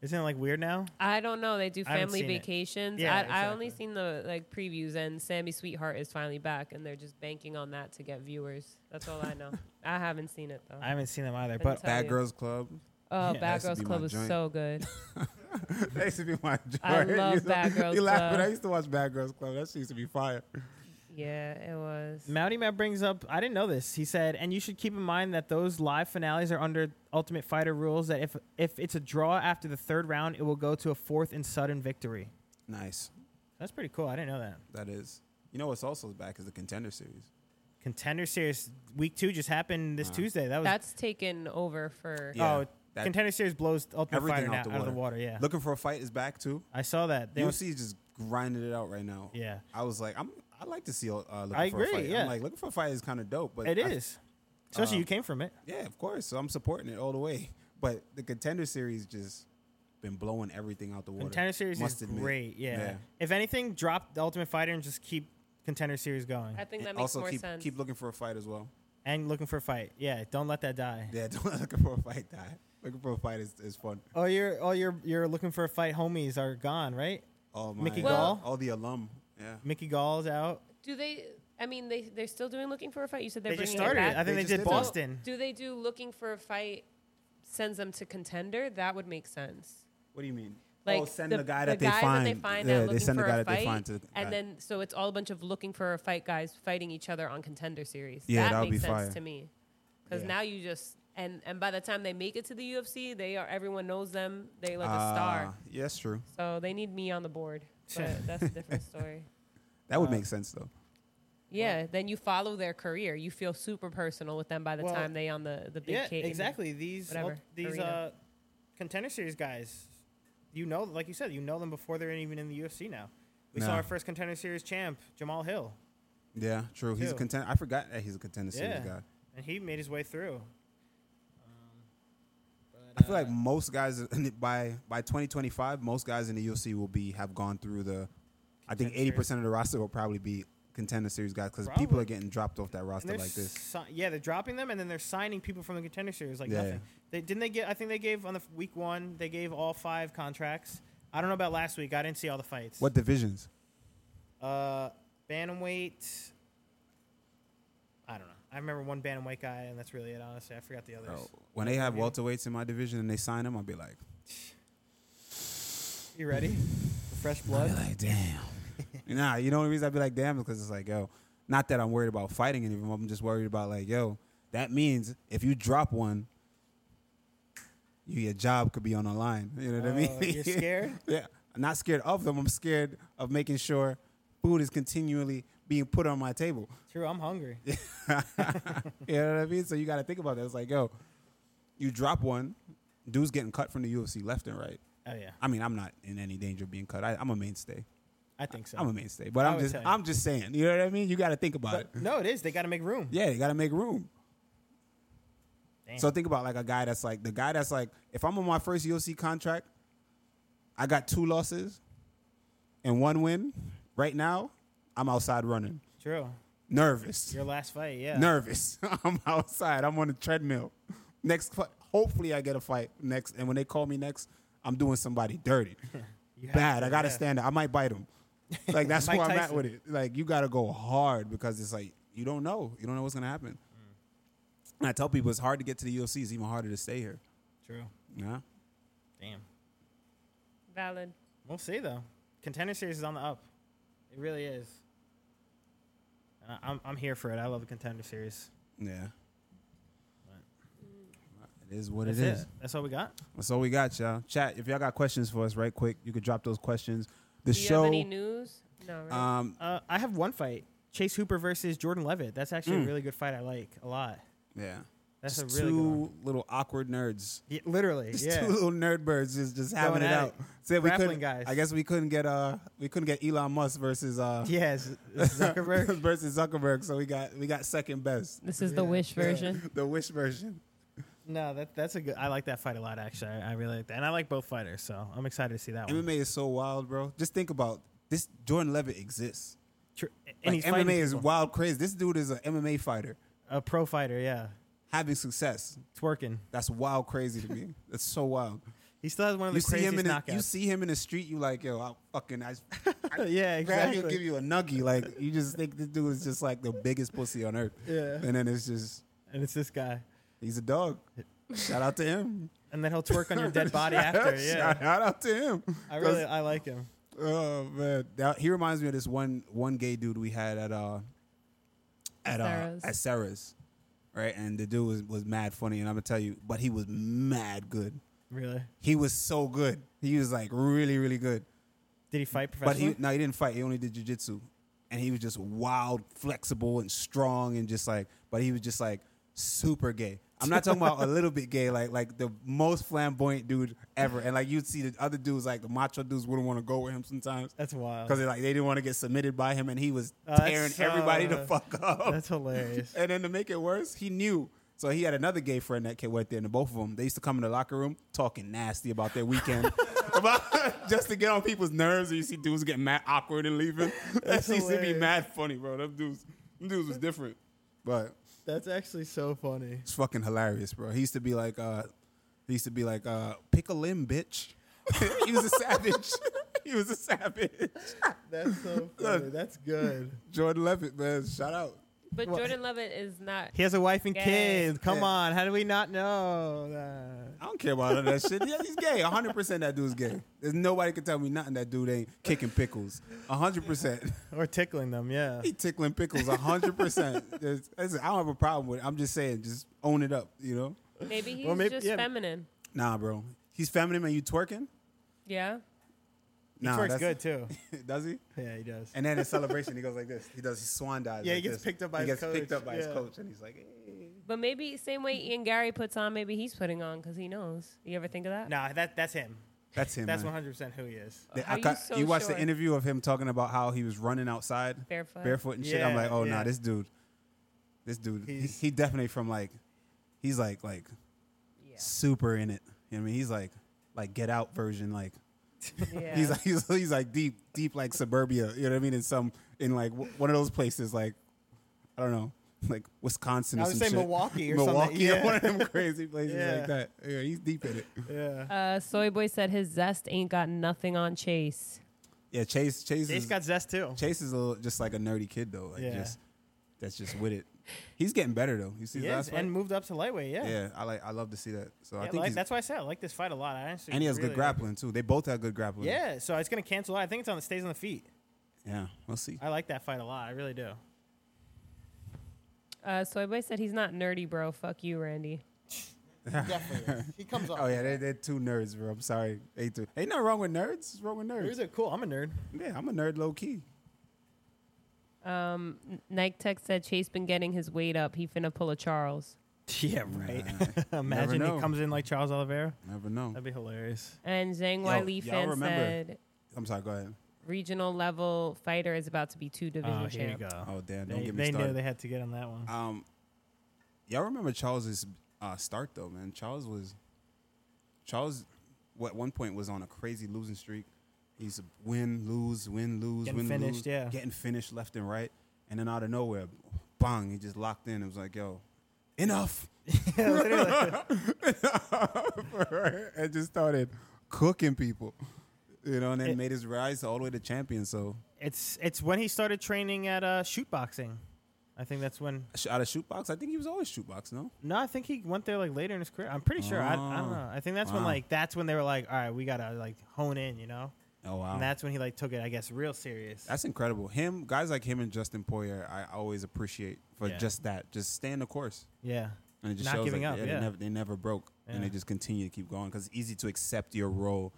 A: Isn't it like weird now?
C: I don't know. They do
A: I haven't
C: family
A: seen it.
C: vacations.
A: Yeah,
C: I, I only
A: exactly.
C: seen the like previews, and Sammy Sweetheart is finally back, and they're just banking on that to get viewers. That's all I know. I haven't seen it though.
A: I haven't seen them either.
C: Couldn't
A: But
C: tell
B: Bad
C: you.
B: Girls Club.
C: Oh,
A: Yeah,
C: Bad
B: that's to
C: Girls
B: be
C: Club
B: my
C: was
B: joint.
C: so good.
B: that used to be my joy.
C: I love
B: You know,
C: Bad Girls
B: you laugh, but
C: Club.
B: I used to watch Bad Girls Club. That shit used to be fire.
C: Yeah, it was.
A: Mounty Matt brings up, I didn't know this. He said, and you should keep in mind that those live finales are under Ultimate Fighter rules. That if if it's a draw after the third round, it will go to a fourth and sudden victory.
B: Nice.
A: That's pretty cool. I didn't know that.
B: That is. You know what's also back is the contender series.
A: Contender Series week two just happened this
B: Wow.
A: Tuesday. That was
C: That's taken over for.
B: Uh-huh. Yeah,
A: oh,
B: that-
A: Contender Series blows Ultimate
B: Everything
A: Fighter
B: out
A: out,
B: the
A: out of the water. Yeah,
B: Looking for a fight is back too.
A: I saw that. They was,
B: UFC is just grinding it out right now.
A: yeah,
B: I was like, I'm. I like to see. Uh, looking
A: I
B: For a
A: agree,
B: fight.
A: yeah.
B: I'm like looking for a fight is kind of dope, but
A: it
B: I-
A: is. Especially
B: um,
A: you came from it.
B: yeah, of course. So I'm supporting it all the way. But the contender series just been blowing everything out the water.
A: Contender Series
B: Must
A: is
B: admit.
A: great. Yeah.
B: Yeah.
A: If anything, drop the Ultimate Fighter and just keep Contender Series going
C: I think that
B: And
C: makes
B: also
C: more
B: keep
C: sense.
B: keep looking for a fight as well.
A: and looking for a fight. Yeah, don't let that die.
B: Yeah, don't looking for a fight. Die. Looking for a fight is, is fun.
A: All your all your you're looking for a fight homies are gone, right?
B: All Oh, my
A: Mickey
C: Well-
A: Gall?
B: all the alum. Yeah.
A: Mickey Gall's out.
C: do they? I mean, they they're still doing looking for a fight. You said they're
A: They just
C: bringing
A: started.
C: it
A: it.
C: back.
A: I think they,
B: They just
A: did
B: did it.
A: Boston.
C: do they do looking for a fight? Sends them to contender. That would make sense.
B: What do you mean?
C: Like
B: oh, send
C: the,
B: the, guy
C: the
B: that they
C: guys
B: find.
C: That they find
B: yeah,
C: out
B: they
C: looking
B: send
C: for
B: the guy
C: a
B: that
C: fight,
B: they find to.
C: and
B: uh,
C: then so it's all a bunch of looking for a fight guys fighting each other on contender series.
B: Yeah, that
C: that
B: would
C: makes
B: be
C: sense
B: fire.
C: to me because
B: Yeah.
C: now you just and and by the time they make it to the UFC, they are everyone knows them. They like a star,
B: Ah, Yeah, that's true.
C: so they need me on the board. But that's a different story.
B: That would
A: Uh,
B: make sense though.
C: Yeah, then you follow their career. You feel super personal with them by the
A: Well,
C: time they on the the big
A: Yeah,
C: cake.
A: exactly. These
C: whatever,
A: all- these
C: arena.
A: uh, contender series guys, you know, like you said, you know them before they're even in the UFC. Now we saw
B: Nah.
A: our first contender series champ, Jamal Hill,
B: Yeah, true. He's a
A: Too.
B: contender. I forgot that he's a contender series
A: Yeah.
B: guy.
A: and he made his way through.
B: I feel like most guys in the- by by 2025, most guys in the UFC will be have gone through the. I think
A: Contender
B: 80 percent of the roster will probably be contender series guys because people
A: Probably.
B: are getting dropped off that
A: And
B: roster
A: they're
B: like this.
A: si- yeah, they're dropping them, and then they're signing people from the contender series like
B: Yeah.
A: nothing. They didn't they get? I think they gave on the f- week one. They gave all five contracts. I don't know about last week. I didn't see all the fights.
B: What divisions?
A: Uh, bantamweight. I don't know. I remember one bantamweight guy, and that's really it. Honestly, I forgot the others.
B: Bro, when they have
A: Yeah.
B: welterweights in my division and they sign them, I'll be like,
A: You ready? For fresh
B: I'll
A: blood.
B: be like, damn. nah, you know the reason I'd be like, damn, is because it's like, yo, not that I'm worried about fighting any of them. I'm just worried about like, yo, that means if you drop one, you, your job could be on the line. You know what I mean?
A: Oh, you're scared.
B: Yeah, I'm not scared of them. I'm scared of making sure food is continually being put on my table.
A: True. I'm hungry.
B: You know what I mean? So you got to think about that. It's like, yo, you drop one, dude's getting cut from the UFC left and right.
A: Oh yeah,
B: I mean, I'm not in any danger of being cut. I, I'm a mainstay.
A: I think so.
B: I'm a mainstay, but I'm
A: would
B: just
A: tell you.
B: I'm just saying. You know what I mean? You got to think about it.
A: but no, it is. They got to make room.
B: Yeah, you got to make room.
A: Damn.
B: So think about like a guy that's like the guy that's like if I'm on my first UFC contract, I got two losses and one win. Right now, I'm outside running,
A: True.
B: nervous,
A: Your last fight, yeah.
B: nervous. I'm outside. I'm on the treadmill. Next, fi- hopefully, I get a fight next. And when they call me next, I'm doing somebody dirty,
A: You have
B: bad. I gotta
A: yeah.
B: stand. Up. I might bite him. Like that's
A: Mike
B: where I'm at
A: Tyson.
B: with it. Like you gotta go hard because it's like you don't know. You don't know what's gonna happen.
A: Mm.
B: And I tell people it's hard to get to the UFC. It's even harder to stay here.
A: True.
B: Yeah.
A: Damn.
C: Valid.
A: We'll see though. Contender series is on the up. It really is. And I, I'm I'm here for it. I love the contender series.
B: Yeah. It is what
A: That's
B: it is.
A: That's all we got.
B: That's all we got, y'all. Chat, if y'all got questions for us, right quick, you could drop those questions. The
C: Do you
B: show,
C: have any news? No. Right?
B: um,
A: Uh, I have one fight: Chase Hooper versus Jordan Levitt. That's actually a really good fight. I like a lot.
B: yeah,
A: That's
B: Mm. just
A: a really
B: two
A: good one.
B: little awkward nerds,
A: Yeah, literally,
B: just
A: yeah.
B: two little nerd birds, just just having
A: Going
B: it
A: at
B: out.
A: it.
B: Said we
A: Grappling
B: couldn't,
A: guys.
B: I guess we couldn't get uh, we couldn't get Elon Musk versus uh,
A: Yes, Zuckerberg.
B: versus Zuckerberg. So we got we got second best,
C: this is the Wish version.
B: the wish version.
A: no, that that's a good. I like that fight a lot. Actually, I, I really like that, and I like both fighters, so I'm excited to see that one.
B: MMA is so wild, bro. Just think about this. Jordan Levitt exists.
A: Tr- and
B: Like,
A: he's fighting
B: MMA is
A: people.
B: wild, crazy. This dude is an MMA fighter
A: a pro fighter. Yeah,
B: having success.
A: it's working.
B: That's wild, crazy to me. That's so wild.
A: He still has one of the
B: You see
A: craziest
B: him in the,
A: knockouts.
B: you see him in the street. You like, yo, I fucking, I,
A: yeah,
B: grab
A: exactly.
B: you, give you a nuggie. Like, you just think this dude is just like the biggest pussy on earth.
A: Yeah.
B: And then it's just,
A: and it's this guy.
B: he's a dog. Shout out to him.
A: And then he'll twerk on your dead body after.
B: Shout
A: Yeah,
B: out to him.
A: I really I like him.
B: Oh man, that, he reminds me of this one one gay dude we had at uh at uh,
C: Sarah's.
B: at Sarah's, right? And the dude was, was mad funny, and I'm gonna tell you, but he was mad good.
A: Really?
B: He was so good. He was like really really good.
A: Did he fight
B: But
A: professionally?
B: he no, he didn't fight. He only did jujitsu, and he was just wild, flexible, and strong, and just like. But he was just like super gay. I'm not talking about a little bit gay, like like the most flamboyant dude ever. And like you'd see the other dudes, like the macho dudes, wouldn't want to go with him sometimes
A: that's wild.
B: because like they didn't want to get submitted by him, and he was
A: Oh, that's
B: tearing
A: so-
B: everybody the fuck up.
A: That's hilarious.
B: and then to make it worse, he knew. So he had another gay friend that came right there, and the both of them they used to come in the locker room talking nasty about their weekend, about just to get on people's nerves. And you see dudes getting mad awkward and leaving. That used to be
A: hilarious.
B: mad funny, bro. Them dudes, them dudes was different, but
A: That's actually so funny.
B: it's fucking hilarious, bro. He used to be like, uh, he used to be like, uh, pick a limb, bitch. he was a savage. he was a savage.
A: That's so
B: funny.
A: That's good.
B: Jordan Levitt, man, shout out.
C: but
A: Well-
C: Jordan Levitt is not.
A: He has a wife and
C: Gay.
A: kids. Come
B: Yeah.
A: on, how do we not know that?
B: I don't care about all that shit. Yeah, he's gay. 100% that dude's gay. There's nobody can tell me nothing that dude ain't kicking pickles. 100%.
A: Or tickling them, yeah.
B: He tickling pickles 100%. There's- listen, I don't have a problem with it. I'm just saying, just own it up, you know?
C: Maybe he's
A: Well, maybe-
C: just
A: yeah.
C: feminine.
B: Nah, bro. He's feminine and you twerking?
C: Yeah.
A: He
B: Nah,
A: twerks
B: that's-
A: good too.
B: Does he?
A: Yeah, he does.
B: And then in celebration, he goes like this. He does his swan dive.
A: Yeah, he
B: like
A: gets
B: this.
A: picked up by
B: he
A: his
B: gets picked
A: coach.
B: up by his
A: Yeah.
B: coach, and he's like, "Eh." "Hey."
C: But maybe same way Ian Gary puts on, maybe he's putting on because he knows. You ever think of that?
A: nah, that that's him.
B: that's him.
A: That's
B: man.
A: 100 percent who he is.
B: The-
C: How
B: I
C: you
B: got-
C: so
B: you watched
C: sure?
B: the interview of him talking about how he was running outside
C: Barefoot.
B: barefoot and shit. I'm
A: Yeah,
B: like, oh
A: yeah.
B: nah, this dude, this dude, he,
A: He's-
B: he definitely from like, he's like like
C: Yeah.
B: super in it. You know what I mean, he's like like Get Out version. Like
C: yeah.
B: he's like he's, he's like deep deep like suburbia. You know what I mean? In some in like w- one of those places like I don't know like Wisconsin.
A: I
B: or
A: would
B: some
A: say
B: shit.
A: Milwaukee or something.
B: Milwaukee,
A: Yeah.
B: one of them crazy places
A: Yeah.
B: like that. Yeah, he's deep in it.
A: Yeah.
C: uh, Soy Boy said his zest ain't got nothing on Chase.
B: Yeah, Chase Chase
A: Jace
B: is,
A: got zest too.
B: Chase is a little, just like a nerdy kid though. Like
A: Yeah.
B: just that's just with it. He's getting better though. You see
A: He
B: his
A: is,
B: last fight?
A: and moved up to lightweight. Yeah.
B: yeah, I like I love to see that. So I
A: Yeah,
B: think
A: like-
B: he's,
A: that's why I said I like this fight a lot. I honestly
B: and he has
A: really
B: good
A: like
B: grappling too. They both have good grappling.
A: it. Yeah, so it's gonna cancel out. I think it's on the stays on the feet.
B: yeah. We'll see.
A: I like that fight a lot. I really do.
C: Uh, Soy Boy said he's not nerdy, bro. Fuck you, Randy.
A: Definitely, he comes
B: Oh yeah, they they're two nerds, bro. I'm sorry. They two. Ain't nothing wrong with nerds. What's wrong with nerds?
A: are cool. I'm a nerd.
B: Yeah, I'm a nerd low key.
C: Um, N- Nike Tech said Chase been getting his weight up. He finna pull a Charles.
A: Yeah, right.
B: Never
A: Imagine
B: know.
A: he comes in like Charles Oliveira.
B: Never know.
A: That'd be hilarious.
C: And Zhang
B: Yo,
C: Wai Li
B: y'all
C: Fan
B: remember-
C: said
B: I'm sorry. Go ahead.
C: regional level fighter is about to be two division
A: Oh, here you
C: champ.
A: go.
B: Oh damn! Don't
A: they
B: get me
A: they knew
B: started.
A: they had to get on that one.
B: Um, y'all remember Charles's uh, start though, man. Charles was Charles. What one point was on a crazy losing streak. He's win, lose, win, lose,
A: Getting
B: win,
A: finished,
B: lose,
A: yeah.
B: getting finished left and right, and then out of nowhere, bang! He just locked in. It was like, yo, enough. and just started cooking people, you know, and then
A: It-
B: made his rise all the way to champion. So
A: It's it's when he started training at uh, shoot boxing. I think that's when.
B: sh- out of shootbox, I think he was always shootbox. No,
A: No, I think he went there like later in his career. I'm pretty sure. I, I
B: Oh,
A: don't know. I think that's when
B: wow.
A: like that's when they were like, all right, we gotta like hone in, you know.
B: oh wow,
A: And that's when he like took it, I guess, real serious.
B: That's incredible. Him, guys like him and Justin Poyer, I always appreciate for
A: Yeah.
B: just that. Just staying the course,
A: yeah,
B: and it just
A: Not
B: shows
A: giving
B: like,
A: up,
B: They,
A: yeah.
B: never, they never broke, and they
A: Yeah.
B: just continue to keep going because it's easy to accept your role.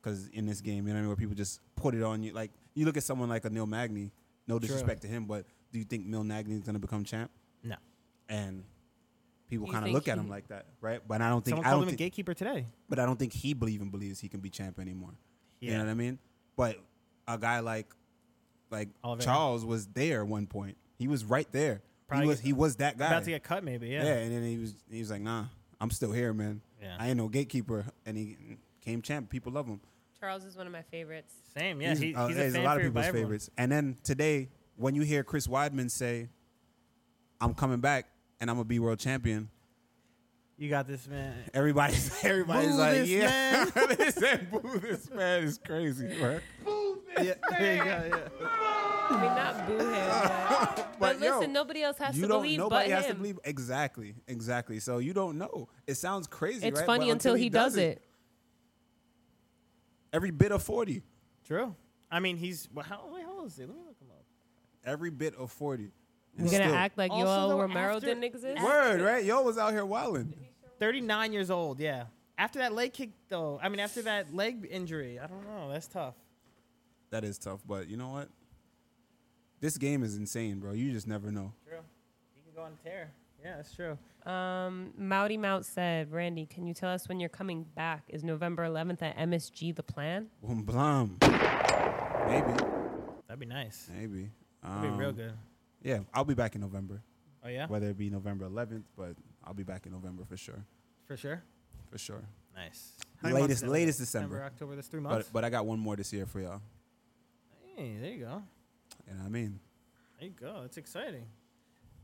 B: Because in this game, you know what I mean, where people just put it on you. Like you look at someone like a Neil Magny. No
A: True.
B: disrespect to him, but do you think Neil Magny is going to become champ?
A: no.
B: And people
C: You
B: kind of
C: think
B: look at
C: he-
B: him like that, right? But I don't think
A: Someone
B: I
A: called
B: don't
A: him a
B: think,
A: gatekeeper today.
B: but I don't think he be- even believes he can be champ anymore. You
A: Yeah.
B: know what I mean? But a guy like like
A: Oliveira.
B: Charles was there at one point. He was right there.
A: Probably
B: he was
A: get-
B: he was that guy.
A: About to get cut, maybe.
B: yeah.
A: Yeah.
B: and then he was he was like, nah, I'm still here, man.
A: Yeah.
B: I ain't no gatekeeper. And he came champ. People love him.
C: Charles is one of my favorites.
A: Same. Yeah, he-
B: uh,
A: he's a, fan
B: lot of
A: favorite by
B: people's
A: everyone.
B: favorites. And then today, when you hear Chris Weidman say, "I'm coming back and I'm gonna be world champion,"
A: You got this, man.
B: everybody's everybody's
A: Boo
B: like,
A: this
B: "Yeah, they said, boo this man is crazy, bro."
A: Yeah, there you go, yeah.
C: I mean, not boo him, but, but,
B: But yo,
C: listen, nobody else has
B: you
C: to
B: don't.
C: believe but
B: nobody
C: him.
B: has to believe exactly, exactly. So you don't know. It sounds crazy.
C: it's
B: right?
C: funny
B: But
C: until, he does it.
B: Every bit of forty.
A: True. I mean, he's well, how, wait, how old is he? Let me look him up.
B: Every bit of forty.
C: You're
B: And
C: gonna
B: still-
C: act like
A: Also,
C: Yoel
A: though,
C: Romero
A: after-
C: didn't exist.
B: Word right? Yo was out here wilding.
A: 39 years old, yeah. After that leg kick, though, I mean, after that leg injury, I don't know. That's tough.
B: That is tough, but you know what? This game is insane, bro. You just never know.
A: True. He can go on tear. Yeah, that's true.
C: Um, Mouty Mout said, Randy, can you tell us when you're coming back? Is November 11th at MSG the plan?
B: Boom, blam. Maybe,
A: That'd be nice.
B: maybe.
A: That'd be real
B: Um,
A: good.
B: Yeah, I'll be back in November,
A: Oh, yeah?
B: whether it be November 11th, but I'll be back in November for sure,
A: For sure.
B: for sure.
A: Nice.
B: Latest-
A: many months is that?
B: latest December.
A: October, that's three
B: But
A: months.
B: but I got one more this year for y'all.
A: hey, there you go.
B: You know what I mean?
A: There you go. That's exciting.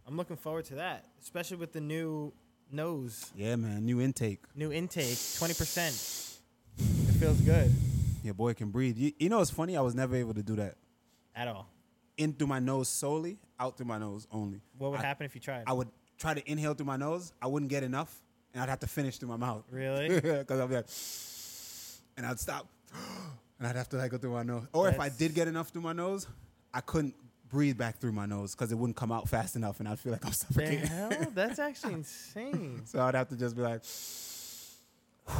A: I'm looking forward to that, especially with the new nose,
B: Yeah, man. New intake.
A: new intake, 20%. It feels good
B: Your boy can breathe. You, you know, it's funny. I was never able to do that.
A: at all.
B: In through my nose solely, out through my nose only.
A: What would
B: I,
A: happen if you tried?
B: I would try to inhale through my nose. I wouldn't get enough, and I'd have to finish through my mouth.
A: really?
B: Because I'd be like, and I'd stop, and I'd have to like go through my nose. Or if I
A: That's-
B: did get enough through my nose, I couldn't breathe back through my nose because it wouldn't come out fast enough, and I'd feel like I'm
A: the
B: suffocating.
A: hell? That's actually insane.
B: So I'd have to just be like,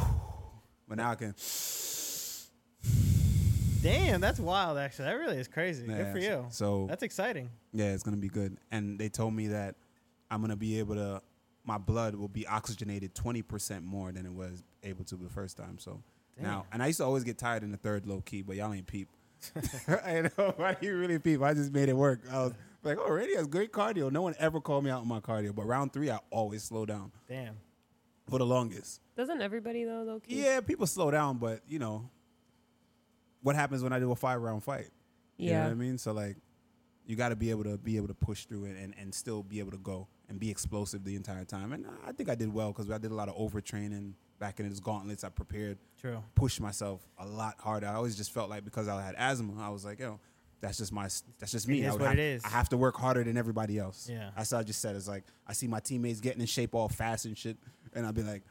B: but now I can.
A: Damn, that's wild. Actually, that really is crazy.
B: Yeah,
A: Good for
B: so-
A: you.
B: so-
A: that's exciting.
B: Yeah, it's gonna be good. And they told me that I'm gonna be able to. My blood will be oxygenated 20% more than it was able to the first time. So now, and I used to always get tired in the third low key, but y'all ain't peep. I know why you really peep. I just made it work. I was like, oh, radio is great cardio. No one ever called me out on my cardio, but round three, I always slow down
A: Damn.
B: for the longest.
C: Doesn't everybody, though, low key?
B: Yeah, people slow down, but you know, what happens when I do a five round fight? You know
C: Yeah.
B: what I mean? So like you gotta be able to be able to push through it and, and still be able to go and be explosive the entire time. And uh, I think I did well because I did a lot of overtraining back in those gauntlets. I prepared,
A: True.
B: pushed myself a lot harder. I always just felt like because I had asthma, I was like, yo, that's just my s- that's just me.
A: It
B: I
A: is
B: would
A: what
B: have-
A: it is.
B: I have to work harder than everybody else.
A: Yeah.
B: That's what I just said. It's like I see my teammates getting in shape all fast and shit. And I'll be like,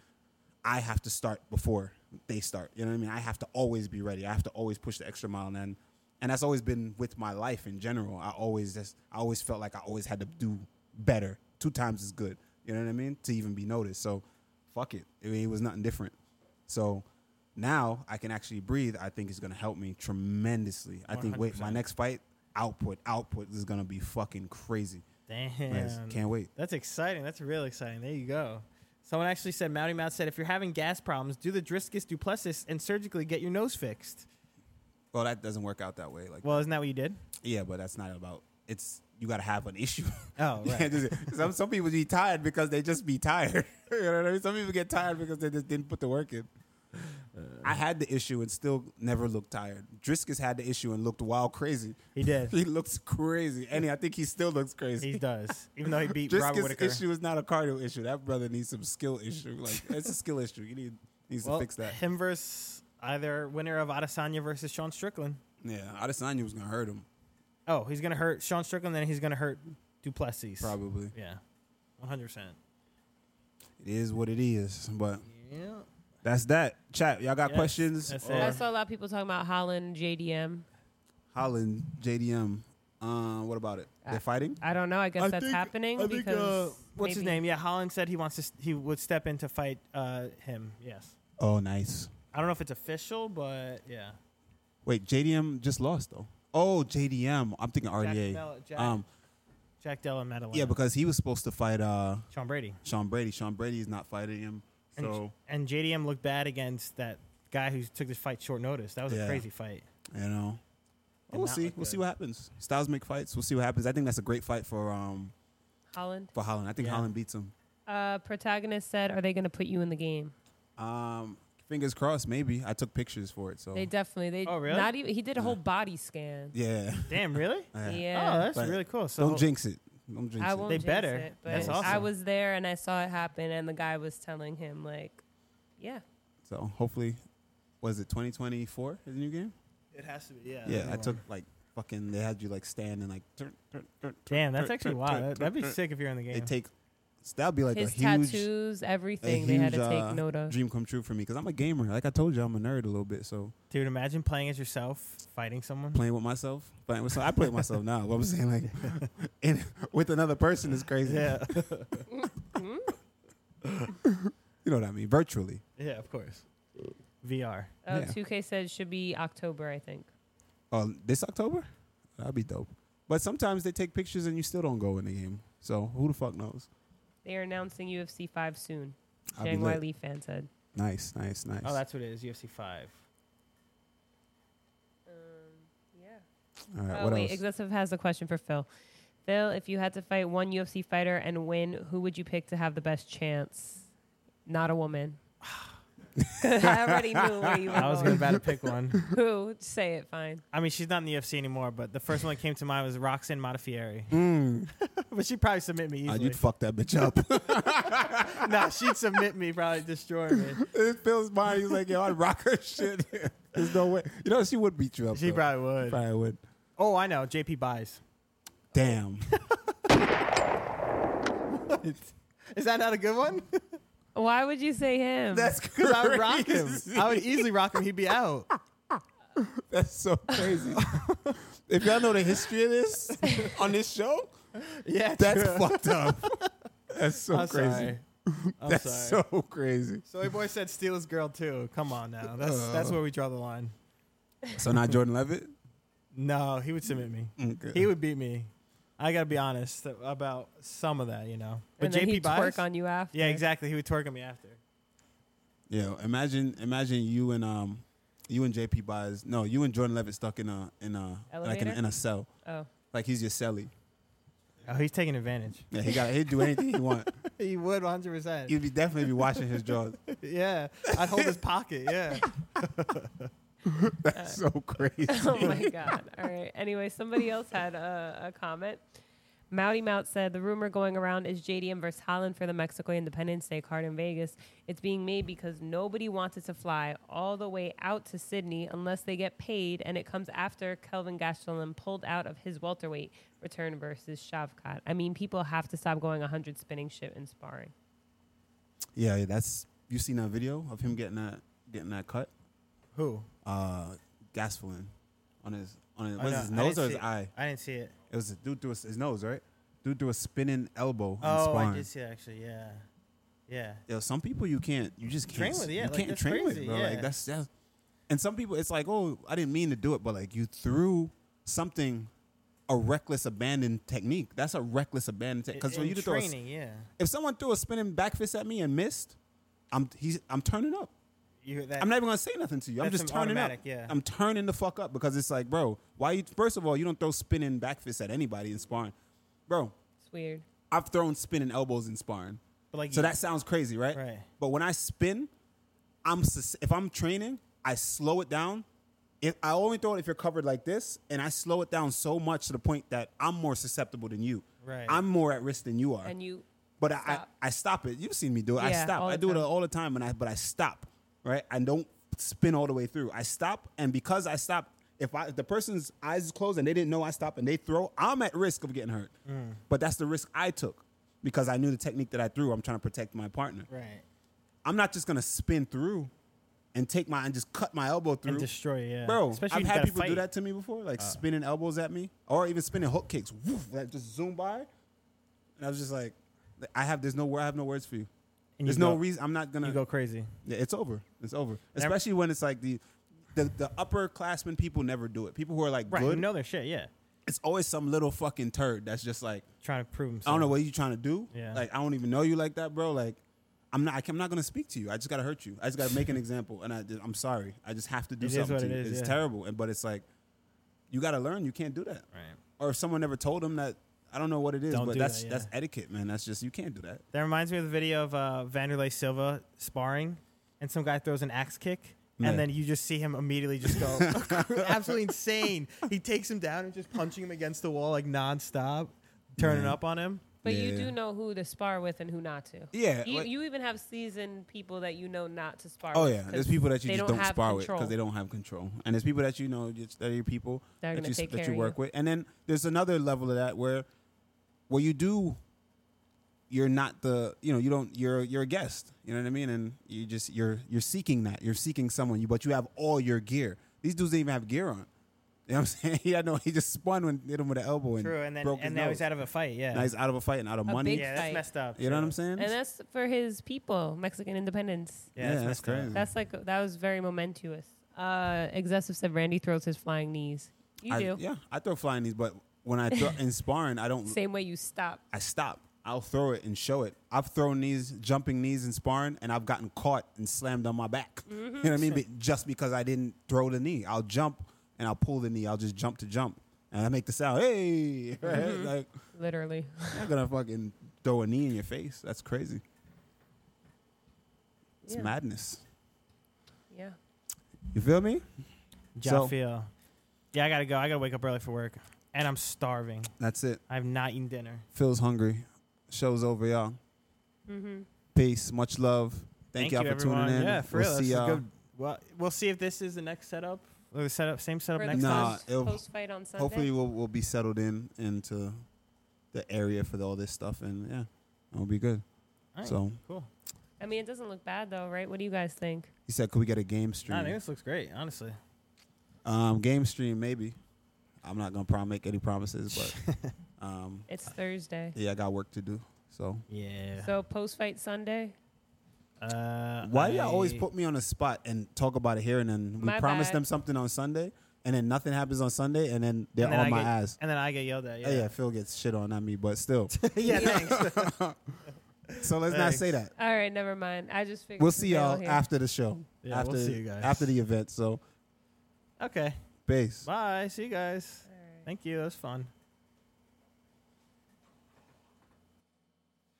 B: I have to start before they start. You know what I mean? I have to always be ready. I have to always push the extra mile. And then, and that's always been with my life in general. I always just, I always felt like I always had to do better. Two times is good. You know what I mean? To even be noticed. So, fuck it. I mean, it was nothing different. So now I can actually breathe. I think it's gonna help me tremendously. I think wait, my
A: 100%.
B: next fight output output is gonna be fucking crazy.
A: Damn.
B: Nice. Can't wait.
A: That's exciting. That's real exciting. There you go. Someone actually said, Mounty Mouth said, if you're having gas problems, do the Driscus duplessis and surgically get your nose fixed.
B: Well, that doesn't work out that way. Like,
A: Well, isn't that what you did?
B: yeah, but that's not about. It's you got to have an issue.
A: Oh,
B: You
A: right.
B: can't just- some some people be tired because they just be tired. you know what I mean? Some people get tired because they just didn't put the work in.
A: Uh,
B: I had the issue and still never looked tired. Driscus had the issue and looked wild crazy.
A: He did.
B: he looks crazy, and I think he still looks crazy.
A: He does. Even though he beat Robert
B: Driscus'
A: Whitaker.
B: issue is not a cardio issue. That brother needs some skill issue. Like it's a skill issue. You need needs
A: well,
B: to fix that.
A: Him versus either winner of Adesanya versus Sean Strickland.
B: Yeah, Adesanya was gonna hurt him
A: Oh, he's going to hurt Sean Strickland, then he's going to hurt Duplessis.
B: probably.
A: Yeah. 100%.
B: It is what it is, but
A: Yeah.
B: that's that. Chat, y'all got
A: Yes,
B: questions?
A: that's
B: Or
A: it.
C: I saw a lot of people talking about Holland JDM.
B: Holland JDM. Uh, what about it? They're fighting.
C: I don't know. I guess
B: I
C: that's
B: think-
C: happening
B: I think, uh,
C: because
A: What's his
C: maybe-
A: name? Yeah, Holland said he wants to. s he would step in to fight uh, him. Yes,
B: Oh, nice.
A: I don't know if it's official, but yeah.
B: Wait, JDM just lost though. Oh, JDM. I'm thinking RDA.
A: Mel- Jack-
B: Oh, um,
A: Jack Della Madeline.
B: yeah, because he was supposed to fight uh
A: Sean Brady
B: Sean Brady. Sean Brady is not fighting him.
A: and,
B: So
A: and JDM looked bad against that guy who took this fight short notice. That was
B: Yeah.
A: a crazy fight.
B: you know.
A: Did
B: we'll
A: not
B: see.
A: look
B: We'll see
A: good.
B: what happens. Styles make fights. We'll see what happens. I think that's a great fight for um
C: Holland.
B: for Holland. I think
A: Yeah.
B: Holland beats him.
C: Uh, protagonist said, "Are they going to put you in the game?"
B: Um, fingers crossed. Maybe I took pictures for it. So
C: They definitely. They
A: Oh, really?
C: Not even. He did a whole body scan.
B: yeah.
A: Damn, really?
B: Yeah.
A: Oh,
C: Yeah.
A: that's
B: But
A: really cool. So
B: Don't jinx it. Don't jinx
C: I
B: it.
C: won't.
A: They
C: jinx
A: better.
C: It, but
A: That's
C: I
A: awesome.
C: was there and I saw it happen, and the guy was telling him like, "Yeah,
B: So hopefully, was it 2024 is the new game?
A: it has to be. Yeah.
B: Yeah, I took like fucking. They had you like stand and like. Turn, turn, turn, turn,
A: Damn, that's
B: turn,
A: actually
B: turn,
A: wild.
B: turn,
A: That- That'd be
B: turn, turn.
A: sick if you're in the
B: They
A: game.
B: take. So that'd be like
C: his
B: a huge,
C: tattoos,
B: a
C: everything. they had to
B: huge,
C: take
B: uh,
C: note of."
B: dream come true for me because I'm a gamer. Like I told you, I'm a nerd a little bit. So
A: Dude, imagine playing as yourself, fighting someone.
B: playing with myself, playing with. So I play with myself now. But I'm saying like, and with another person is crazy.
A: Yeah.
B: You know what I mean? Virtually.
A: yeah, of course. VR.
C: Oh,
B: Yeah.
C: 2K said should be October, I think.
B: Oh, this October? That'd be dope. But sometimes they take pictures and you still don't go in the game. So who the fuck knows?
C: They are announcing UFC 5 soon.
B: I'll be
C: Shang
B: lit.
C: Wiley fan said.
B: Nice, nice, nice.
A: Oh, that's what it is. UFC Five.
C: Um, yeah.
B: All right.
C: oh
B: what
C: wait,
B: else?
C: Excessive has a question for Phil. Phil, if you had to fight one UFC fighter and win, who would you pick to have the best chance? Not a woman. I already knew where you were
A: I was
C: going.
A: about to pick one.
C: Who? Say it. Fine.
A: I mean, she's not in the UFC anymore, but the first one that came to mind was Roxanne Modafferi.
B: Mm.
A: but she'd probably submit me
B: Ah,
A: easily.
B: you'd fuck that bitch up.
A: nah, she'd submit me, probably destroy me.
B: it feels mine. He's like, yo, I'd rock her shit. There's no way. You know, she would beat you up.
A: She
B: though.
A: probably would.
B: Probably would.
A: Oh, I know. JP buys.
B: Damn.
A: Is that not a good one?
C: Why would you say him?
B: That's
A: Because
B: crazy.
A: I would rock him. I would easily rock him. He'd be out.
B: That's so crazy. if y'all know the history of this on this show,
A: Yeah,
B: that's
A: true.
B: fucked up. That's so
A: I'm
B: crazy.
A: sorry. I'm
B: That's
A: sorry.
B: so crazy.
A: Soy boy said steal his girl too. Come on now. That's that's where we draw the line.
B: So not Jordan Levitt.
A: No, he would submit me.
B: Mm,
A: He would beat me. I gotta be honest about some of that, you know. But
C: and then
A: JP
C: he'd twerk
A: buys.
C: on you after.
A: yeah, exactly. He would twerk on me after.
B: Yeah. Imagine, imagine you and um, you and JP buys. No, you and Jordan Levitt stuck in a in a like in, a-
C: Elevator?
B: in a cell.
C: Oh,
B: Like he's your celly.
A: Oh, he's taking advantage.
B: Yeah, he got. He'd do anything he want.
A: He would 100. percent
B: You'd be definitely be watching his jaws.
A: Yeah, I'd hold his pocket. Yeah.
B: That's so crazy.
C: oh my god. All right. Anyway, somebody else had a, a comment. Mouty Mout said the rumor going around is JDM versus Holland for the Mexico Independence Day card in Vegas. It's being made because nobody wanted to fly all the way out to Sydney unless they get paid, and it comes after Kelvin Gastelum pulled out of his welterweight return versus Shavkat. I mean, people have to stop going 100 spinning shit and sparring.
B: Yeah, that's. You seen that video of him getting that getting that cut?
A: Who?
B: Uh, Gasflin on his on his,
A: Oh,
B: was
A: no, I
B: his nose
A: didn't
B: or
A: see
B: his
A: it.
B: eye?
A: I didn't see it.
B: It was a dude through his, his nose, right? Dude through a spinning elbow. and
A: Oh, I
B: sparring.
A: did see it actually. Yeah, yeah.
B: Yo, some people you can't, you just can't
A: Train
B: s-
A: with it, yeah,
B: You
A: like,
B: can't
A: that's
B: train with it,
A: crazy,
B: bro.
A: yeah.
B: Like that's, that's and some people it's like, oh, I didn't mean to do it, but like you threw something a reckless abandon technique. That's a reckless abandon technique. Because for
A: In
B: you to throw a s-
A: training, yeah,
B: if someone threw a spinning back fist at me and missed, I'm he's I'm turning up.
A: you that
B: I'm not even gonna say nothing to you. I'm
A: That's
B: just
A: an
B: turning up.
A: automatic, yeah.
B: I'm turning the fuck up because it's like, bro, why you first of all, you don't throw spinning back fists at anybody in sparring. Bro,
C: It's weird.
B: I've thrown spinning elbows in sparring.
A: But, like,
B: so
A: you-
B: that sounds crazy, right?
A: Right.
B: But when I spin, I'm sus- if I'm training, I slow it down. If I only throw it if you're covered like this, and I slow it down so much to the point that I'm more susceptible than you.
A: Right.
B: I'm more at risk than you are.
C: And you
B: But I,
C: Stop.
B: I I stop it. You've seen me do it. I
C: Yeah,
B: stop.
C: all
B: I
C: the
B: do it
C: time.
B: all the time, and I but I stop. Right. I don't spin all the way through. I stop, and because I stop, if I if the person's eyes is closed and they didn't know I stopped and they throw, I'm at risk of getting hurt.
A: Mm.
B: But that's the risk I took because I knew the technique that I threw. I'm trying to protect my partner.
A: right
B: I'm not just gonna spin through and take my and just cut my elbow through.
A: and destroy. Yeah,
B: Bro,
A: Especially
B: I've
A: if you
B: had
A: gotta
B: people do
A: fight. Uh.
B: that to me before, like spinning elbows at me, or even spinning hook kicks. Woof, like just zoom by, and I was just like, I have there's no word, I have no words for you.
A: And you
B: there's no
A: go-
B: reason. I'm not gonna.
A: You go crazy.
B: Yeah, it's over. It's over.
A: Never-
B: Especially when it's like the, the the upperclassmen people never do it. People who are like
A: Right,
B: good,
A: you know their shit. Yeah,
B: it's always some little fucking turd that's just like,
A: trying to prove themselves.
B: I don't know what you trying to do.
A: Yeah.
B: Like I don't even know you like that, bro. Like. I'm not. I can- I'm not gonna speak to you. I just gotta hurt you. I just gotta make an example, and I, I'm sorry. I just have to do
A: It is
B: something
A: what
B: to
A: it
B: you.
A: is,
B: it's
A: yeah.
B: terrible, and but it's like, you gotta learn. You can't do that.
A: Right.
B: Or if someone never told them that, I don't know what it is,
A: Don't
B: but
A: do
B: that's
A: that, yeah.
B: that's etiquette, man. That's just you can't do that.
A: That reminds me of the video of uh, Vanderlei Silva sparring, and some guy throws an axe kick,
B: Man.
A: and then you just see him immediately just go absolutely insane. He takes him down and just punching him against the wall like nonstop, turning up on him.
C: But you
B: Yeah.
C: do know who to spar with and who not to.
B: Yeah,
C: You,
B: like-
C: you even have seasoned people that you know not to spar
B: Oh
C: with.
B: yeah,
C: 'cause
B: there's people that you
C: they
B: just
C: don't
B: don't,
C: have
B: spar with
C: control.
B: because they don't have control, and there's people that you know just that are your people
C: They're
B: that
C: gonna
B: you
C: take
B: that
C: care
B: you
C: of
B: work
C: you.
B: with, and then there's another level of that where where you do you're not the you know you don't you're you're a guest you know what I mean and you just you're you're seeking that you're seeking someone you but you have all your gear these dudes didn't even have gear on you know what I'm saying he had no he just spun when hit him with an elbow and
A: True, and then
B: broke his
A: and now
B: nose.
A: he's out of a fight. Yeah,
B: now he's out of a fight and out of
C: A
B: money
C: big
A: yeah, that's
C: fight.
A: messed up.
B: you know what
A: yeah.
B: I'm saying
C: And that's for his people, Mexican independence.
A: Yeah, that's,
B: Yeah, that's
A: messed up.
B: crazy.
C: That's like that was very momentous. Uh, excessive said Randy throws his flying knees. You
B: I,
C: do.
B: yeah I throw flying knees but when I throw in sparring I don't
C: Same way you stop.
B: I stop. I'll throw it and show it. I've thrown knees, jumping knees and sparring, and I've gotten caught and slammed on my back. You know what I mean? But just because I didn't throw the knee, I'll jump and I'll pull the knee. I'll just jump to jump, and I make the sound, "Hey!" Right? Like
C: Literally.
B: I'm not gonna fucking throw a knee in your face. That's crazy. It's
C: Yeah.
B: madness.
C: Yeah.
B: You feel me? So-
A: Jaffiel. Yeah, I gotta go. I gotta wake up early for work, and I'm starving.
B: That's it.
A: I've not eaten dinner.
B: Feels hungry. Show's over, y'all.
C: Mm-hmm.
B: Peace. Much love. Thank, y'all for
A: everyone.
B: tuning in.
A: Yeah, for
B: we'll
A: real.
B: see
A: this is
B: y'all.
A: good. Well, we'll see if this is the next setup or the setup, same setup next
B: the
A: time.
B: Nah, it'll-
C: post fight on Sunday.
B: hopefully we'll we'll be settled in into the area for all this stuff and yeah it'll be good
A: All right,
B: so
A: cool.
C: I mean, it doesn't look bad though, right? What do you guys think?
B: he said could we get a
A: Nah, I
B: game
A: think
B: stream
A: this looks great, honestly.
B: um game stream maybe i'm not gonna prom- make any promises but um
C: It's Thursday.
B: yeah i got work to do so
A: Yeah.
C: So post fight Sunday.
A: uh,
B: why do y'all always
A: I-
B: put me on the spot and talk about it here and then we
C: My
B: promise
C: bad.
B: them something on sunday and then nothing happens on sunday and then they're
A: and then
B: on
A: I
B: my
A: get-
B: ass
A: And then I get yelled at.
B: yeah.
A: Yeah.
B: Oh, yeah phil gets shit on not me but still
A: yeah, thanks.
B: so let's not say
A: Thanks.
B: that
C: All right, never mind. I just figured
B: we'll see y'all
C: here.
B: after the show
A: Yeah,
B: after
A: we'll see you guys.
B: after the event so
A: okay.
B: peace
A: Bye. See you guys.
C: All right.
A: Thank you. That was fun.